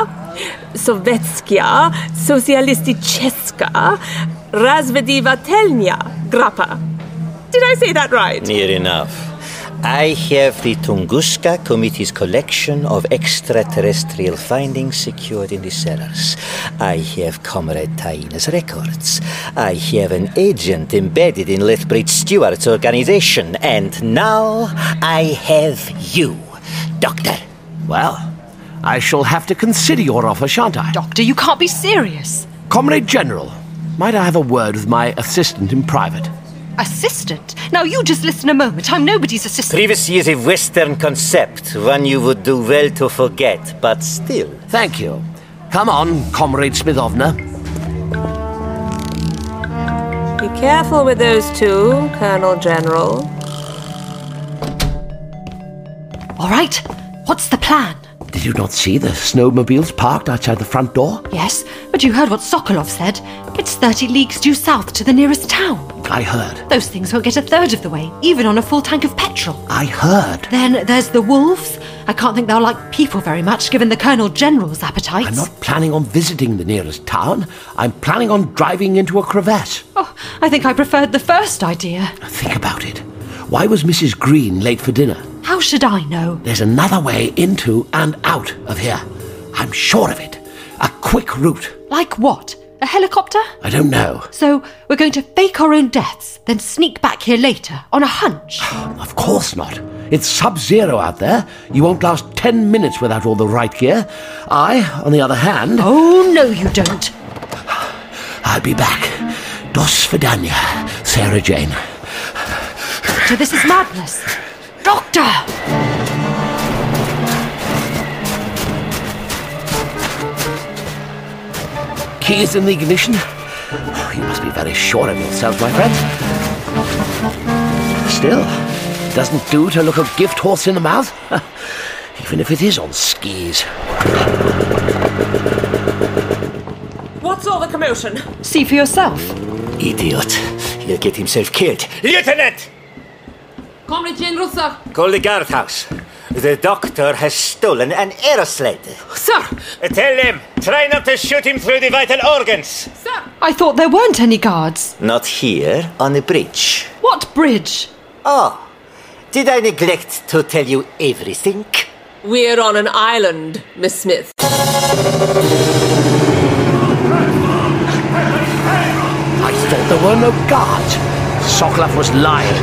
Sovetskia Socialisticheska Razvedivatelnia Grappa. Did I say that right?
Near enough. I have the Tunguska Committee's collection of extraterrestrial findings secured in the cellars. I have Comrade Taina's records. I have an agent embedded in Lethbridge Stewart's organization. And now I have you, Doctor.
Well, I shall have to consider your offer, shan't I?
Doctor, you can't be serious.
Comrade General, might I have a word with my assistant in private?
Assistant? Now you just listen a moment. I'm nobody's assistant.
Privacy is a Western concept, one you would do well to forget, but still.
Thank you. Come on, Comrade Smithovna.
Be careful with those two, Colonel General.
All right. What's the plan?
Did you not see the snowmobiles parked outside the front door?
Yes, but you heard what Sokolov said. It's 30 leagues due south to the nearest town.
I heard.
Those things won't get a third of the way, even on a full tank of petrol.
I heard.
Then there's the wolves. I can't think they'll like people very much, given the Colonel General's appetites.
I'm not planning on visiting the nearest town. I'm planning on driving into a crevasse.
Oh, I think I preferred the first idea.
Think about it. Why was Mrs. Green late for dinner?
How should I know?
There's another way into and out of here. I'm sure of it. A quick route.
Like what? A helicopter?
I don't know.
So we're going to fake our own deaths, then sneak back here later on a hunch.
Of course not. It's sub zero out there. You won't last ten minutes without all the right gear. I, on the other hand.
Oh, no, you don't.
I'll be back. Dos Vidania, Sarah Jane.
Doctor, this is madness. Doctor!
Keys in the ignition? Oh, you must be very sure of yourselves, my friends. Still, it doesn't do to look a gift horse in the mouth, even if it is on skis.
What's all the commotion?
See for yourself.
Idiot. He'll get himself killed. Lieutenant!
Comrade General, sir.
Call the guardhouse. The doctor has stolen an aerosled.
Sir!
Tell them, try not to shoot him through the vital organs.
I thought there weren't any guards.
Not here, on the bridge.
What bridge?
Oh, did I neglect to tell you everything?
We're on an island, Miss Smith.
I thought there were no guards. Sokolov was lying.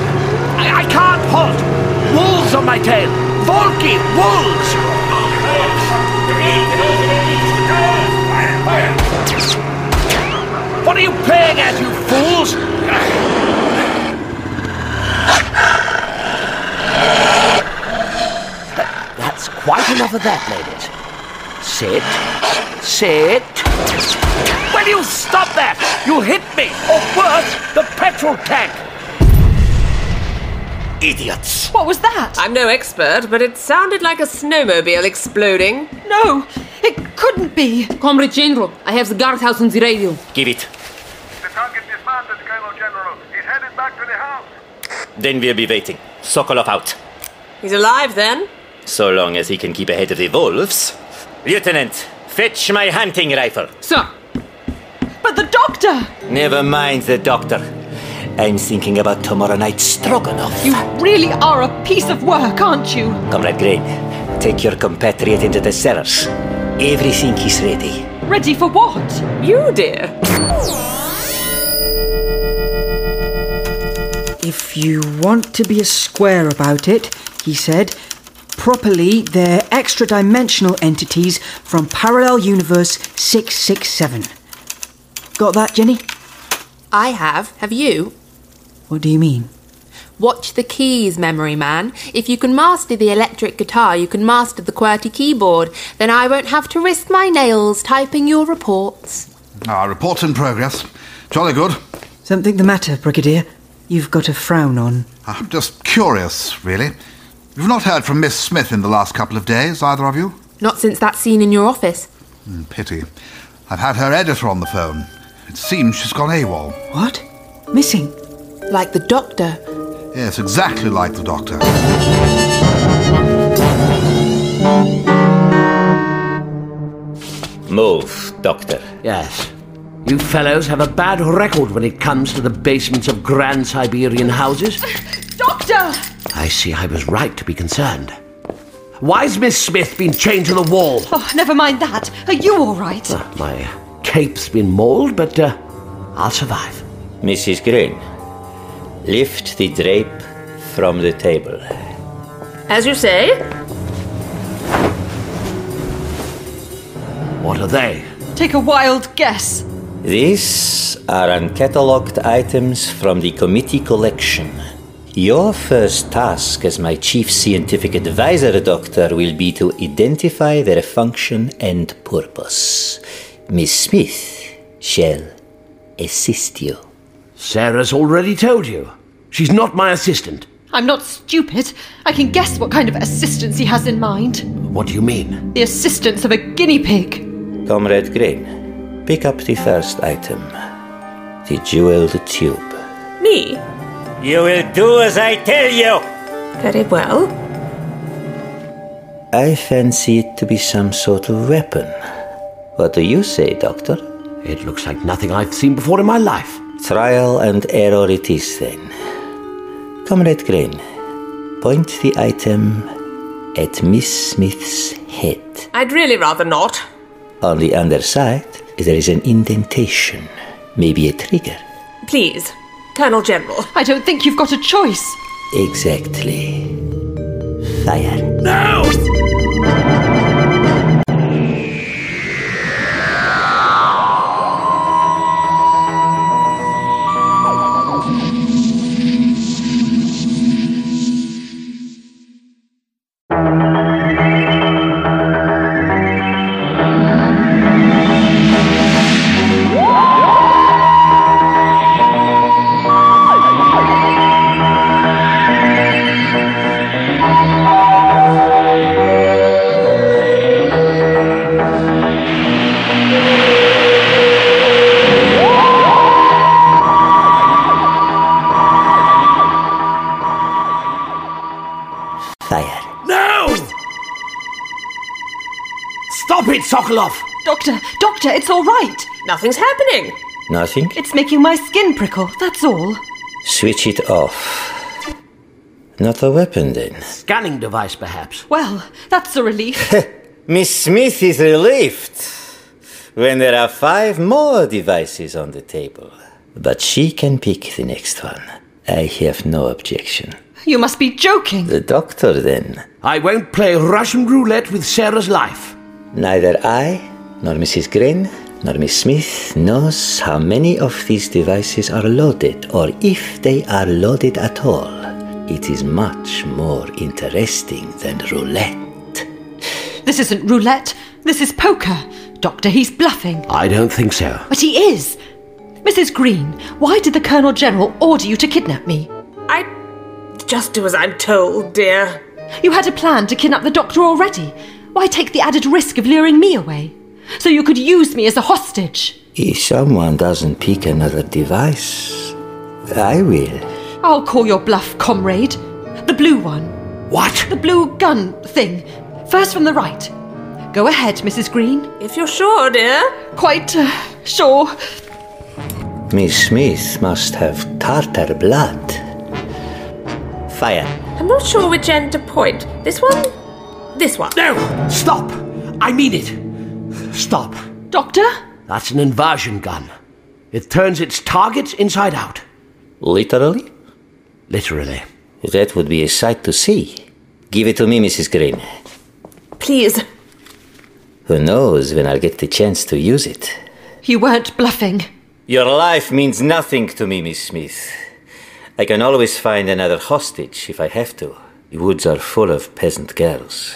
I, I can't halt! Wolves on my tail! Volky, wolves! What are you playing at, you fools? That's quite enough of that, ladies. Sit. Sit. Will you stop that? Oh, You'll hit me, or worse, the petrol tank.
idiots!
What was that? I'm no expert, but it sounded like a snowmobile exploding.
No, it couldn't be.
Comrade General, I have the guardhouse on the radio.
Give it. Then we'll be waiting. Sokolov out.
He's alive then?
So long as he can keep ahead of the wolves. Lieutenant, fetch my hunting rifle.
Sir.
But the doctor!
Never mind the doctor. I'm thinking about tomorrow night's stroganoff.
You really are a piece of work, aren't you?
Comrade Grain, take your compatriot into the cellars. Everything is ready.
Ready for what?
You, dear.
If you want to be a square about it, he said, properly, they're extra dimensional entities from Parallel Universe 667. Got that, Jenny?
I have. Have you?
What do you mean?
Watch the keys, memory man. If you can master the electric guitar, you can master the QWERTY keyboard. Then I won't have to risk my nails typing your reports.
Our Ah, report's in progress. Jolly good.
Something the matter, Brigadier? You've got a frown on.
I'm just curious, really. You've not heard from Miss Smith in the last couple of days, either of you?
Not since that scene in your office.
Hmm, Pity. I've had her editor on the phone. It seems she's gone AWOL.
What? Missing?
Like the doctor.
Yes, exactly like the doctor.
Move, Doctor.
Yes. You fellows have a bad record when it comes to the basements of Grand Siberian houses.
Doctor!
I see I was right to be concerned. Why's Miss Smith been chained to the wall?
Oh, never mind that. Are you all right?
Ah, My cape's been mauled, but uh, I'll survive.
Mrs. Green, lift the drape from the table.
As you say,
What are they?
Take a wild guess.
These are uncatalogued items from the committee collection. Your first task as my chief scientific advisor, Doctor, will be to identify their function and purpose. Miss Smith shall assist you.
Sarah's already told you. She's not my assistant.
I'm not stupid. I can guess what kind of assistance he has in mind.
What do you mean?
The assistance of a guinea pig.
Comrade Green, pick up the first item the jeweled tube.
Me?
You will do as I tell you!
Very well.
I fancy it to be some sort of weapon. What do you say, Doctor?
It looks like nothing I've seen before in my life.
Trial and error it is then. Comrade Crane, point the item at Miss Smith's head.
I'd really rather not.
On the underside, there is an indentation, maybe a trigger.
Please, Colonel General.
I don't think you've got a choice.
Exactly. Fire.
No!
Fire.
No! Oh. Stop it, Sokolov!
Doctor, doctor, it's all right.
Nothing's happening.
Nothing?
It's making my skin prickle, that's all.
Switch it off. Not a weapon then.
Scanning device, perhaps.
Well, that's a relief.
Miss Smith is relieved when there are five more devices on the table. But she can pick the next one. I have no objection.
you must be joking.
The doctor then.
I won't play Russian roulette with Sarah's life.
Neither I, nor Mrs. Green, nor Miss Smith knows how many of these devices are loaded, or if they are loaded at all. It is much more interesting than roulette.
This isn't roulette, this is poker. Doctor, he's bluffing.
I don't think so.
But he is. Mrs. Green, why did the Colonel General order you to kidnap me?
I Just do as I'm told, dear.
You had a plan to kidnap the doctor already. Why take the added risk of luring me away? So you could use me as a hostage.
If someone doesn't pick another device, I will.
I'll call your bluff, comrade. The blue one.
What?
The blue gun thing. First from the right. Go ahead, Mrs. Green.
If you're sure, dear.
Quite uh, sure.
Miss Smith must have Tartar blood. Fire.
I'm not sure which end to point. This one? This one.
No! Stop! I mean it. Stop.
Doctor?
That's an inversion gun. It turns its targets inside out.
Literally?
Literally.
That would be a sight to see. Give it to me, Mrs. Green.
Please.
Who knows when I'll get the chance to use it?
You weren't bluffing.
Your life means nothing to me, Miss Smith. I can always find another hostage if I have to. The woods are full of peasant girls.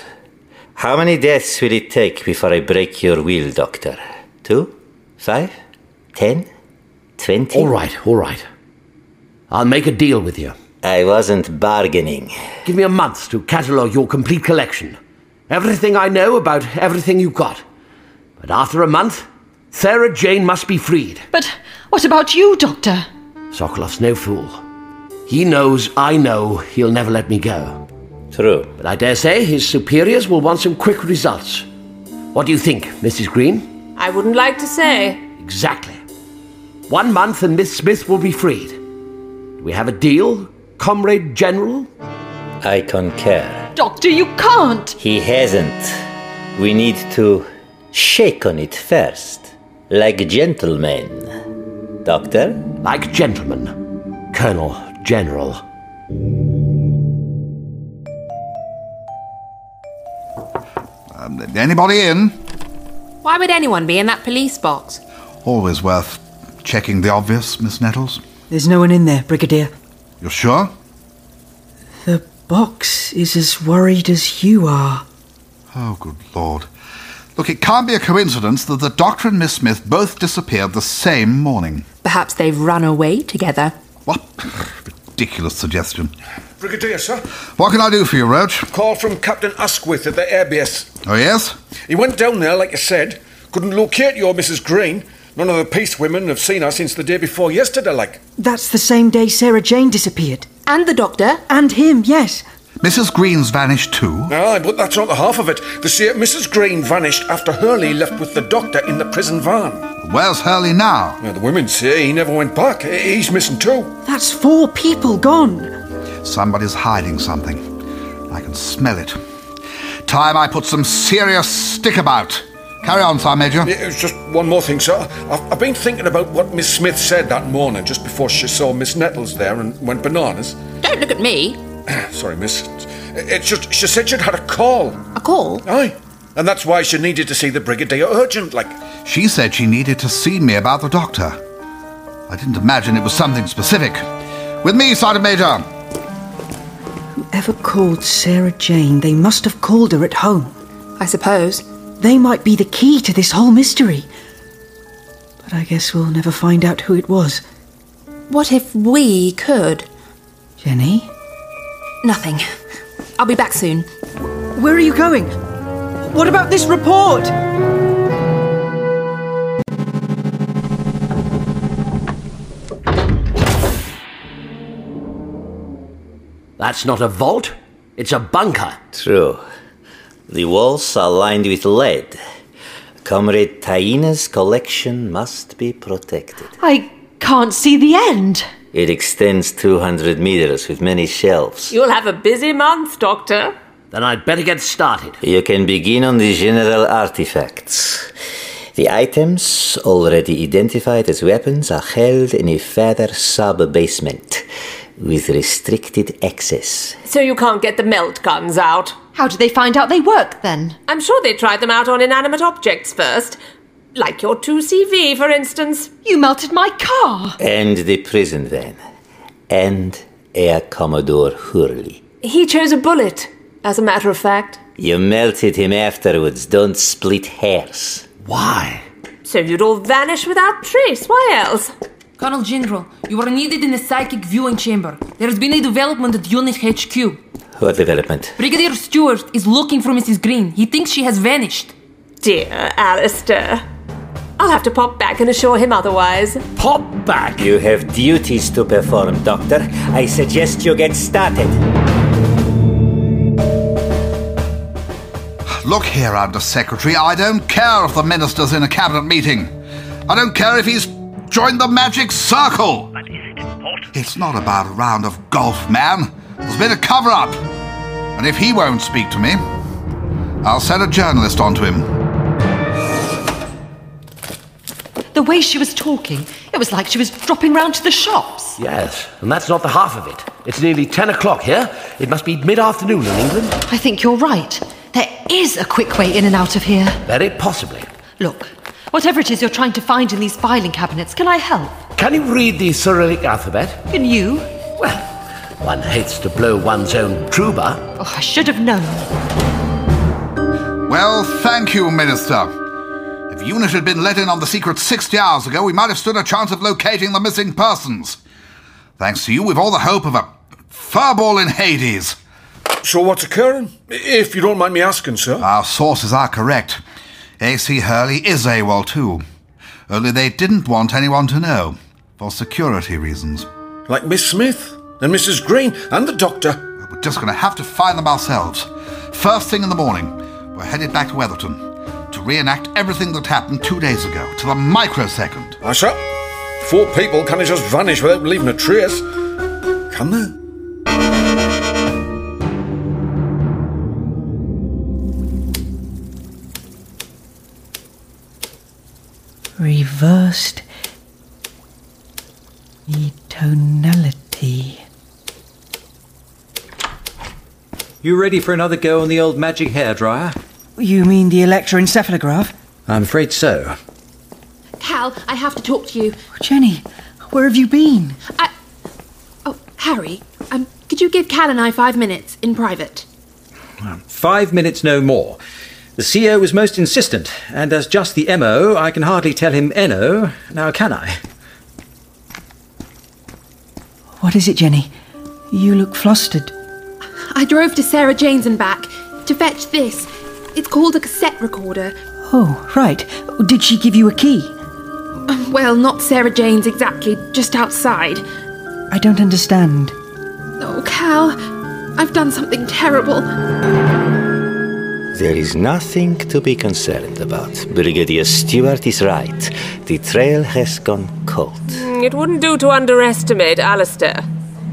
How many deaths will it take before I break your will, Doctor? Two? Five? Ten? Twenty?
All right, all right. I'll make a deal with you.
I wasn't bargaining.
Give me a month to catalogue your complete collection. Everything I know about everything you got. But after a month, Sarah Jane must be freed.
But what about you, Doctor?
Sokolov's no fool. He knows I know he'll never let me go.
True.
But I dare say his superiors will want some quick results. What do you think, Mrs. Green?
I wouldn't like to say.
Exactly. One month and Miss Smith will be freed. Do we have a deal, Comrade General?
I concur.
Doctor, you can't!
He hasn't. We need to shake on it first. Like gentlemen. Doctor?
Like gentlemen. Colonel, General.
Um, anybody in?
Why would anyone be in that police box?
Always worth checking the obvious, Miss Nettles.
There's no one in there, Brigadier.
You're sure?
The box is as worried as you are.
Oh, good lord. Look, it can't be a coincidence that the doctor and Miss Smith both disappeared the same morning.
Perhaps they've run away together.
What? Ridiculous suggestion.
Brigadier, sir.
What can I do for you, Roach?
Call from Captain Asquith at the airbase.
Oh, yes?
He went down there, like you said. Couldn't locate you or Mrs. Green. None of the peace women have seen her since the day before yesterday, like.
That's the same day Sarah Jane disappeared.
And the doctor.
And him, yes.
Mrs. Green's vanished too.
Aye, but that's not the half of it. The say Mrs. Green vanished after Hurley left with the doctor in the prison van.
Where's Hurley now?
Now, the women say he never went back. He- He's missing too.
That's four people gone.
Somebody's hiding something. I can smell it. Time I put some serious stick about. Carry on, Sergeant Major.
Yeah, It's just one more thing, sir. I've, I've been thinking about what Miss Smith said that morning just before she saw Miss Nettles there and went bananas.
Don't look at me.
Sorry, miss. It's just, she said she'd had a call.
A call?
Aye. And that's why she needed to see the Brigadier urgent, like.
She said she needed to see me about the doctor. I didn't imagine it was something specific. With me, Sergeant Major.
Whoever called Sarah Jane, they must have called her at home.
I suppose.
They might be the key to this whole mystery. But I guess we'll never find out who it was.
What if we could?
Jenny?
Nothing. I'll be back soon.
Where are you going? What about this report?
That's not a vault. It's a bunker.
True. The walls are lined with lead. Comrade Taina's collection must be protected.
I can't see the end.
It extends 200 meters with many shelves.
You'll have a busy month, Doctor.
Then I'd better get started.
You can begin on the general artifacts. The items, already identified as weapons, are held in a further sub basement with restricted access.
So you can't get the melt guns out.
How do they find out they work then?
I'm sure they tried them out on inanimate objects first. Like your 2CV, for instance.
You melted my car.
And the prison van. And Air Commodore Hurley.
He chose a bullet, as a matter of fact.
You melted him afterwards. Don't split hairs.
Why?
So you'd all vanish without trace. Why else?
Colonel General, you are needed in the psychic viewing chamber. There has been a development at Unit HQ.
What development?
Brigadier Stewart is looking for Mrs. Green. He thinks she has vanished.
Dear Alistair, I'll have to pop back and assure him otherwise.
Pop back! You have duties to perform, Doctor. I suggest you get started.
Look here, Under Secretary, I don't care if the minister's in a cabinet meeting. I don't care if he's joined the magic circle. But is it important? It's not about a round of golf, man. There's been a cover up. And if he won't speak to me, I'll send a journalist onto him.
The way she was talking, it was like she was dropping round to the shops.
Yes, and that's not the half of it. It's nearly ten o'clock here. It must be mid afternoon in England.
I think you're right. There is a quick way in and out of here.
Very possibly.
Look, whatever it is you're trying to find in these filing cabinets, can I help?
Can you read the Cyrillic alphabet?
Can you?
One hates to blow one's own tuba.
Oh, I should have known.
Well, thank you, Minister. If UNIT had been let in on the secret 60 hours ago, we might have stood a chance of locating the missing persons. Thanks to you, we've all the hope of a furball in Hades.
So what's occurring? If you don't mind me asking, sir.
Our sources are correct. A.C. Hurley is AWOL too. Only they didn't want anyone to know, for security reasons.
Like Miss Smith, and Mrs. Green, and the doctor.
We're just going to have to find them ourselves. First thing in the morning, we're headed back to Weatherton to reenact everything that happened two days ago, to the microsecond.
Aye, sir. Four people can't just vanish without leaving a trace. Can they?
Reversed etonality.
You ready for another go on the old magic hairdryer?
You mean the electroencephalograph?
I'm afraid so.
Cal, I have to talk to you.
Jenny, where have you been?
Oh, Harry, um, could you give Cal and I five minutes in private?
Five minutes no more. The CO was most insistent, and as just the MO, I can hardly tell him NO, now can I?
What is it, Jenny? You look flustered.
I drove to Sarah Jane's and back to fetch this. It's called a cassette recorder.
Oh, right. Did she give you a key?
Um, Well, not Sarah Jane's exactly, just outside.
I don't understand.
Oh, Cal, I've done something terrible.
There is nothing to be concerned about. Brigadier Stewart is right. The trail has gone cold.
Mm, It wouldn't do to underestimate Alistair.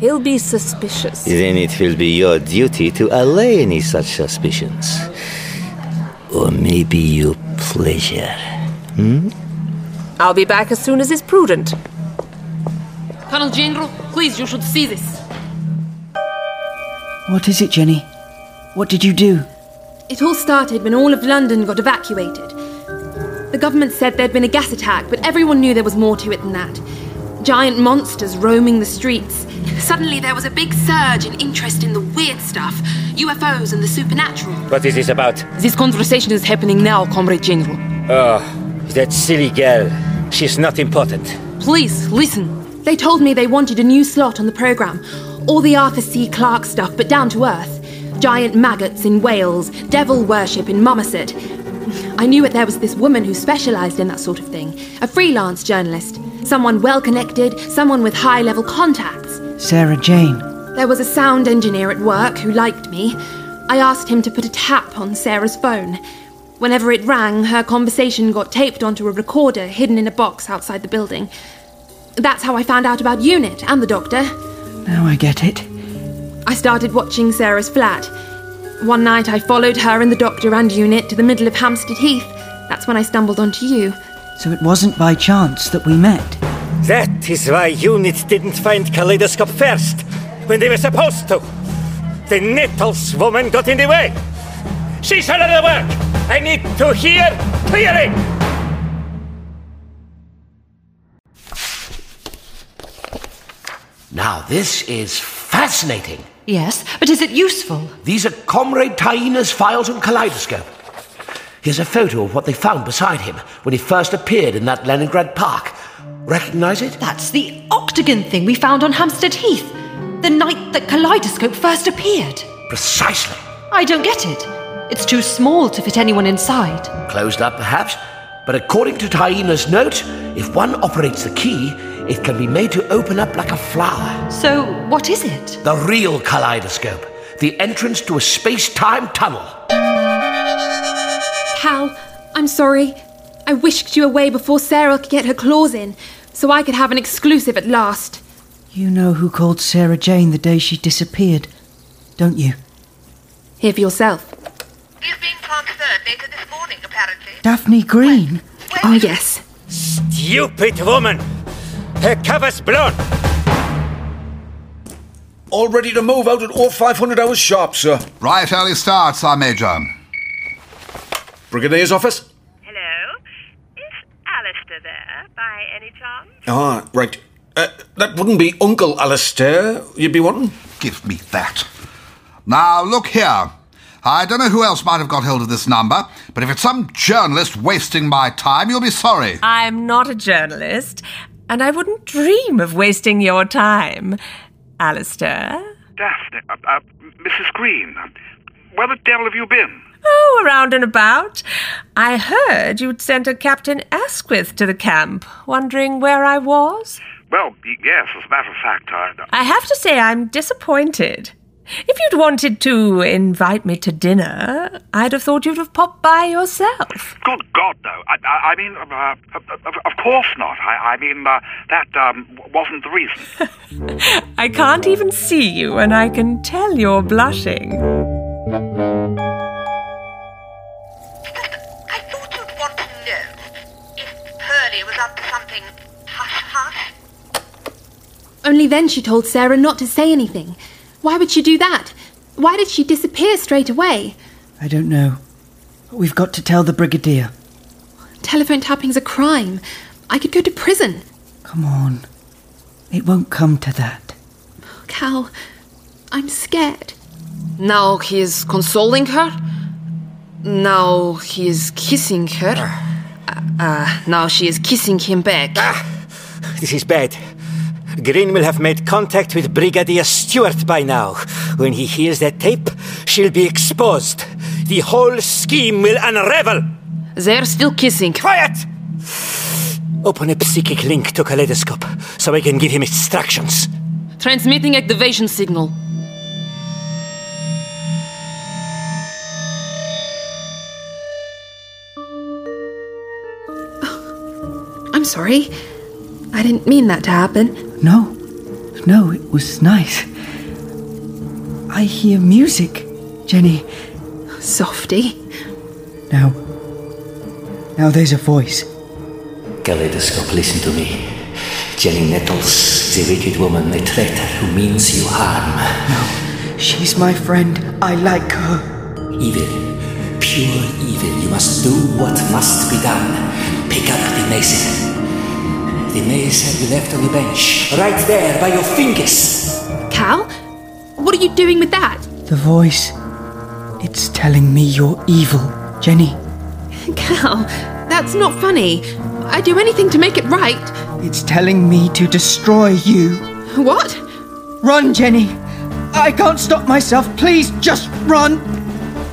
He'll be suspicious.
Then it will be your duty to allay any such suspicions. Or maybe your pleasure. Hmm?
I'll be back as soon as is prudent.
Colonel General, please, you should see this.
What is it, Jenny? What did you do?
It all started when all of London got evacuated. The government said there'd been a gas attack, but everyone knew there was more to it than that. Giant monsters roaming the streets. Suddenly there was a big surge in interest in the weird stuff UFOs and the supernatural.
What is this about?
This conversation is happening now, Comrade General.
Oh, that silly girl. She's not important.
Please, listen. They told me they wanted a new slot on the programme. All the Arthur C. Clarke stuff, but down to earth. Giant maggots in Wales, devil worship in Momerset. I knew that there was this woman who specialised in that sort of thing. A freelance journalist. Someone well connected, someone with high level contacts.
Sarah Jane.
There was a sound engineer at work who liked me. I asked him to put a tap on Sarah's phone. Whenever it rang, her conversation got taped onto a recorder hidden in a box outside the building. That's how I found out about Unit and the doctor.
Now I get it.
I started watching Sarah's flat. One night I followed her and the doctor and Unit to the middle of Hampstead Heath. That's when I stumbled onto you.
So it wasn't by chance that we met.
That is why units didn't find Kaleidoscope first, when they were supposed to. The Nettles woman got in the way. She's out of the work. I need to hear clearly.
Now, this is fascinating.
Yes, but is it useful?
These are Comrade Taina's files and kaleidoscope. Here's a photo of what they found beside him when he first appeared in that Leningrad park. Recognize it?
That's the octagon thing we found on Hampstead Heath, the night that Kaleidoscope first appeared.
Precisely.
I don't get it. It's too small to fit anyone inside.
Closed up, perhaps, but according to Tyena's note, if one operates the key, it can be made to open up like a flower.
So, what is it?
The real kaleidoscope, the entrance to a space time tunnel.
Hal, I'm sorry. I whisked you away before Sarah could get her claws in, so I could have an exclusive at last.
You know who called Sarah Jane the day she disappeared, don't you?
Here for yourself.
You've been transferred later this morning, apparently.
Daphne Green?
Oh, yes.
Stupid woman! Her cover's blown!
All ready to move out at all 500 hours sharp, sir.
Right early start, Sir Major.
Brigadier's office?
Hello? Is Alistair there, by any chance?
Ah, right. Uh, that wouldn't be Uncle Alistair you'd be wanting?
Give me that. Now, look here. I don't know who else might have got hold of this number, but if it's some journalist wasting my time, you'll be sorry.
I'm not a journalist, and I wouldn't dream of wasting your time, Alistair.
Daphne, uh, uh, Mrs. Green, uh, where the devil have you been?
Oh, around and about. I heard you'd sent a Captain Asquith to the camp, wondering where I was.
Well, y- yes, as a matter of fact, I. uh,
I have to say I'm disappointed. If you'd wanted to invite me to dinner, I'd have thought you'd have popped by yourself.
Good God, no. I, I, I mean, uh, of, of- of course not. I, I mean, uh, that um, w- wasn't the reason.
I can't even see you, and I can tell you're blushing.
Pearlie was up to something. Hush, hush.
Only then she told Sarah not to say anything. Why would she do that? Why did she disappear straight away?
I don't know. But we've got to tell the Brigadier.
Telephone tapping's a crime. I could go to prison.
Come on. It won't come to that.
Cal, I'm scared.
Now he is consoling her. Now he is kissing her. Uh, uh, now she is kissing him back.
This is bad. Green will have made contact with Brigadier Stewart by now. When he hears that tape, she'll be exposed. The whole scheme will unravel.
They're still kissing.
Quiet! Open a psychic link to Kaleidoscope so I can give him instructions.
Transmitting activation signal.
Oh, I'm sorry. I didn't mean that to happen.
No. No, it was nice. I hear music, Jenny.
Softy.
Now. Now there's a voice.
Kaleidoscope, listen to me. Jenny Nettles, the wicked woman, the traitor who means you harm.
She's my friend. I like her.
Evil, pure evil. You must do what must be done. Pick up the mason. The mason you left on the bench, right there by your fingers.
Cal? What are you doing with that?
The voice. It's telling me you're evil, Jenny.
Cal, that's not funny. I do anything to make it right.
It's telling me to destroy you.
What?
Run, Jenny. I can't stop myself. Please just run.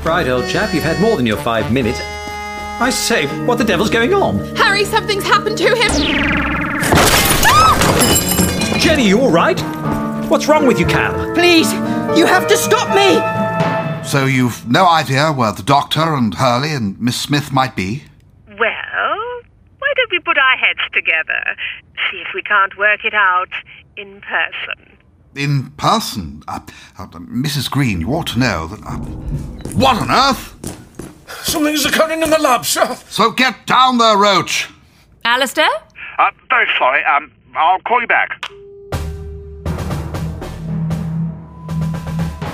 Right, old chap, you've had more than your five minutes. I say, what the devil's going on?
Harry, something's happened to him.
Jenny, you all right? What's wrong with you, Cal?
Please, you have to stop me.
So you've no idea where the doctor and Hurley and Miss Smith might be?
Well, why don't we put our heads together? See if we can't work it out in person.
In person? Uh, uh, Mrs. Green, you ought to know that. Uh, what on earth?
Something's occurring in the lab, sir.
So get down there, Roach.
Alistair?
Uh, very sorry. Um, I'll call you back.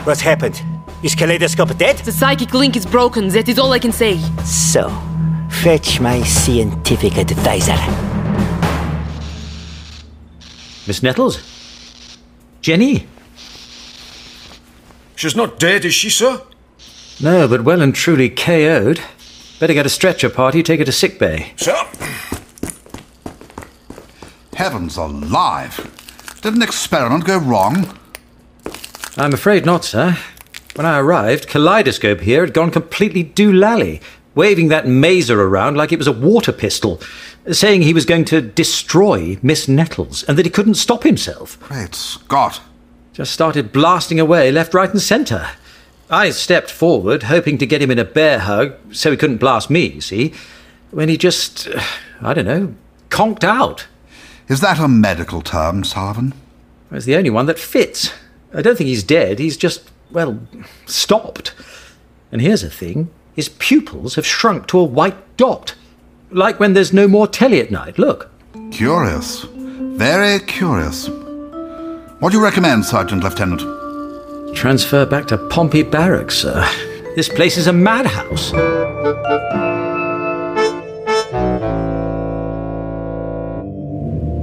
What happened? Is Kaleidoscope dead?
The psychic link is broken, that is all I can say.
So, fetch my scientific advisor.
Miss Nettles? Jenny?
She's not dead, is she, sir?
No, but well and truly KO'd. Better get a stretcher party, take her to sick bay.
Sir?
Heavens alive! Did an experiment go wrong?
I'm afraid not, sir. When I arrived, Kaleidoscope here had gone completely doolally, waving that mazer around like it was a water pistol, saying he was going to destroy Miss Nettles and that he couldn't stop himself.
Great Scott.
Just started blasting away left, right, and centre. I stepped forward, hoping to get him in a bear hug so he couldn't blast me, you see, when he just, uh, I don't know, conked out.
Is that a medical term, Sarvin?
It's the only one that fits. I don't think he's dead, he's just, well, stopped. And here's the thing his pupils have shrunk to a white dot, like when there's no more telly at night. Look.
Curious. Very curious. What do you recommend, Sergeant Lieutenant?
Transfer back to Pompey Barracks, sir. This place is a madhouse.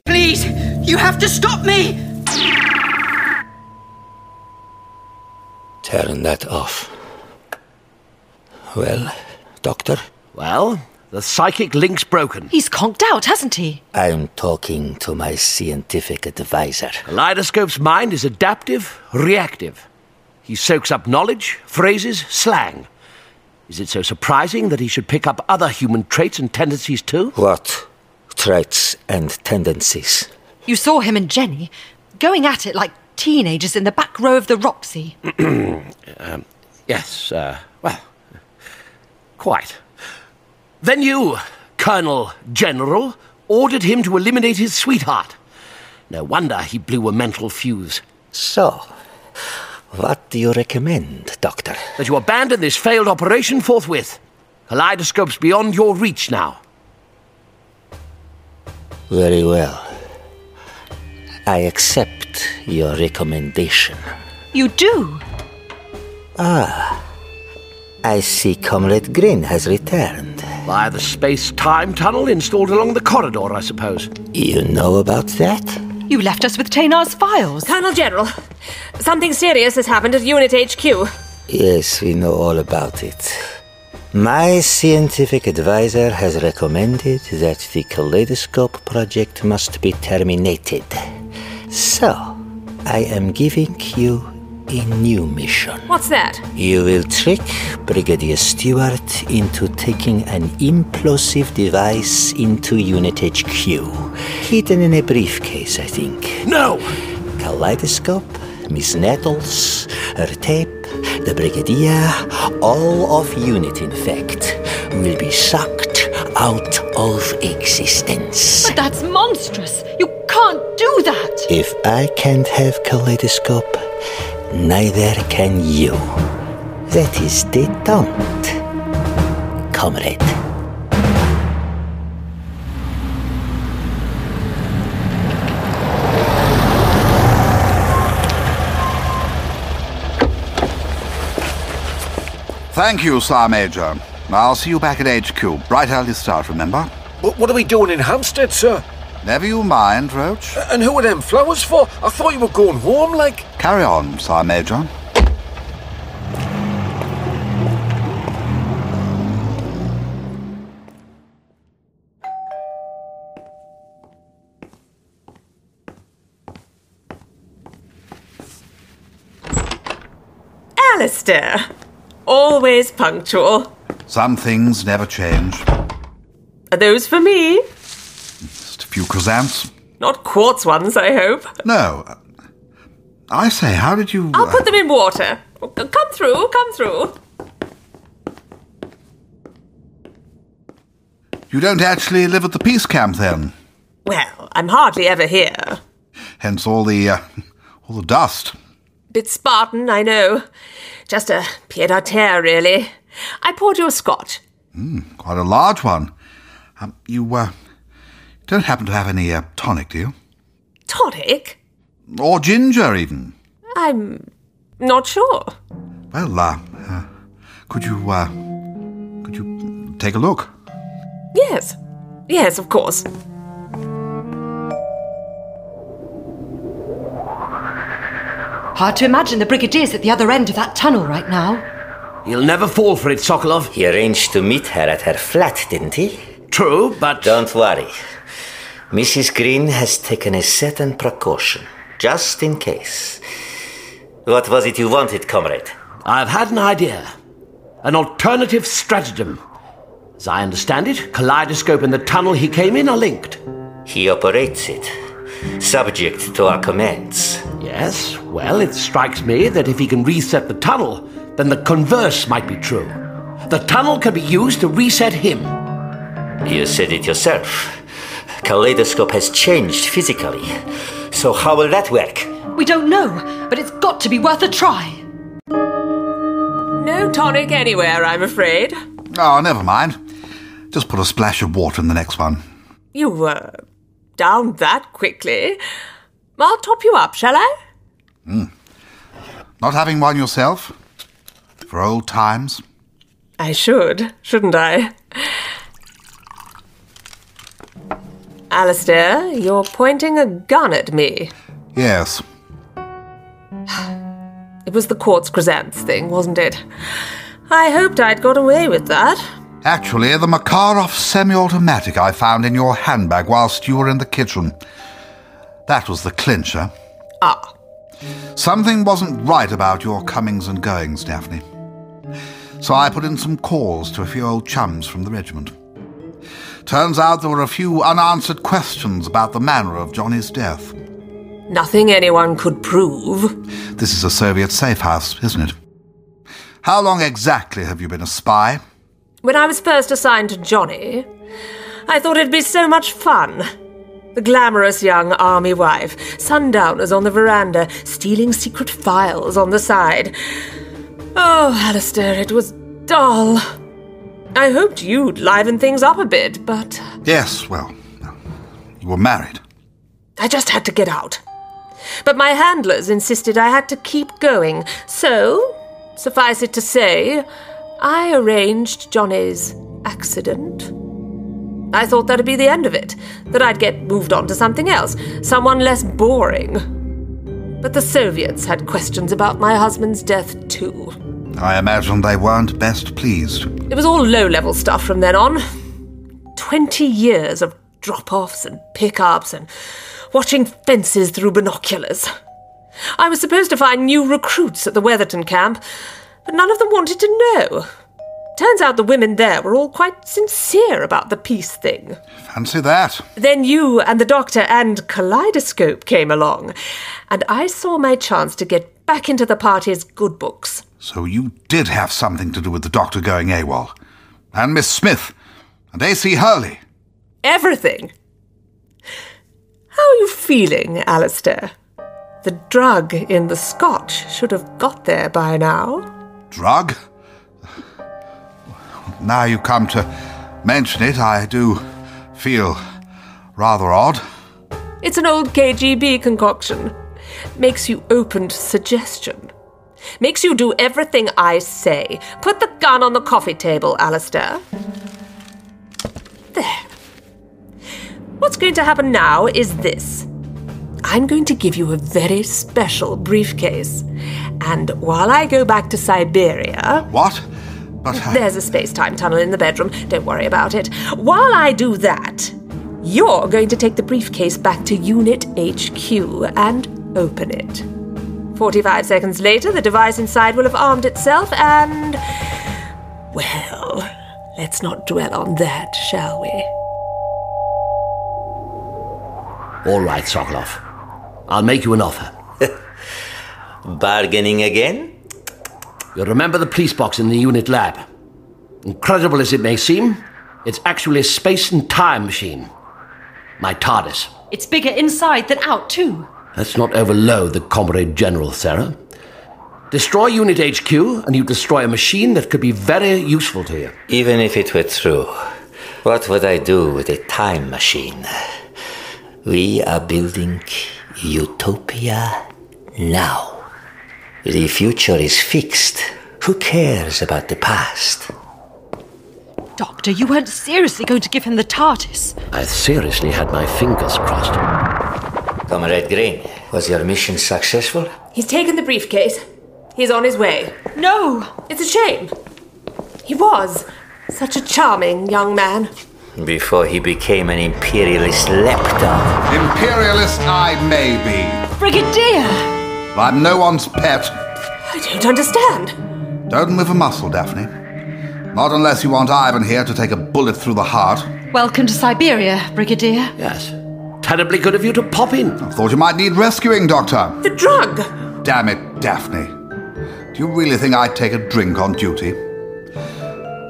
Please, you have to stop me!
Turn that off. Well, Doctor?
Well, the psychic link's broken.
He's conked out, hasn't he?
I'm talking to my scientific advisor.
Kaleidoscope's mind is adaptive, reactive. He soaks up knowledge, phrases, slang. Is it so surprising that he should pick up other human traits and tendencies too?
What traits and tendencies?
You saw him and Jenny going at it like teenagers in the back row of the Roxy.
um, yes, uh, well, quite. Then you, Colonel General, ordered him to eliminate his sweetheart. No wonder he blew a mental fuse.
So, what do you recommend, Doctor?
That you abandon this failed operation forthwith. Kaleidoscope's beyond your reach now.
Very well. I accept your recommendation.
You do?
Ah. I see Comrade Green has returned.
Via the space time tunnel installed along the corridor, I suppose.
You know about that?
You left us with Tainar's files.
Colonel General, something serious has happened at Unit HQ.
Yes, we know all about it. My scientific advisor has recommended that the kaleidoscope project must be terminated. So, I am giving you a new mission.
What's that?
You will trick Brigadier Stewart into taking an implosive device into Unit HQ. Hidden in a briefcase, I think.
No!
Kaleidoscope, Miss Nettles, her tape, the Brigadier, all of Unit, in fact, will be sucked out of existence.
But that's monstrous! You can't do that!
If I can't have Kaleidoscope, neither can you. That is, they don't. Comrade.
Thank you, Sir Major. I'll see you back at HQ. Bright early start, remember?
But what are we doing in Hampstead, sir?
Never you mind, Roach.
Uh,
And who are them flowers for? I thought you were going home, like.
Carry on, Sir Major.
Alistair, always punctual.
Some things never change.
Are those for me?
Just a few croissants.
Not quartz ones, I hope.
No. I say, how did you.
I'll put them in water. Come through, come through.
You don't actually live at the peace camp then?
Well, I'm hardly ever here.
Hence all the. Uh, all the dust.
Bit Spartan, I know. Just a pied à terre, really. I poured you a scotch.
Mm, quite a large one. Um, you, uh, don't happen to have any uh, tonic, do you?
Tonic?
Or ginger, even.
I'm not sure.
Well, uh, uh, could you, uh, could you take a look?
Yes. Yes, of course.
Hard to imagine the Brigadier's at the other end of that tunnel right now.
He'll never fall for it, Sokolov.
He arranged to meet her at her flat, didn't he?
True, but.
Don't worry. Mrs. Green has taken a certain precaution, just in case. What was it you wanted, comrade?
I've had an idea. An alternative stratagem. As I understand it, Kaleidoscope and the tunnel he came in are linked.
He operates it, subject to our commands.
Yes, well, it strikes me that if he can reset the tunnel, then the converse might be true. The tunnel can be used to reset him.
You said it yourself. Kaleidoscope has changed physically. So, how will that work?
We don't know, but it's got to be worth a try.
No tonic anywhere, I'm afraid.
Oh, never mind. Just put a splash of water in the next one.
You were down that quickly. I'll top you up, shall I?
Hmm. Not having one yourself? For old times?
I should, shouldn't I? Alistair, you're pointing a gun at me.
Yes.
It was the quartz chrysanths thing, wasn't it? I hoped I'd got away with that.
Actually, the Makarov semi automatic I found in your handbag whilst you were in the kitchen. That was the clincher.
Ah.
Something wasn't right about your comings and goings, Daphne. So I put in some calls to a few old chums from the regiment. Turns out there were a few unanswered questions about the manner of Johnny's death.
Nothing anyone could prove.
This is a Soviet safe house, isn't it? How long exactly have you been a spy?
When I was first assigned to Johnny, I thought it'd be so much fun. The glamorous young army wife, sundowners on the veranda, stealing secret files on the side. Oh, Alistair, it was dull. I hoped you'd liven things up a bit, but
Yes, well, you were married.
I just had to get out. But my handlers insisted I had to keep going, so, suffice it to say, I arranged Johnny's accident. I thought that'd be the end of it, that I'd get moved on to something else, someone less boring. But the Soviets had questions about my husband's death, too.
I imagine they weren't best pleased.
It was all low level stuff from then on. Twenty years of drop offs and pick ups and watching fences through binoculars. I was supposed to find new recruits at the Weatherton camp, but none of them wanted to know. Turns out the women there were all quite sincere about the peace thing.
Fancy that.
Then you and the doctor and Kaleidoscope came along, and I saw my chance to get back into the party's good books.
So you did have something to do with the doctor going AWOL. And Miss Smith. And A.C. Hurley.
Everything. How are you feeling, Alistair? The drug in the scotch should have got there by now.
Drug? Now you come to mention it, I do feel rather odd.
It's an old KGB concoction. Makes you open to suggestion. Makes you do everything I say. Put the gun on the coffee table, Alistair. There. What's going to happen now is this. I'm going to give you a very special briefcase. And while I go back to Siberia.
What? But I-
There's a space time tunnel in the bedroom. Don't worry about it. While I do that, you're going to take the briefcase back to Unit HQ and open it. 45 seconds later, the device inside will have armed itself and. Well, let's not dwell on that, shall we?
All right, Sokolov. I'll make you an offer.
Bargaining again?
You'll remember the police box in the unit lab. Incredible as it may seem, it's actually a space and time machine. My TARDIS.
It's bigger inside than out, too.
Let's not overload the Comrade General, Sarah. Destroy Unit HQ, and you destroy a machine that could be very useful to you.
Even if it were true, what would I do with a time machine? We are building utopia now. The future is fixed. Who cares about the past?
Doctor, you weren't seriously going to give him the TARDIS.
I seriously had my fingers crossed.
Comrade Green, was your mission successful?
He's taken the briefcase. He's on his way.
No!
It's a shame. He was such a charming young man.
before he became an imperialist lapdog.
Imperialist I may be.
Brigadier!
but I'm no one's pet.
I don't understand.
Don't move a muscle, Daphne. Not unless you want Ivan here to take a bullet through the heart.
Welcome to Siberia, Brigadier.
Yes. Terribly good of you to pop in. I thought you might need rescuing, Doctor.
The drug!
Damn it, Daphne. Do you really think I'd take a drink on duty?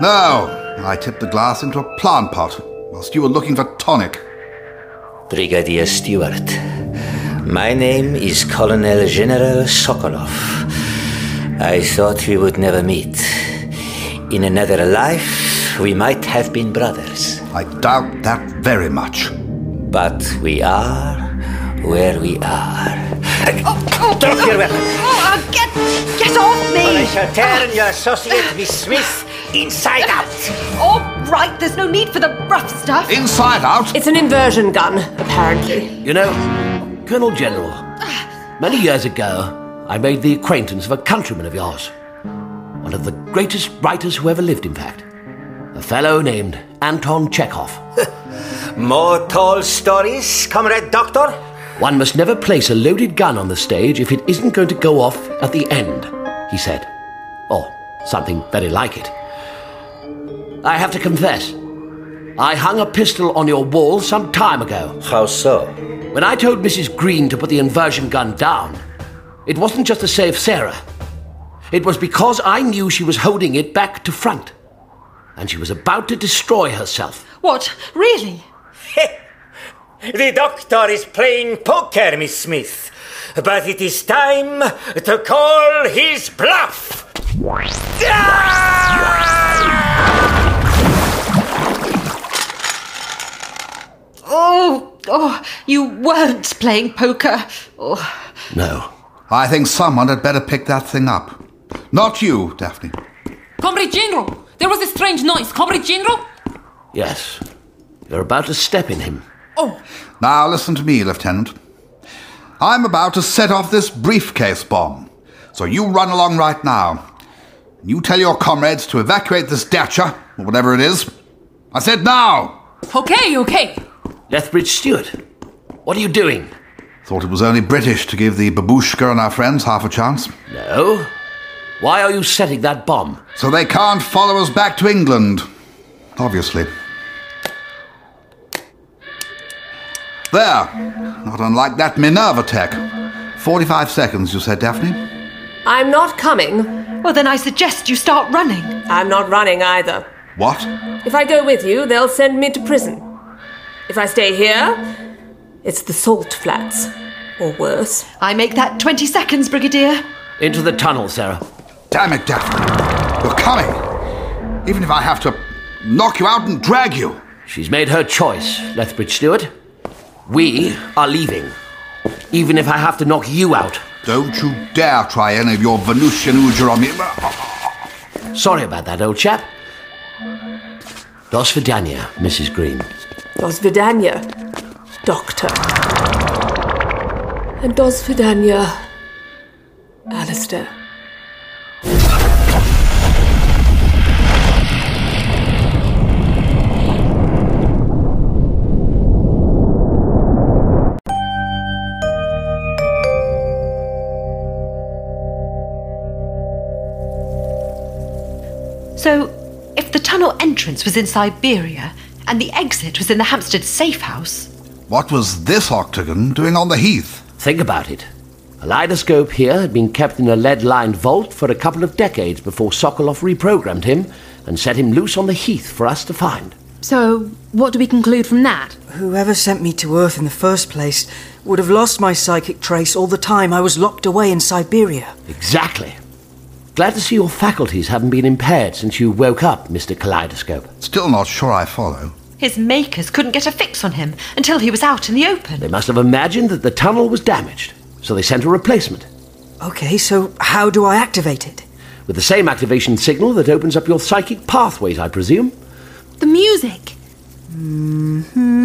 No. I tipped the glass into a plant pot whilst you were looking for tonic.
Brigadier Stewart. My name is Colonel General Sokolov. I thought we would never meet. In another life, we might have been brothers.
I doubt that very much.
But we are where we are.
Oh,
Drop
oh,
your weapon.
oh, oh, get, get off me!
Or I shall turn your associate, Miss Smith, inside out.
All right, there's no need for the rough stuff.
Inside out?
It's an inversion gun, apparently.
You know, Colonel General, many years ago, I made the acquaintance of a countryman of yours. One of the greatest writers who ever lived, in fact. A fellow named Anton Chekhov.
More tall stories, comrade doctor?
One must never place a loaded gun on the stage if it isn't going to go off at the end, he said. Or something very like it. I have to confess, I hung a pistol on your wall some time ago.
How so?
When I told Mrs. Green to put the inversion gun down, it wasn't just to save Sarah. It was because I knew she was holding it back to front. And she was about to destroy herself.
What? Really?
The doctor is playing poker, Miss Smith. But it is time to call his bluff.
Oh, oh, you weren't playing poker. Oh,
No. I think someone had better pick that thing up. Not you, Daphne.
Comrade General! There was a strange noise, Comrade General!
Yes. You're about to step in him.
Oh,
Now listen to me, Lieutenant. I'm about to set off this briefcase bomb. So you run along right now. You tell your comrades to evacuate this dacha, or whatever it is. I said now!
okay, okay.
Lethbridge Stewart, what are you doing?
Thought it was only British to give the babushka and our friends half a chance.
No. Why are you setting that bomb?
So they can't follow us back to England. Obviously. There. Not unlike that Minerva tech. 45 seconds, you said, Daphne?
I'm not coming.
Well, then I suggest you start running.
I'm not running either.
What?
If I go with you, they'll send me to prison. If I stay here, it's the salt flats, or worse.
I make that 20 seconds, Brigadier.
Into the tunnel, Sarah.
Damn it, Daphne. You're coming. Even if I have to knock you out and drag you.
She's made her choice, Lethbridge Stewart. We are leaving. Even if I have to knock you out.
Don't you dare try any of your Venusian oojra on me.
Sorry about that, old chap. Dos Vidania, Mrs. Green.
Dosvidania, Doctor. And Dosvidania, Alistair.
So, if the tunnel entrance was in Siberia and the exit was in the Hampstead safe house,
What was this octagon doing on the heath?
Think about it. A lidoscope here had been kept in a lead lined vault for a couple of decades before Sokolov reprogrammed him and set him loose on the heath for us to find.
So, what do we conclude from that?
Whoever sent me to Earth in the first place would have lost my psychic trace all the time I was locked away in Siberia.
Exactly. Glad to see your faculties haven't been impaired since you woke up, Mr. Kaleidoscope.
Still not sure I follow.
his makers couldn't get a fix on him until he was out in the open.
They must have imagined that the tunnel was damaged, so they sent a replacement
Okay, so how do I activate it?
with the same activation signal that opens up your psychic pathways, I presume.
The music!
Mm-hmm.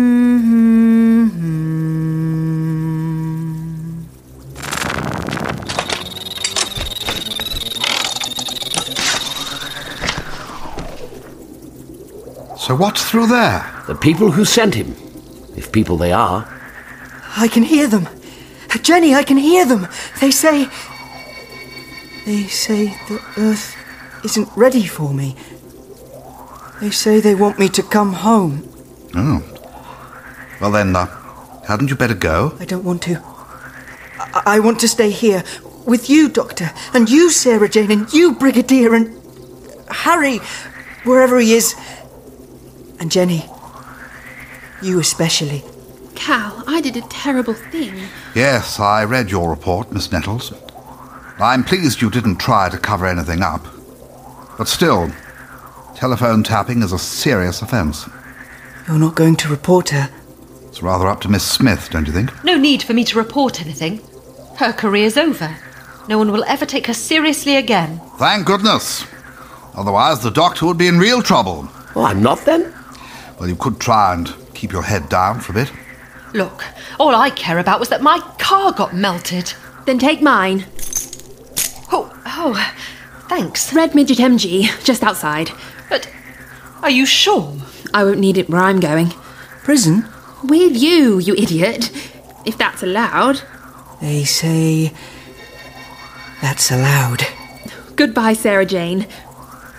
So what's through there?
The people who sent him. If people they are.
I can hear them. Jenny, I can hear them. They say. They say the Earth isn't ready for me. They say they want me to come home.
Oh. Well then, uh, hadn't you better go?
I don't want to. I, I want to stay here with you, Doctor, and you, Sarah Jane, and you, Brigadier, and Harry, wherever he is, and Jenny. You especially.
Cal, I did a terrible thing.
Yes, I read your report, Miss Nettles. I'm pleased you didn't try to cover anything up. But still, telephone tapping is a serious offence.
You're not going to report her.
It's rather up to Miss Smith, don't you think?
No need for me to report anything. Her career's over. No one will ever take her seriously again.
Thank goodness. Otherwise, the doctor would be in real trouble.
Well, I'm not then.
Well, you could try and keep your head down for a bit.
Look, all I care about was that my car got melted.
Then take mine.
Oh, oh, thanks.
Red Midget MG, just outside.
But are you sure?
I won't need it where I'm going.
Prison?
With you, you idiot. If that's allowed.
They say. That's allowed.
Goodbye, Sarah Jane.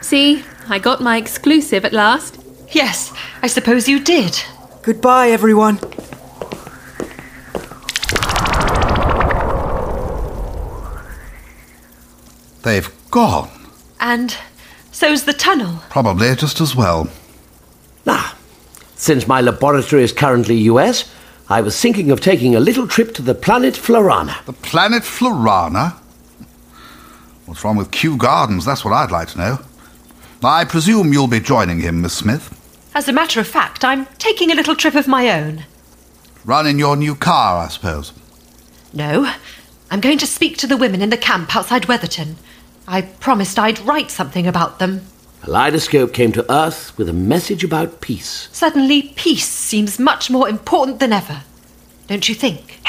See, I got my exclusive at last.
Yes, I suppose you did.
Goodbye, everyone.
They've gone.
And so's the tunnel.
Probably just as well.
Ah, since my laboratory is currently US, I was thinking of taking a little trip to the planet Florana.
The planet Florana? What's wrong with Kew Gardens? That's what I'd like to know. I presume you'll be joining him, Miss Smith.
As a matter of fact, I'm taking a little trip of my own.
Run in your new car, I suppose.
No, I'm going to speak to the women in the camp outside Weatherton. I promised I'd write something about them.
Kaleidoscope came to Earth with a message about peace.
Suddenly, peace seems much more important than ever. Don't you think?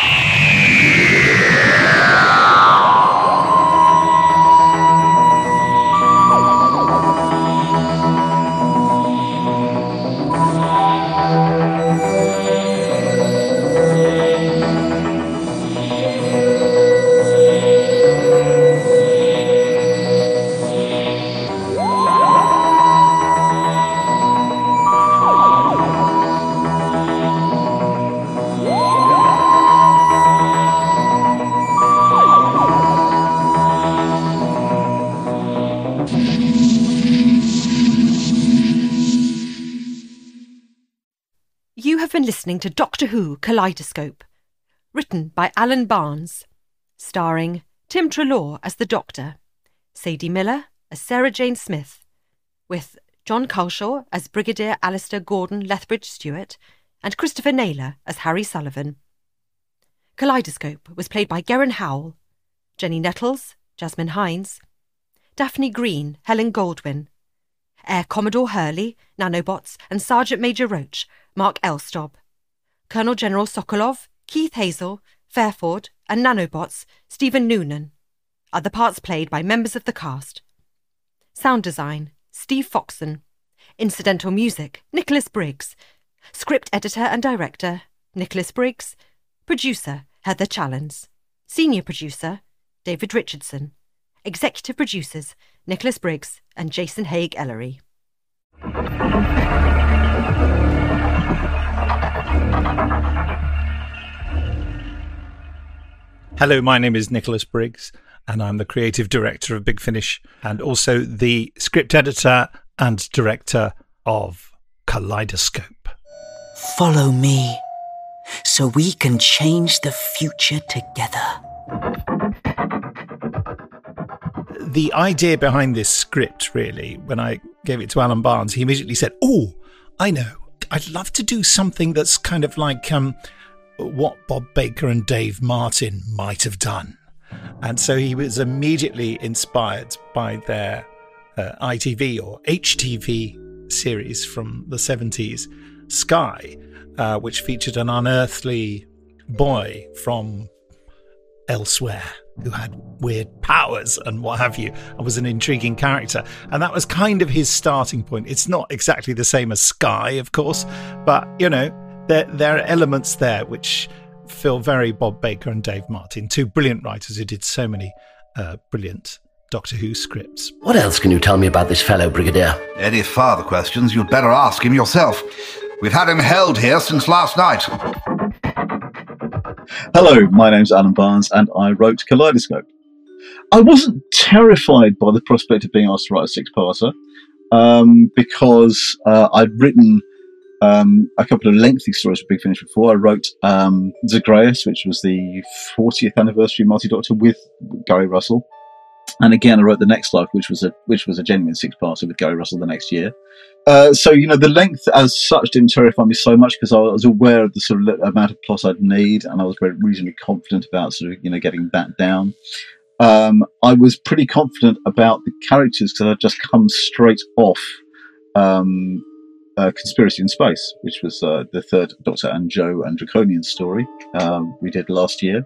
You have been listening to Doctor Who Kaleidoscope, written by Alan Barnes, starring Tim Trelaw as the Doctor, Sadie Miller as Sarah Jane Smith, with John Culshaw as Brigadier Alistair Gordon Lethbridge Stewart, and Christopher Naylor as Harry Sullivan. Kaleidoscope was played by Geron Howell, Jenny Nettles, Jasmine Hines, Daphne Green, Helen Goldwyn, Air Commodore Hurley, Nanobots, and Sergeant Major Roach, Mark Elstob. Colonel General Sokolov, Keith Hazel, Fairford, and Nanobots, Stephen Noonan. Other parts played by members of the cast. Sound design, Steve Foxon. Incidental music, Nicholas Briggs. Script editor and director, Nicholas Briggs. Producer, Heather Challens. Senior producer, David Richardson. Executive producers, Nicholas Briggs and Jason Haig Ellery.
Hello, my name is Nicholas Briggs, and I'm the creative director of Big Finish and also the script editor and director of Kaleidoscope.
Follow me so we can change the future together.
The idea behind this script, really, when I gave it to Alan Barnes, he immediately said, Oh, I know. I'd love to do something that's kind of like um, what Bob Baker and Dave Martin might have done. And so he was immediately inspired by their uh, ITV or HTV series from the 70s, Sky, uh, which featured an unearthly boy from elsewhere who had weird powers and what have you, and was an intriguing character. And that was kind of his starting point. It's not exactly the same as Sky, of course, but you know, there there are elements there which feel very Bob Baker and Dave Martin, two brilliant writers who did so many uh, brilliant Doctor Who scripts.
What else can you tell me about this fellow, Brigadier?
Any further questions, you'd better ask him yourself. We've had him held here since last night.
Hello, my name's Alan Barnes, and I wrote Kaleidoscope. I wasn't terrified by the prospect of being asked to write a six-parter um, because uh, I'd written um, a couple of lengthy stories for Big Finish before. I wrote um, Zagreus, which was the 40th anniversary Multi Doctor with Gary Russell, and again I wrote The Next Life, which was a which was a genuine six-parter with Gary Russell the next year. Uh, so you know the length as such didn't terrify me so much because I was aware of the sort of li- amount of plot I'd need, and I was very reasonably confident about sort of you know getting that down. Um, I was pretty confident about the characters because I'd just come straight off um, uh, Conspiracy in Space, which was uh, the third Doctor and Joe and Draconian story um, we did last year.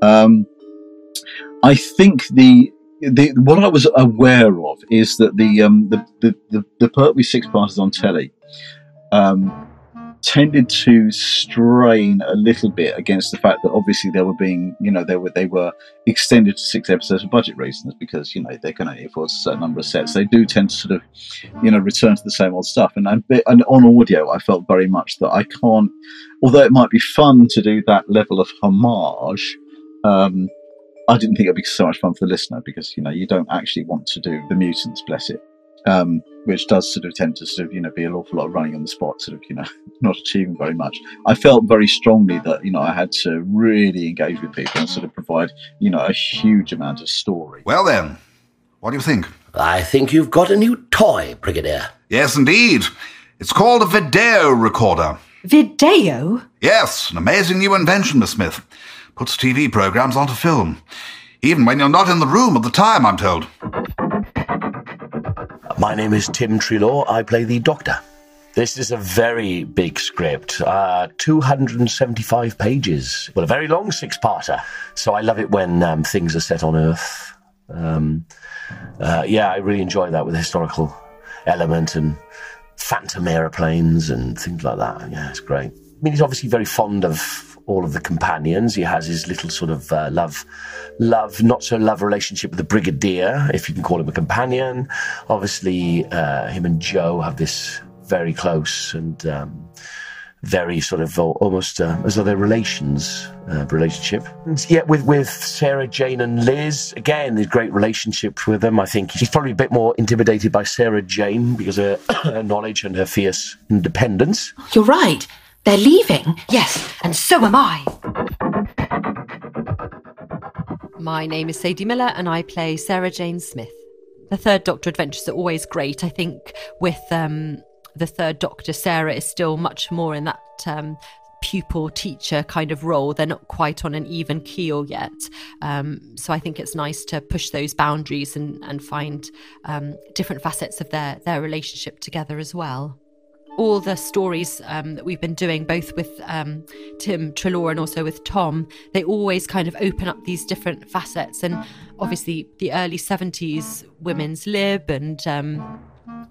Um, I think the the, what I was aware of is that the um, the, the, the, the Pertwee six parters on telly um, tended to strain a little bit against the fact that obviously they were being you know they were they were extended to six episodes for budget reasons because you know they can only afford a certain number of sets. They do tend to sort of you know return to the same old stuff. And and, and on audio, I felt very much that I can't, although it might be fun to do that level of homage. Um, I didn't think it'd be so much fun for the listener because you know you don't actually want to do the mutants, bless it, um, which does sort of tend to sort of you know be an awful lot of running on the spot, sort of you know not achieving very much. I felt very strongly that you know I had to really engage with people and sort of provide you know a huge amount of story.
Well then, what do you think?
I think you've got a new toy, Brigadier.
Yes, indeed. It's called a video recorder.
Video?
Yes, an amazing new invention, Miss Smith. Puts TV programs onto film. Even when you're not in the room at the time, I'm told.
My name is Tim Trelaw. I play the Doctor. This is a very big script, uh, 275 pages. Well, a very long six parter. So I love it when um, things are set on Earth. Um, uh, yeah, I really enjoy that with the historical element and phantom aeroplanes and things like that. Yeah, it's great. I mean, he's obviously very fond of all of the companions. He has his little sort of uh, love, love, not so love relationship with the Brigadier, if you can call him a companion. Obviously, uh, him and Joe have this very close and um, very sort of al- almost uh, as though they're relations uh, relationship. And yet with with Sarah Jane and Liz again, there's great relationships with them. I think he's probably a bit more intimidated by Sarah Jane because of her, her knowledge and her fierce independence.
You're right. They're leaving.
Yes, and so am I. My name is Sadie Miller, and I play Sarah Jane Smith. The Third Doctor adventures are always great. I think with um, the Third Doctor, Sarah is still much more in that um, pupil teacher kind of role. They're not quite on an even keel yet. Um, so I think it's nice to push those boundaries and, and find um, different facets of their, their relationship together as well. All the stories um, that we've been doing, both with um, Tim Trelaw and also with Tom, they always kind of open up these different facets. And obviously, the early 70s women's lib and um,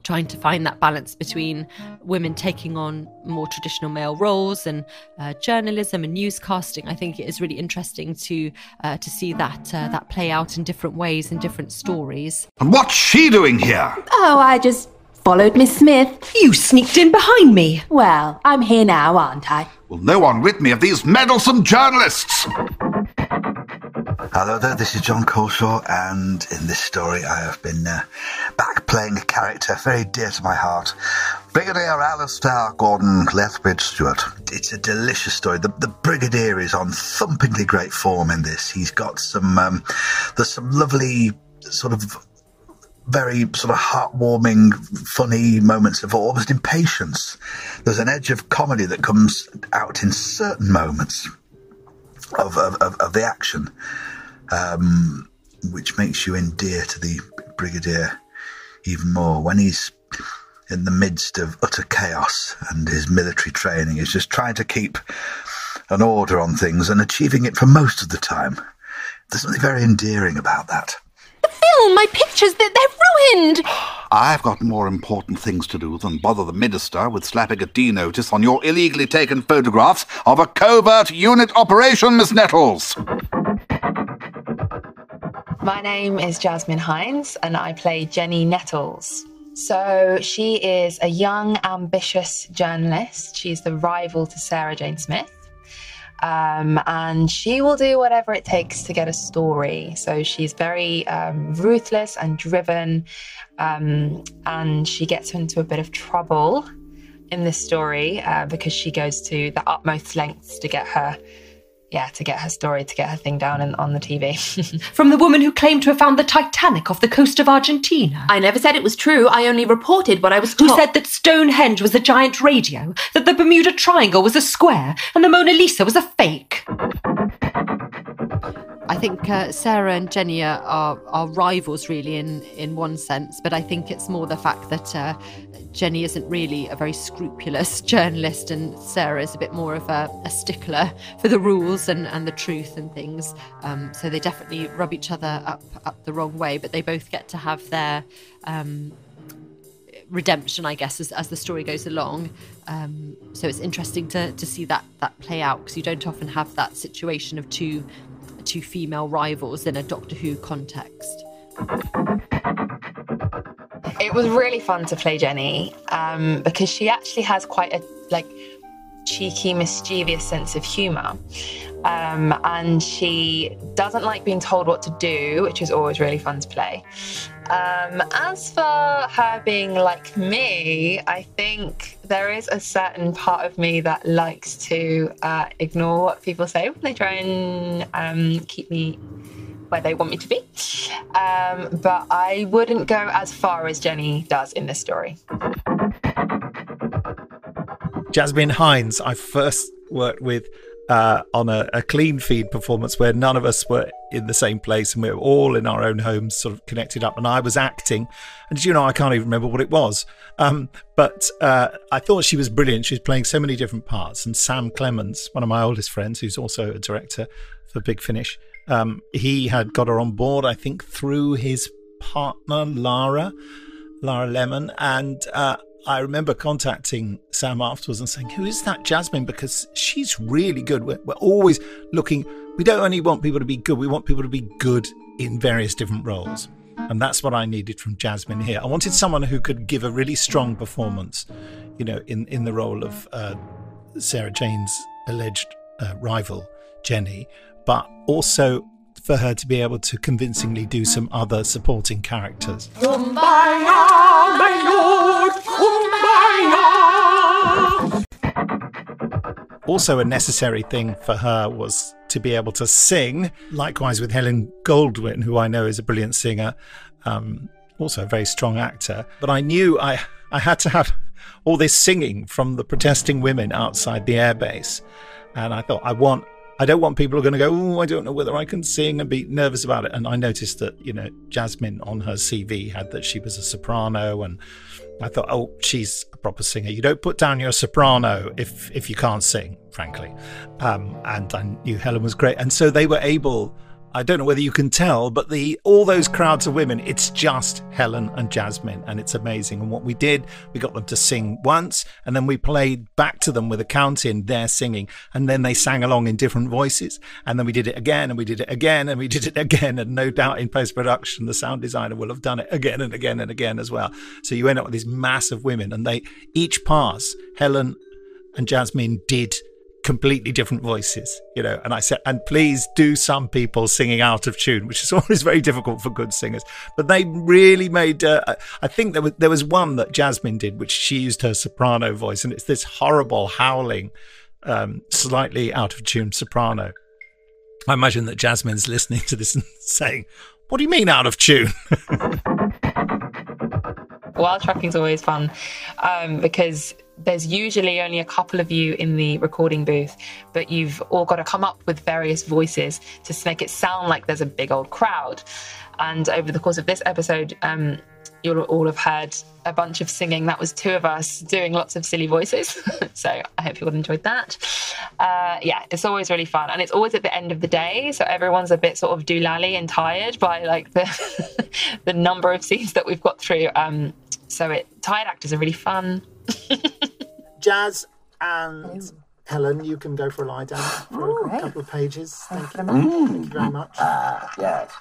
trying to find that balance between women taking on more traditional male roles and uh, journalism and newscasting. I think it is really interesting to uh, to see that uh, that play out in different ways in different stories.
And what's she doing here?
Oh, I just followed Miss Smith.
You sneaked in behind me.
Well, I'm here now, aren't I?
Will no one rid me of these meddlesome journalists?
Hello there, this is John Coleshaw, and in this story I have been uh, back playing a character very dear to my heart Brigadier Alistair Gordon Lethbridge Stewart. It's a delicious story. The, the Brigadier is on thumpingly great form in this. He's got some, um, there's some lovely sort of very sort of heartwarming, funny moments of almost impatience. There's an edge of comedy that comes out in certain moments of, of, of, of the action, um, which makes you endear to the Brigadier even more. When he's in the midst of utter chaos and his military training is just trying to keep an order on things and achieving it for most of the time.
There's something very endearing about that.
The film, my pictures, they're, they're ruined!
I've got more important things to do than bother the minister with slapping a D notice on your illegally taken photographs of a covert unit operation, Miss Nettles.
My name is Jasmine Hines, and I play Jenny Nettles. So, she is a young, ambitious journalist. She's the rival to Sarah Jane Smith. Um, and she will do whatever it takes to get a story. So, she's very um, ruthless and driven. Um, and she gets into a bit of trouble in this story uh, because she goes to the utmost lengths to get her. Yeah, to get her story, to get her thing down in, on the TV. From the woman who claimed to have found the Titanic off the coast of Argentina.
I never said it was true. I only reported what I was
Who
told.
said that Stonehenge was a giant radio, that the Bermuda Triangle was a square, and the Mona Lisa was a fake.
I think uh, Sarah and Jenny are, are are rivals, really, in, in one sense, but I think it's more the fact that uh, Jenny isn't really a very scrupulous journalist, and Sarah is a bit more of a, a stickler for the rules and, and the truth and things. Um, so they definitely rub each other up, up the wrong way, but they both get to have their um, redemption, I guess, as, as the story goes along. Um, so it's interesting to, to see that that play out because you don't often have that situation of two two female rivals in a Doctor Who context.
It was really fun to play Jenny um, because she actually has quite a like cheeky, mischievous sense of humour, um, and she doesn't like being told what to do, which is always really fun to play. Um, as for her being like me, I think there is a certain part of me that likes to uh, ignore what people say when they try and um, keep me where they want me to be. Um, but I wouldn't go as far as Jenny does in this story.
Jasmine Hines, I first worked with uh, on a, a clean feed performance where none of us were in the same place and we were all in our own homes, sort of connected up. And I was acting, and did you know, I can't even remember what it was. Um, but uh, I thought she was brilliant. She was playing so many different parts. And Sam Clemens, one of my oldest friends, who's also a director for Big Finish, um, he had got her on board, I think, through his partner, Lara. Lara Lemon, and uh, I remember contacting Sam afterwards and saying, "Who is that Jasmine? Because she's really good. We're, we're always looking. We don't only want people to be good; we want people to be good in various different roles." And that's what I needed from Jasmine here. I wanted someone who could give a really strong performance, you know, in in the role of uh, Sarah Jane's alleged uh, rival Jenny, but also for her to be able to convincingly do some other supporting characters.
Kumbaya, my lord, kumbaya.
Also, a necessary thing for her was to be able to sing. Likewise, with Helen Goldwyn, who I know is a brilliant singer, um, also a very strong actor. But I knew I, I had to have all this singing from the protesting women outside the airbase. And I thought, I want. I don't want people who are going to go, oh, I don't know whether I can sing and be nervous about it. And I noticed that, you know, Jasmine on her CV had that she was a soprano and I thought, oh, she's a proper singer. You don't put down your soprano if if you can't sing, frankly. Um, and I knew Helen was great, and so they were able. I don't know whether you can tell, but the all those crowds of women, it's just Helen and Jasmine, and it's amazing. And what we did, we got them to sing once, and then we played back to them with a count in their singing, and then they sang along in different voices, and then we did it again, and we did it again, and we did it again, and no doubt in post production the sound designer will have done it again and again and again as well. So you end up with this mass of women, and they each pass Helen and Jasmine did completely different voices, you know. And I said, and please do some people singing out of tune, which is always very difficult for good singers. But they really made. Uh, I- I think there was there was one that Jasmine did, which she used her soprano voice, and it's this horrible howling, um, slightly out of tune soprano. I imagine that Jasmine's listening to this and saying, "What do you mean out of tune?"
Wild tracking's always fun um, because there's usually only a couple of you in the recording booth, but you've all got to come up with various voices to make it sound like there's a big old crowd. And over the course of this episode, um, you'll all have heard a bunch of singing. That was two of us doing lots of silly voices. so I hope you all enjoyed that.
Uh, yeah, it's always really fun, and it's always at the end of the day, so everyone's a bit sort of doolally and tired by like the the number of scenes that we've got through. Um, so it tired actors are really fun.
Jazz and Helen, you can go for a lie down for a couple of pages. Thank you. Thank you very much.
yes.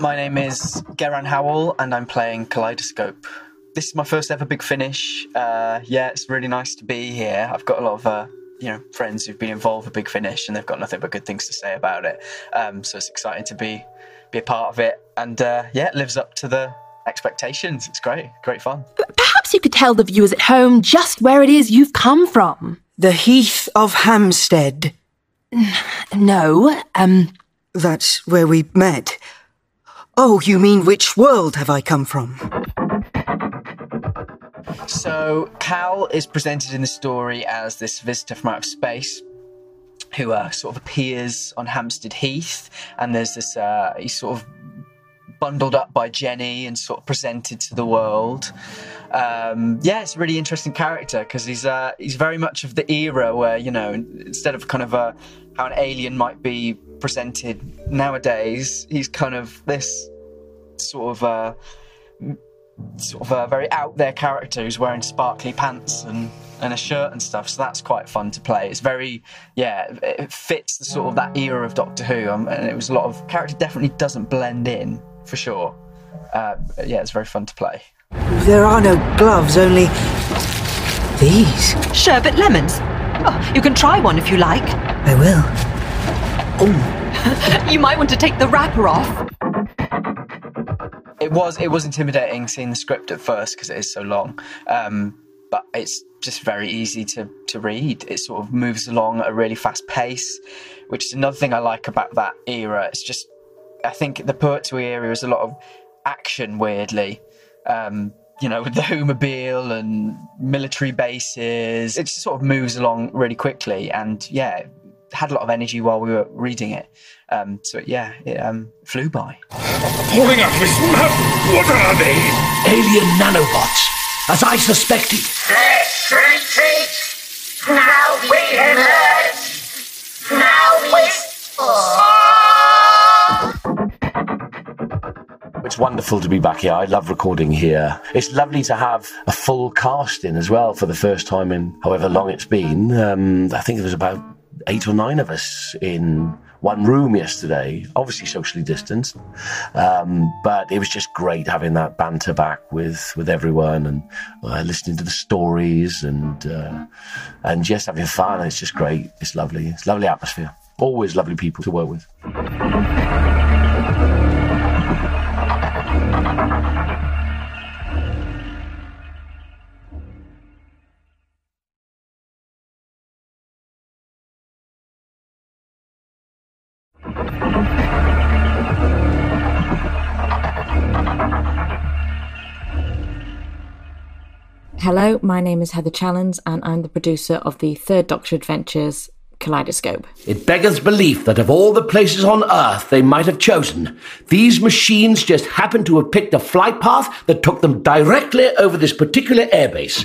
My name is Geran Howell, and I'm playing Kaleidoscope. This is my first ever big finish. Uh, yeah, it's really nice to be here. I've got a lot of uh, you know friends who've been involved with Big Finish, and they've got nothing but good things to say about it. Um, so it's exciting to be be a part of it, and uh, yeah, it lives up to the expectations. It's great, great fun.
Perhaps you could tell the viewers at home just where it is you've come from.
The Heath of Hampstead.
No, um.
That's where we met. Oh, you mean which world have I come from?
So Cal is presented in the story as this visitor from outer space who uh, sort of appears on Hampstead Heath, and there's this uh, he's sort of bundled up by Jenny and sort of presented to the world. Um, yeah, it's a really interesting character because he's uh, he's very much of the era where you know instead of kind of uh how an alien might be presented nowadays, he's kind of this sort of. Uh, sort of a very out there character who's wearing sparkly pants and and a shirt and stuff so that's quite fun to play it's very yeah it fits the sort of that era of doctor who um, and it was a lot of character definitely doesn't blend in for sure uh, yeah it's very fun to play
There are no gloves, only these.
Sherbet lemons. Oh, you can try one if you like.
I will.
you might want to take the wrapper off.
it was it was intimidating seeing the script at first because it is so long um, but it's just very easy to to read it sort of moves along at a really fast pace which is another thing i like about that era it's just i think the poetry era is a lot of action weirdly um, you know with the homermobile and military bases it just sort of moves along really quickly and yeah it had a lot of energy while we were reading it um, so yeah it um, flew by
Pulling up this map, what are they?
Alien nanobots, as I suspected.
Let's retreat! Now we emerge! Now we
It's wonderful to be back here. I love recording here. It's lovely to have a full cast in as well for the first time in however long it's been. Um, I think there was about eight or nine of us in one room yesterday, obviously socially distanced. Um, but it was just great having that banter back with, with everyone and uh, listening to the stories and, uh, and just having fun. It's just great. It's lovely. It's lovely atmosphere. Always lovely people to work with.
Hello, my name is Heather Challens, and I'm the producer of the Third Doctor Adventures Kaleidoscope.
It beggars belief that of all the places on Earth they might have chosen, these machines just happened to have picked a flight path that took them directly over this particular airbase.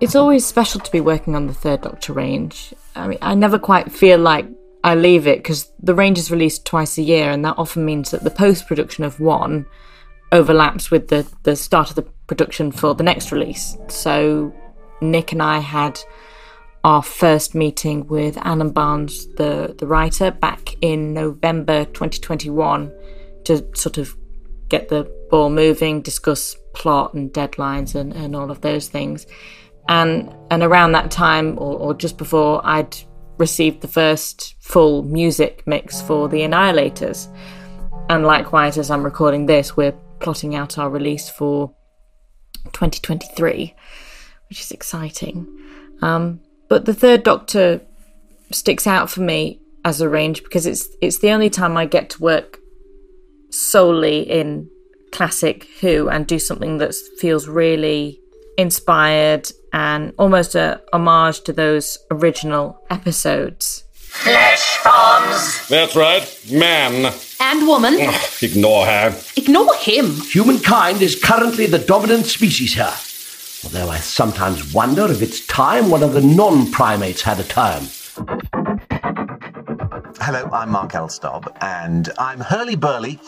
It's always special to be working on the Third Doctor range. I mean, I never quite feel like I leave it because the range is released twice a year, and that often means that the post production of one overlaps with the, the start of the production for the next release. So, Nick and I had our first meeting with Alan Barnes, the, the writer, back in November 2021 to sort of get the ball moving, discuss plot and deadlines and, and all of those things. And and around that time, or, or just before, I'd received the first full music mix for the Annihilators. And likewise, as I'm recording this, we're plotting out our release for 2023, which is exciting. Um, but the Third Doctor sticks out for me as a range because it's it's the only time I get to work solely in classic Who and do something that feels really inspired and almost a homage to those original episodes.
flesh forms!
That's right, man.
And woman.
Ignore her.
Ignore him.
Humankind is currently the dominant species here. Although I sometimes wonder if it's time one of the non primates had a turn.
Hello, I'm Mark Elstob, and I'm Hurley Burley,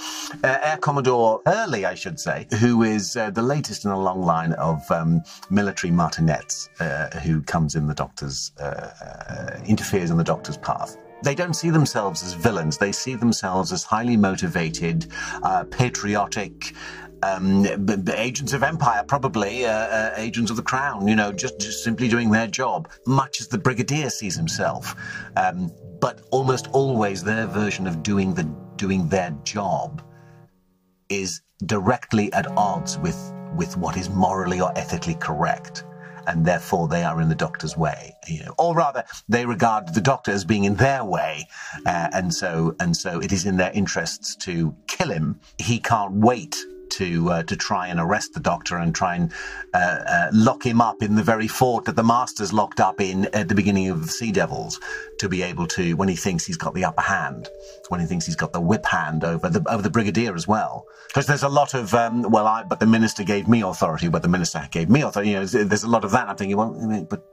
uh, Air Commodore Hurley, I should say, who is uh, the latest in a long line of um, military martinets uh, who comes in the doctor's, uh, uh, interferes on the doctor's path. They don't see themselves as villains, they see themselves as highly motivated, uh, patriotic. Um, b- b- agents of empire, probably uh, uh, agents of the crown, you know, just, just simply doing their job, much as the brigadier sees himself. Um, but almost always their version of doing the doing their job is directly at odds with with what is morally or ethically correct and therefore they are in the doctor's way you know or rather they regard the doctor as being in their way uh, and so and so it is in their interests to kill him he can't wait to uh, to try and arrest the doctor and try and uh, uh, lock him up in the very fort that the master's locked up in at the beginning of Sea Devils to be able to when he thinks he's got the upper hand when he thinks he's got the whip hand over the over the brigadier as well because there's a lot of um, well I but the minister gave me authority but the minister gave me authority you know there's a lot of that I'm thinking well I mean, but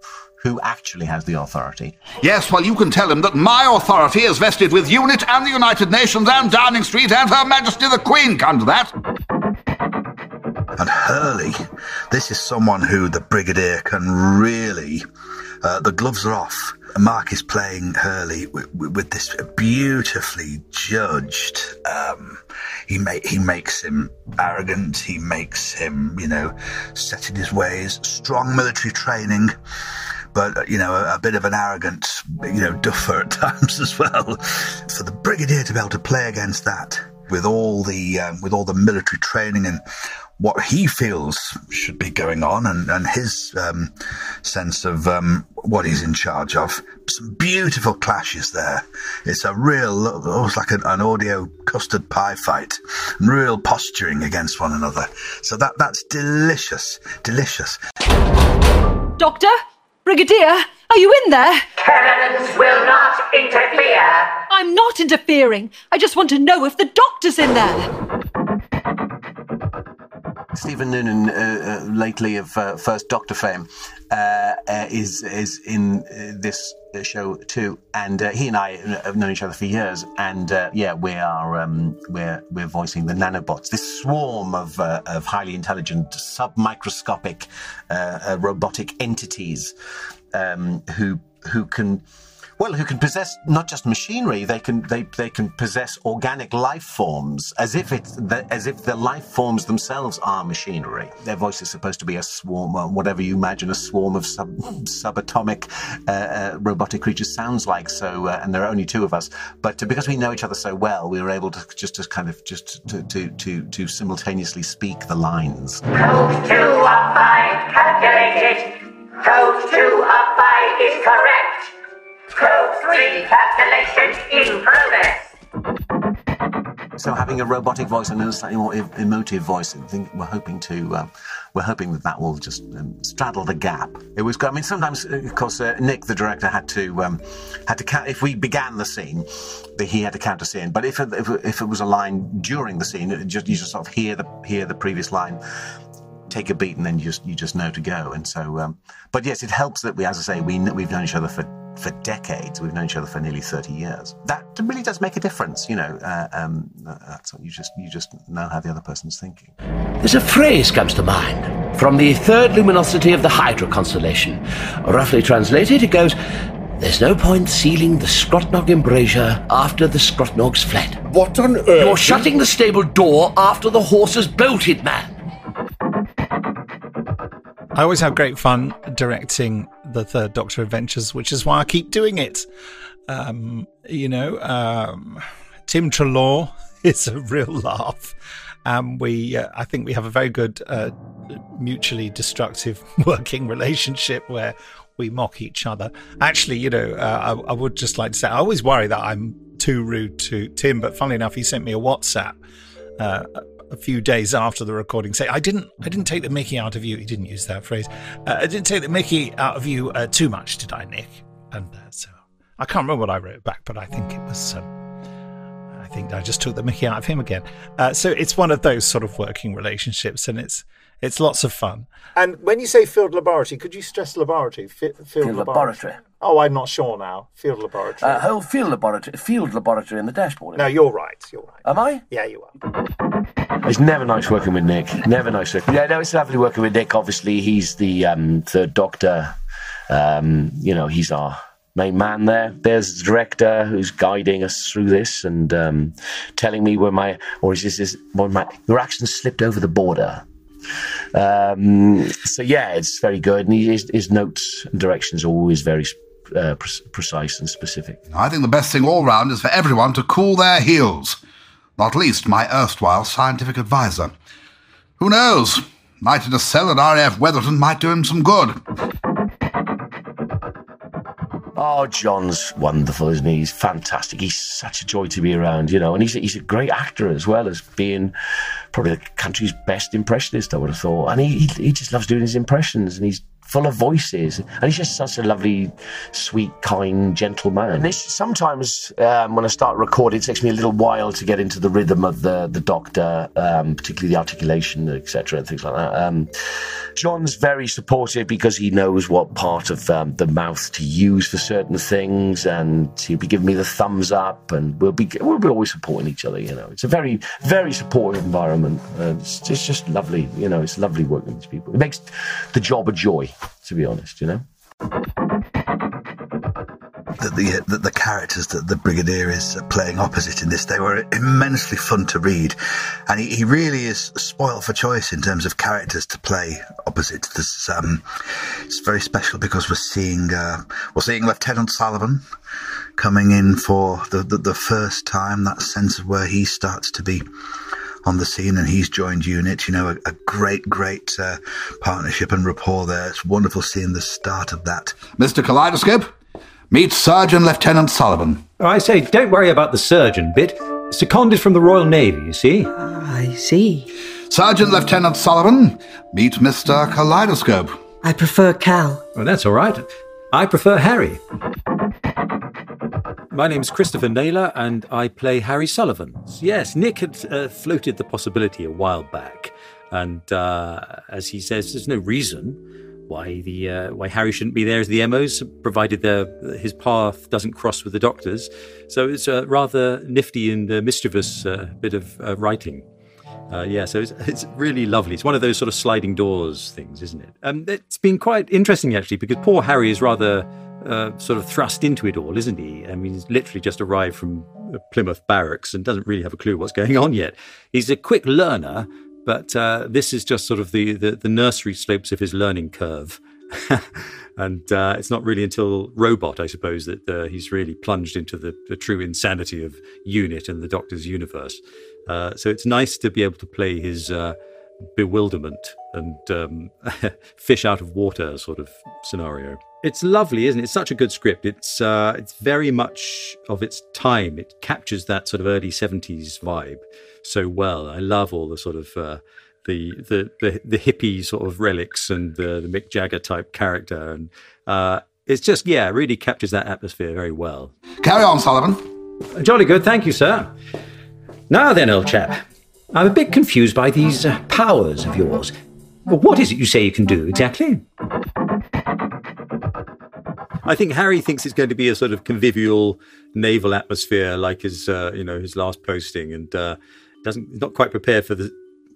who actually has the authority
Yes, well, you can tell him that my authority is vested with UNIT and the United Nations and Downing Street and Her Majesty the Queen, come to that.
And Hurley, this is someone who the Brigadier can really. Uh, the gloves are off. Mark is playing Hurley with, with this beautifully judged. Um, he ma- he makes him arrogant. He makes him, you know, set in his ways. Strong military training, but uh, you know, a, a bit of an arrogant, you know, duffer at times as well. For the Brigadier to be able to play against that with all the um, with all the military training and what he feels should be going on and, and his um, sense of um, what he's in charge of. Some beautiful clashes there. It's a real, almost like an, an audio custard pie fight, real posturing against one another. So that that's delicious, delicious.
Doctor? Brigadier? Are you in there?
Cannons will not interfere.
I'm not interfering. I just want to know if the doctor's in there.
Stephen Noonan, uh, uh, lately of uh, First Doctor fame, uh, uh, is is in uh, this uh, show too, and uh, he and I have known each other for years, and uh, yeah, we are um, we're we're voicing the nanobots, this swarm of uh, of highly intelligent, submicroscopic, uh, uh, robotic entities, um, who who can. Well, who can possess not just machinery? They can they, they can possess organic life forms as if it's the, as if the life forms themselves are machinery. Their voice is supposed to be a swarm, or whatever you imagine a swarm of sub, subatomic uh, uh, robotic creatures sounds like. So, uh, and there are only two of us, but uh, because we know each other so well, we were able to just to kind of just to to to, to simultaneously speak the lines.
Code 2 of 5 calculated. Code 2 of 5 is correct. Code 3 calculation in progress.
So having a robotic voice and a slightly more e- emotive voice, I think we're hoping to, um, we're hoping that that will just um, straddle the gap. It was, I mean, sometimes, uh, of course, uh, Nick, the director, had to um, had to count. If we began the scene, that he had to count us in. But if it, if, it- if it was a line during the scene, it just you just sort of hear the hear the previous line. Take a beat and then you just you just know to go, and so. Um, but yes, it helps that we, as I say, we kn- we've known each other for for decades. We've known each other for nearly thirty years. That really does make a difference, you know. Uh, um, that's you just you just know how the other person's thinking.
There's a phrase comes to mind from the third luminosity of the Hydra constellation. Roughly translated, it goes, There's no point sealing the Scrotnog embrasure after the Scrotnog's fled.
What on earth?
You're shutting the stable door after the horse has bolted, man.
I always have great fun directing the Third Doctor Adventures, which is why I keep doing it. Um, you know, um, Tim Trelaw is a real laugh. And we, uh, I think we have a very good uh, mutually destructive working relationship where we mock each other. Actually, you know, uh, I, I would just like to say I always worry that I'm too rude to Tim, but funnily enough, he sent me a WhatsApp uh, a few days after the recording say, "I didn't, I didn't take the Mickey out of you." He didn't use that phrase. Uh, I didn't take the Mickey out of you uh, too much, did I, Nick? And uh, so I can't remember what I wrote back, but I think it was. Um, I think I just took the Mickey out of him again. Uh, so it's one of those sort of working relationships, and it's It's lots of fun.
And when you say field laboratory, could you stress laboratory? Fi- field,
Field
laboratory. Oh, I'm not sure now. Field laboratory.
Uh, whole field laboratory, field laboratory in the dashboard.
no, you're right. You're right.
Am I?
Yeah, you are.
It's never nice working with Nick. Never nice. Working. Yeah, no, it's lovely working with Nick. Obviously, he's the um, third Doctor. Um, you know, he's our main man there. There's the director who's guiding us through this and um, telling me where my or is this is where my your action slipped over the border. Um, so yeah, it's very good, and he, his, his notes and directions are always very uh, pre- precise and specific.
I think the best thing all round is for everyone to cool their heels, not least my erstwhile scientific advisor. Who knows? Night in a cell at RAF Weatherton might do him some good.
Oh, John's wonderful, isn't he? He's fantastic. He's such a joy to be around, you know, and he's a, he's a great actor as well as being probably the country's best impressionist, I would have thought. And he, he, he just loves doing his impressions and he's full of voices. And he's just such a lovely, sweet, kind, gentle man. And it's sometimes um, when I start recording, it takes me a little while to get into the rhythm of the, the doctor, um, particularly the articulation, etc., and things like that. Um, John's very supportive because he knows what part of um, the mouth to use for certain things, and he'll be giving me the thumbs up, and we'll be we'll be always supporting each other. You know, it's a very very supportive environment. Uh, it's, it's just lovely. You know, it's lovely working with these people. It makes the job a joy, to be honest. You know.
the, the, the, the characters that the Brigadier is uh, playing opposite in this, they were immensely fun to read. And he, he really is spoilt for choice in terms of characters to play opposite. This, um, it's very special because we're seeing, uh, we're seeing Lieutenant Sullivan coming in for the, the, the first time, that sense of where he starts to be on the scene and he's joined unit you know a, a great great uh, partnership and rapport there it's wonderful seeing the start of that
Mr. Kaleidoscope, meet Surgeon Lieutenant Sullivan.
Oh, I say, don't worry about the surgeon bit. Seconded from the Royal Navy, you see.
Ah, I see. Sergeant Lieutenant Sullivan, meet Mr. Kaleidoscope.
I prefer Cal.
Well, that's all right. I prefer Harry. My name's Christopher Naylor, and I play Harry Sullivan. Yes, Nick had uh, floated the possibility a while back, and uh, as he says, there's no reason why the uh, why Harry shouldn't be there as the MO's, provided the, his path doesn't cross with the Doctor's. So it's a rather nifty and uh, mischievous uh, bit of uh, writing. Uh, yeah, so it's, it's really lovely. It's one of those sort of sliding doors things, isn't it? Um, it's been quite interesting actually, because poor Harry is rather uh, sort of thrust into it all, isn't he? I mean, he's literally just arrived from uh, Plymouth barracks and doesn't really have a clue what's going on yet. He's a quick learner, but uh, this is just sort of the, the the nursery slopes of his learning curve. And uh, it's not really until Robot, I suppose, that uh, he's really plunged into the, the true insanity of Unit and the Doctor's universe. Uh, so it's nice to be able to play his uh, bewilderment and um, fish out of water sort of scenario. It's lovely, isn't it? It's such a good script. It's uh, it's very much of its time. It captures that sort of early '70s vibe so well. I love all the sort of uh, the, the the the hippie sort of relics and the, the Mick Jagger type character, and uh, it's just yeah, it really captures that atmosphere very well.
Carry on, Sullivan.
Jolly good, thank you, sir. Now then, old chap, I'm a bit confused by these uh, powers of yours. What is it you say you can do exactly? I think Harry thinks it's going to be a sort of convivial naval atmosphere, like his uh, you know his last posting, and uh, doesn't not quite prepared for the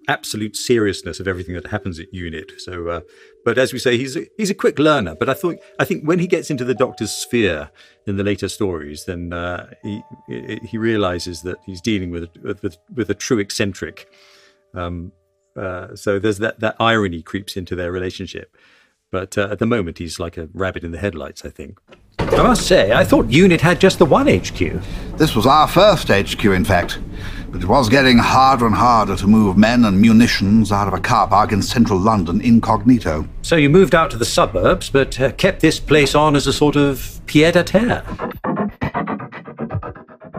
absolute seriousness of everything that happens at unit. So, uh, but as we say, he's a, he's a quick learner. But I thought I think when he gets into the Doctor's sphere in the later stories, then uh, he he- he realizes that he's dealing with with, with a true eccentric. Um, uh, so there's that that irony creeps into their relationship. But uh, at the moment, he's like a rabbit in the headlights. I think. I must say, I thought Unit had just the one HQ.
This was our first HQ, in fact, but it was getting harder and harder to move men and munitions out of a car park in central London incognito.
So you moved out to the suburbs, but uh, kept this place on as a sort of pied à terre.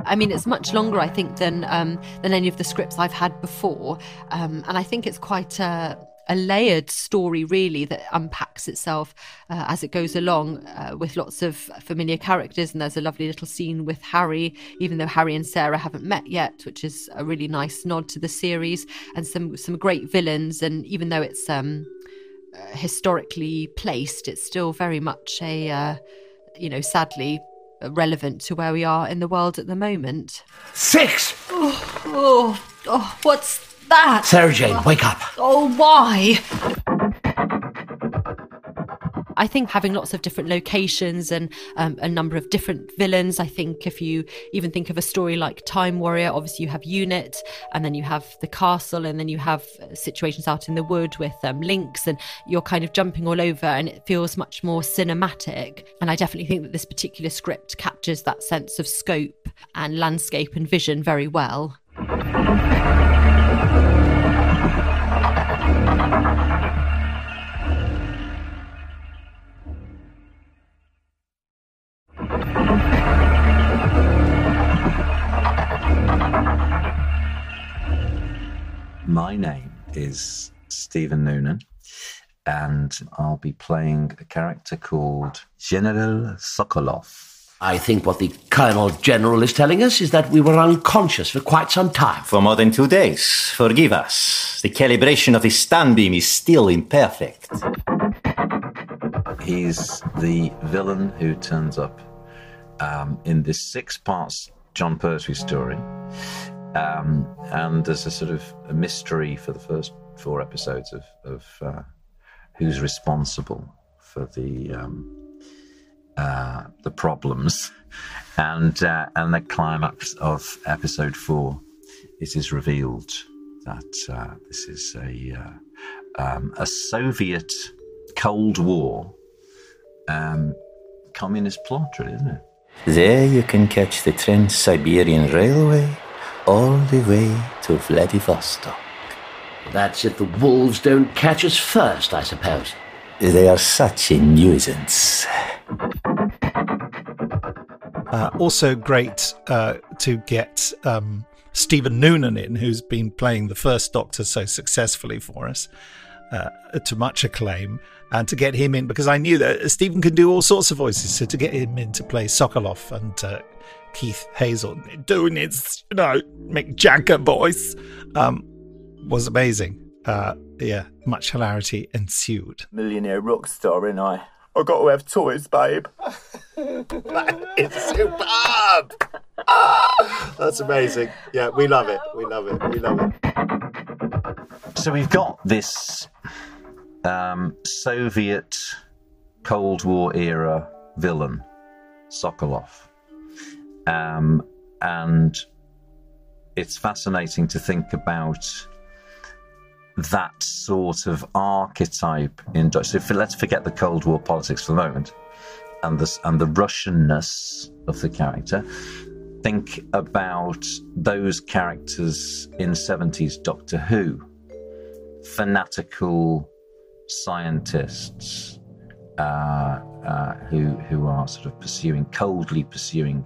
I mean, it's much longer, I think, than um, than any of the scripts I've had before, um, and I think it's quite a, a layered story really that unpacks itself uh, as it goes along uh, with lots of familiar characters and there's a lovely little scene with harry even though harry and sarah haven't met yet which is a really nice nod to the series and some some great villains and even though it's um uh, historically placed it's still very much a uh, you know sadly relevant to where we are in the world at the moment
Six!
oh, oh, oh what's that
Sarah Jane, wake up.
Oh, why? I think having lots of different locations and um, a number of different villains. I think if you even think of a story like Time Warrior, obviously you have Unit, and then you have the castle, and then you have uh, situations out in the wood with um, links, and you're kind of jumping all over, and it feels much more cinematic. And I definitely think that this particular script captures that sense of scope and landscape and vision very well.
My name is Stephen Noonan, and I'll be playing a character called General Sokolov.
I think what the Colonel General is telling us is that we were unconscious for quite some time.
For more than two days, forgive us. The calibration of his stun beam is still imperfect.
He's the villain who turns up um, in this six parts John Pertwee story. Um, and there's a sort of a mystery for the first four episodes of, of uh, who's responsible for the um, uh, the problems, and uh, and the climax of episode four, it is revealed that uh, this is a uh, um, a Soviet Cold War um, communist plot, really, isn't it?
There you can catch the Trans Siberian Railway all the way to Vladivostok.
That's if the wolves don't catch us first, I suppose.
They are such a nuisance.
Uh, also great uh, to get um, Stephen Noonan in, who's been playing the first Doctor so successfully for us, uh, to much acclaim, and to get him in because I knew that uh, Stephen can do all sorts of voices. So to get him in to play Sokolov and uh, Keith Hazel doing his, you know, Mick Jagger voice um, was amazing. Uh, yeah, much hilarity ensued.
Millionaire rock star, and I. I got to have toys, babe.
It's superb. Ah, that's amazing. Yeah, we love it. We love it. We love it.
So we've got this um, Soviet Cold War era villain, Sokolov. Um, and it's fascinating to think about that sort of archetype in Dutch. So if, let's forget the Cold War politics for the moment and the, and the Russianness of the character. Think about those characters in 70s Doctor Who fanatical scientists uh, uh, who who are sort of pursuing coldly pursuing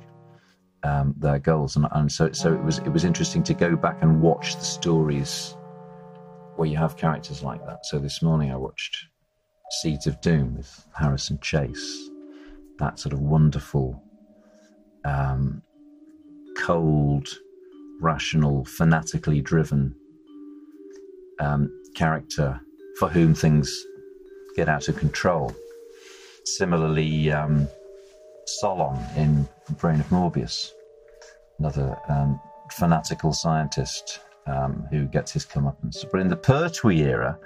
um, their goals, and, and so so it was it was interesting to go back and watch the stories where you have characters like that. So this morning I watched Seeds of Doom with Harrison Chase, that sort of wonderful, um, cold, rational, fanatically driven um, character for whom things get out of control. Similarly, um, Solon in Brain of Morbius, another um, fanatical scientist um, who gets his comeuppance. But in the Pertwee era,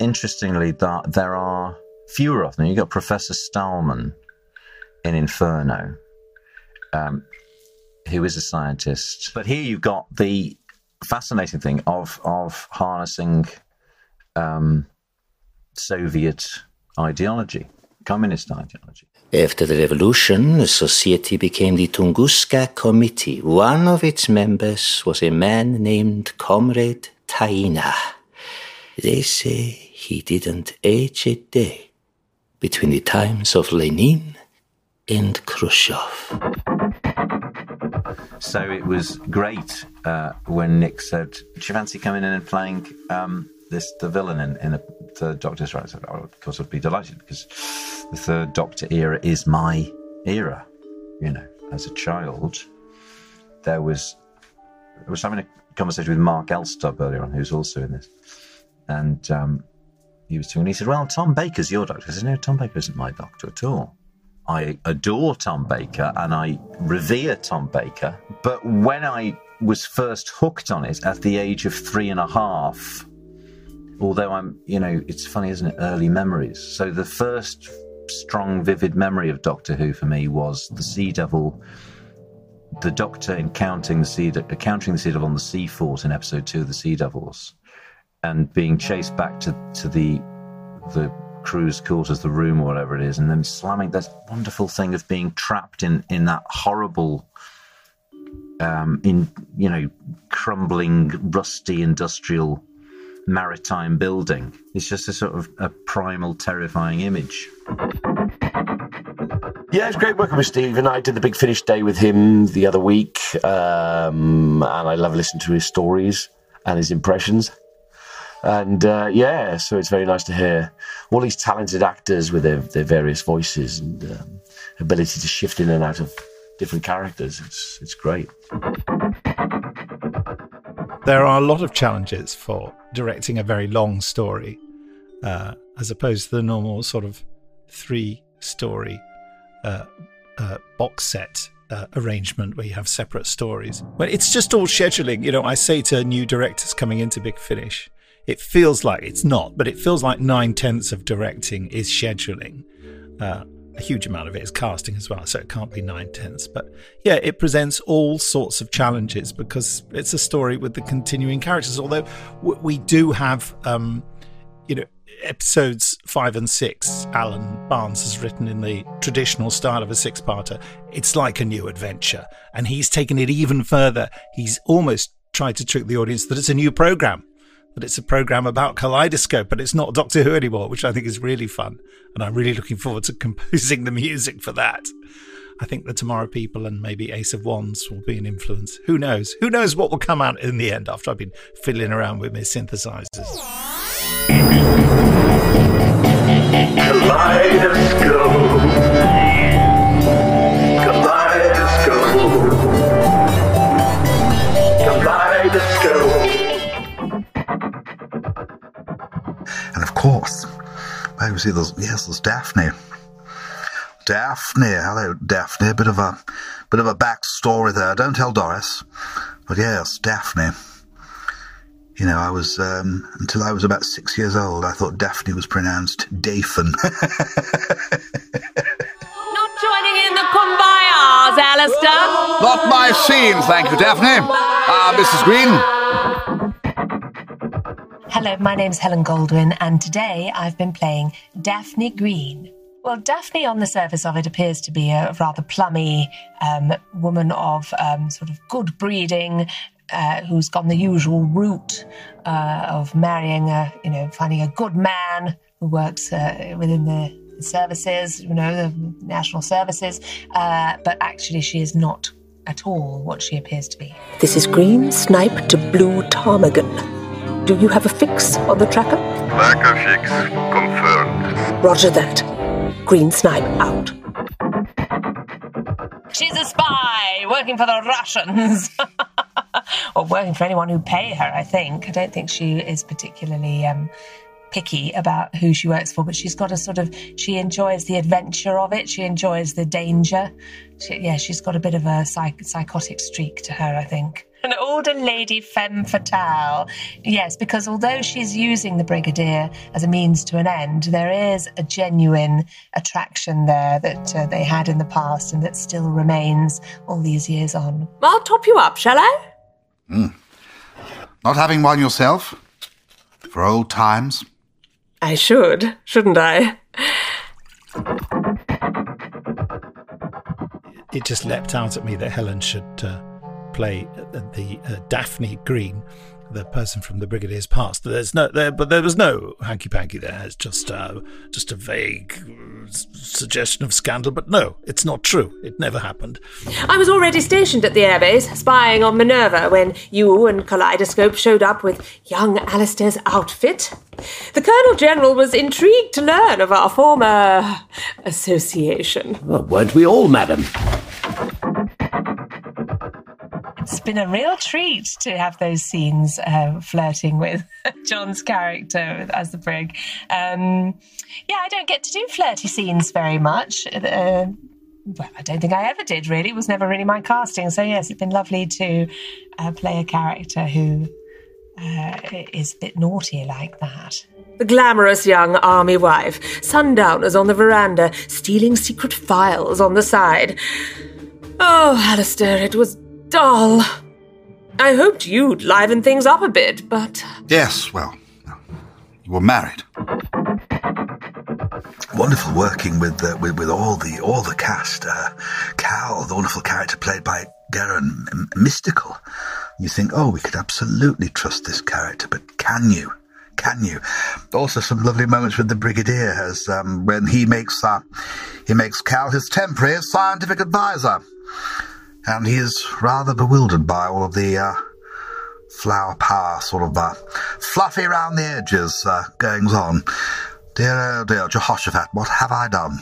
interestingly, that there are fewer of them. You've got Professor Stallman in Inferno, um, who is a scientist. But here you've got the fascinating thing of of harnessing um, Soviet ideology, communist ideology.
After the revolution, the society became the Tunguska Committee. One of its members was a man named Comrade Taina. They say he didn't age a day between the times of Lenin and Khrushchev.
So it was great uh, when Nick said, "Do you fancy coming in and playing um, this the villain in, in a third Doctor's right. So, oh, of course, I'd be delighted because the third Doctor era is my era. You know, as a child, there was I was having a conversation with Mark Elstob earlier on, who's also in this, and um, he was talking. He said, "Well, Tom Baker's your doctor." I said, "No, Tom Baker isn't my doctor at all. I adore Tom Baker and I revere Tom Baker, but when I was first hooked on it at the age of three and a half, although I'm, you know, it's funny, isn't it? Early memories. So the first strong, vivid memory of Doctor Who for me was the Sea Devil, the Doctor encountering the Sea, De- encountering the Sea Devil on the Sea Fort in episode two of the Sea Devils, and being chased back to to the the crew's quarters, the room or whatever it is, and then slamming. That wonderful thing of being trapped in in that horrible um, in you know crumbling, rusty industrial maritime building. It's just a sort of a primal, terrifying image.
Yeah, it's great working with Steve, and I did the big finish day with him the other week, um, and I love listening to his stories and his impressions. And uh, yeah, so it's very nice to hear all these talented actors with their, their various voices and um, ability to shift in and out of different characters. It's it's great.
There are a lot of challenges for directing a very long story, uh, as opposed to the normal sort of three-story uh, uh, box set uh, arrangement where you have separate stories. Well, it's just all scheduling. You know, I say to new directors coming into Big Finish, it feels like it's not, but it feels like nine tenths of directing is scheduling. Uh, a huge amount of it is casting as well, so it can't be nine tenths. But yeah, it presents all sorts of challenges because it's a story with the continuing characters. Although w- we do have, um, you know, episodes five and six, Alan Barnes has written in the traditional style of a six parter. It's like a new adventure. And he's taken it even further. He's almost tried to trick the audience that it's a new program that it's a program about Kaleidoscope, but it's not Doctor Who anymore, which I think is really fun. And I'm really looking forward to composing the music for that. I think the Tomorrow People and maybe Ace of Wands will be an influence. Who knows? Who knows what will come out in the end after I've been fiddling around with my synthesizers?
And of course, I can see there's yes, there's Daphne. Daphne, hello, Daphne. Bit of a bit of a backstory there. Don't tell Doris, but yes, Daphne. You know, I was um, until I was about six years old. I thought Daphne was pronounced Daphan.
Not joining in the kumbayas, Alistair.
Not my scene, thank you, Daphne. Ah, Mrs. Green.
Hello, my name's Helen Goldwyn, and today I've been playing Daphne Green. Well, Daphne, on the surface of it, appears to be a rather plummy um, woman of um, sort of good breeding. Uh, who's gone the usual route uh, of marrying a, you know, finding a good man who works uh, within the services, you know, the national services. Uh, but actually, she is not at all what she appears to be.
This is green snipe to blue ptarmigan. Do you have a fix on the tracker?
Lack of fix confirmed.
Roger that. Green snipe out.
She's a spy working for the Russians. or working for anyone who pay her, I think. I don't think she is particularly um, picky about who she works for, but she's got a sort of, she enjoys the adventure of it. She enjoys the danger. She, yeah, she's got a bit of a psych- psychotic streak to her, I think. An older lady femme fatale. Yes, because although she's using the Brigadier as a means to an end, there is a genuine attraction there that uh, they had in the past and that still remains all these years on.
I'll top you up, shall I?
Not having one yourself? For old times?
I should, shouldn't I?
It just leapt out at me that Helen should uh, play uh, the uh, Daphne Green, the person from the Brigadier's past. There's no, there, but there was no hanky panky there. It's just, uh, just a vague
s- suggestion of scandal, but no, it's not true. It never happened.
I was already stationed at the airbase, spying on Minerva, when you and Kaleidoscope showed up with young Alistair's outfit. The Colonel General was intrigued to learn of our former association.
Well, weren't we all, madam?
It's been a real treat to have those scenes uh, flirting with John's character as the brig. Um, yeah, I don't get to do flirty scenes very much. Uh, well, I don't think I ever did, really. It was never really my casting. So, yes, it's been lovely to uh, play a character who uh, is a bit naughty like that.
The glamorous young army wife, sundowners on the veranda, stealing secret files on the side. Oh, Alistair, it was dull. I hoped you'd liven things up a bit, but
Yes, well, you were married.
Wonderful working with, uh, with with all the all the cast. Uh, Cal, the wonderful character played by Garen, m- mystical. You think, oh, we could absolutely trust this character, but can you? Can you? Also, some lovely moments with the Brigadier as um, when he makes uh, he makes Cal his temporary scientific advisor, and he is rather bewildered by all of the. Uh, flower power sort of uh, fluffy round the edges uh, goings on. Dear, oh dear, Jehoshaphat, what have I done?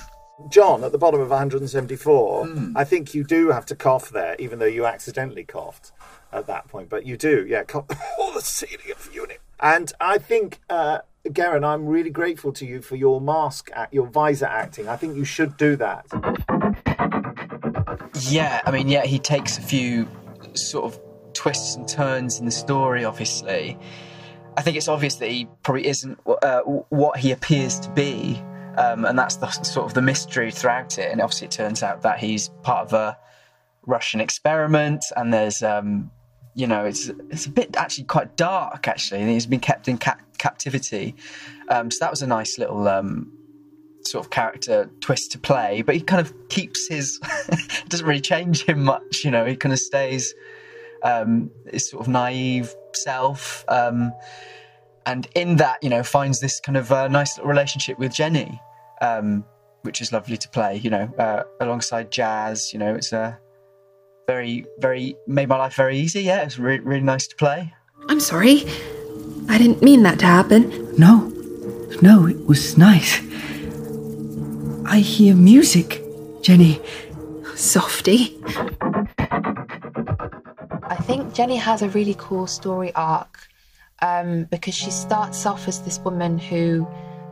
John, at the bottom of 174, I think you do have to cough there, even though you accidentally coughed at that point. But you do, yeah. Cough. oh, the ceiling of the unit. And I think, uh, Garen, I'm really grateful to you for your mask, act, your visor acting. I think you should do that.
Yeah, I mean, yeah, he takes a few sort of twists and turns in the story, obviously. I think it's obvious that he probably isn't uh, what he appears to be, um, and that's the sort of the mystery throughout it. And obviously, it turns out that he's part of a Russian experiment, and there's, um, you know, it's it's a bit actually quite dark actually, and he's been kept in cap- captivity. Um, so that was a nice little um, sort of character twist to play, but he kind of keeps his it doesn't really change him much, you know. He kind of stays um, his sort of naive self, um, and in that, you know, finds this kind of uh, nice little relationship with Jenny, um, which is lovely to play, you know, uh, alongside jazz. You know, it's a very, very made my life very easy. Yeah, it's re- really nice to play.
I'm sorry. I didn't mean that to happen.
No, no, it was nice. I hear music, Jenny.
Softy.
I think Jenny has a really cool story arc um, because she starts off as this woman who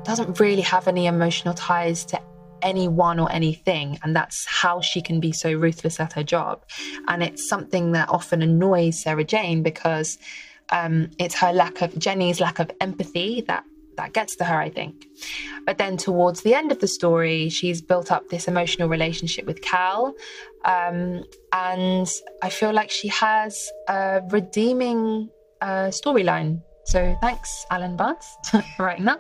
doesn't really have any emotional ties to anyone or anything, and that's how she can be so ruthless at her job. And it's something that often annoys Sarah Jane because um, it's her lack of Jenny's lack of empathy that that gets to her, I think. But then towards the end of the story, she's built up this emotional relationship with Cal. Um, and I feel like she has a redeeming uh, storyline. So thanks, Alan Barnes, right now.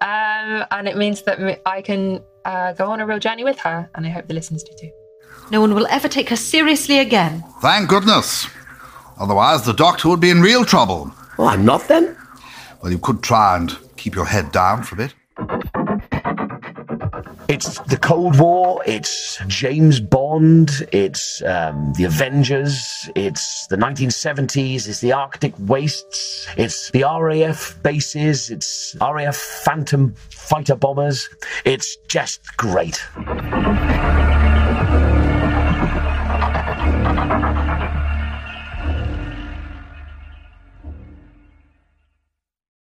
Um, and it means that m- I can uh, go on a real journey with her, and I hope the listeners do too.
No one will ever take her seriously again.
Thank goodness. Otherwise, the doctor would be in real trouble.
Well, I'm not then.
Well, you could try and keep your head down for a bit.
It's the Cold War, it's James Bond, it's um, the Avengers, it's the 1970s, it's the Arctic wastes, it's the RAF bases, it's RAF Phantom fighter bombers. It's just great.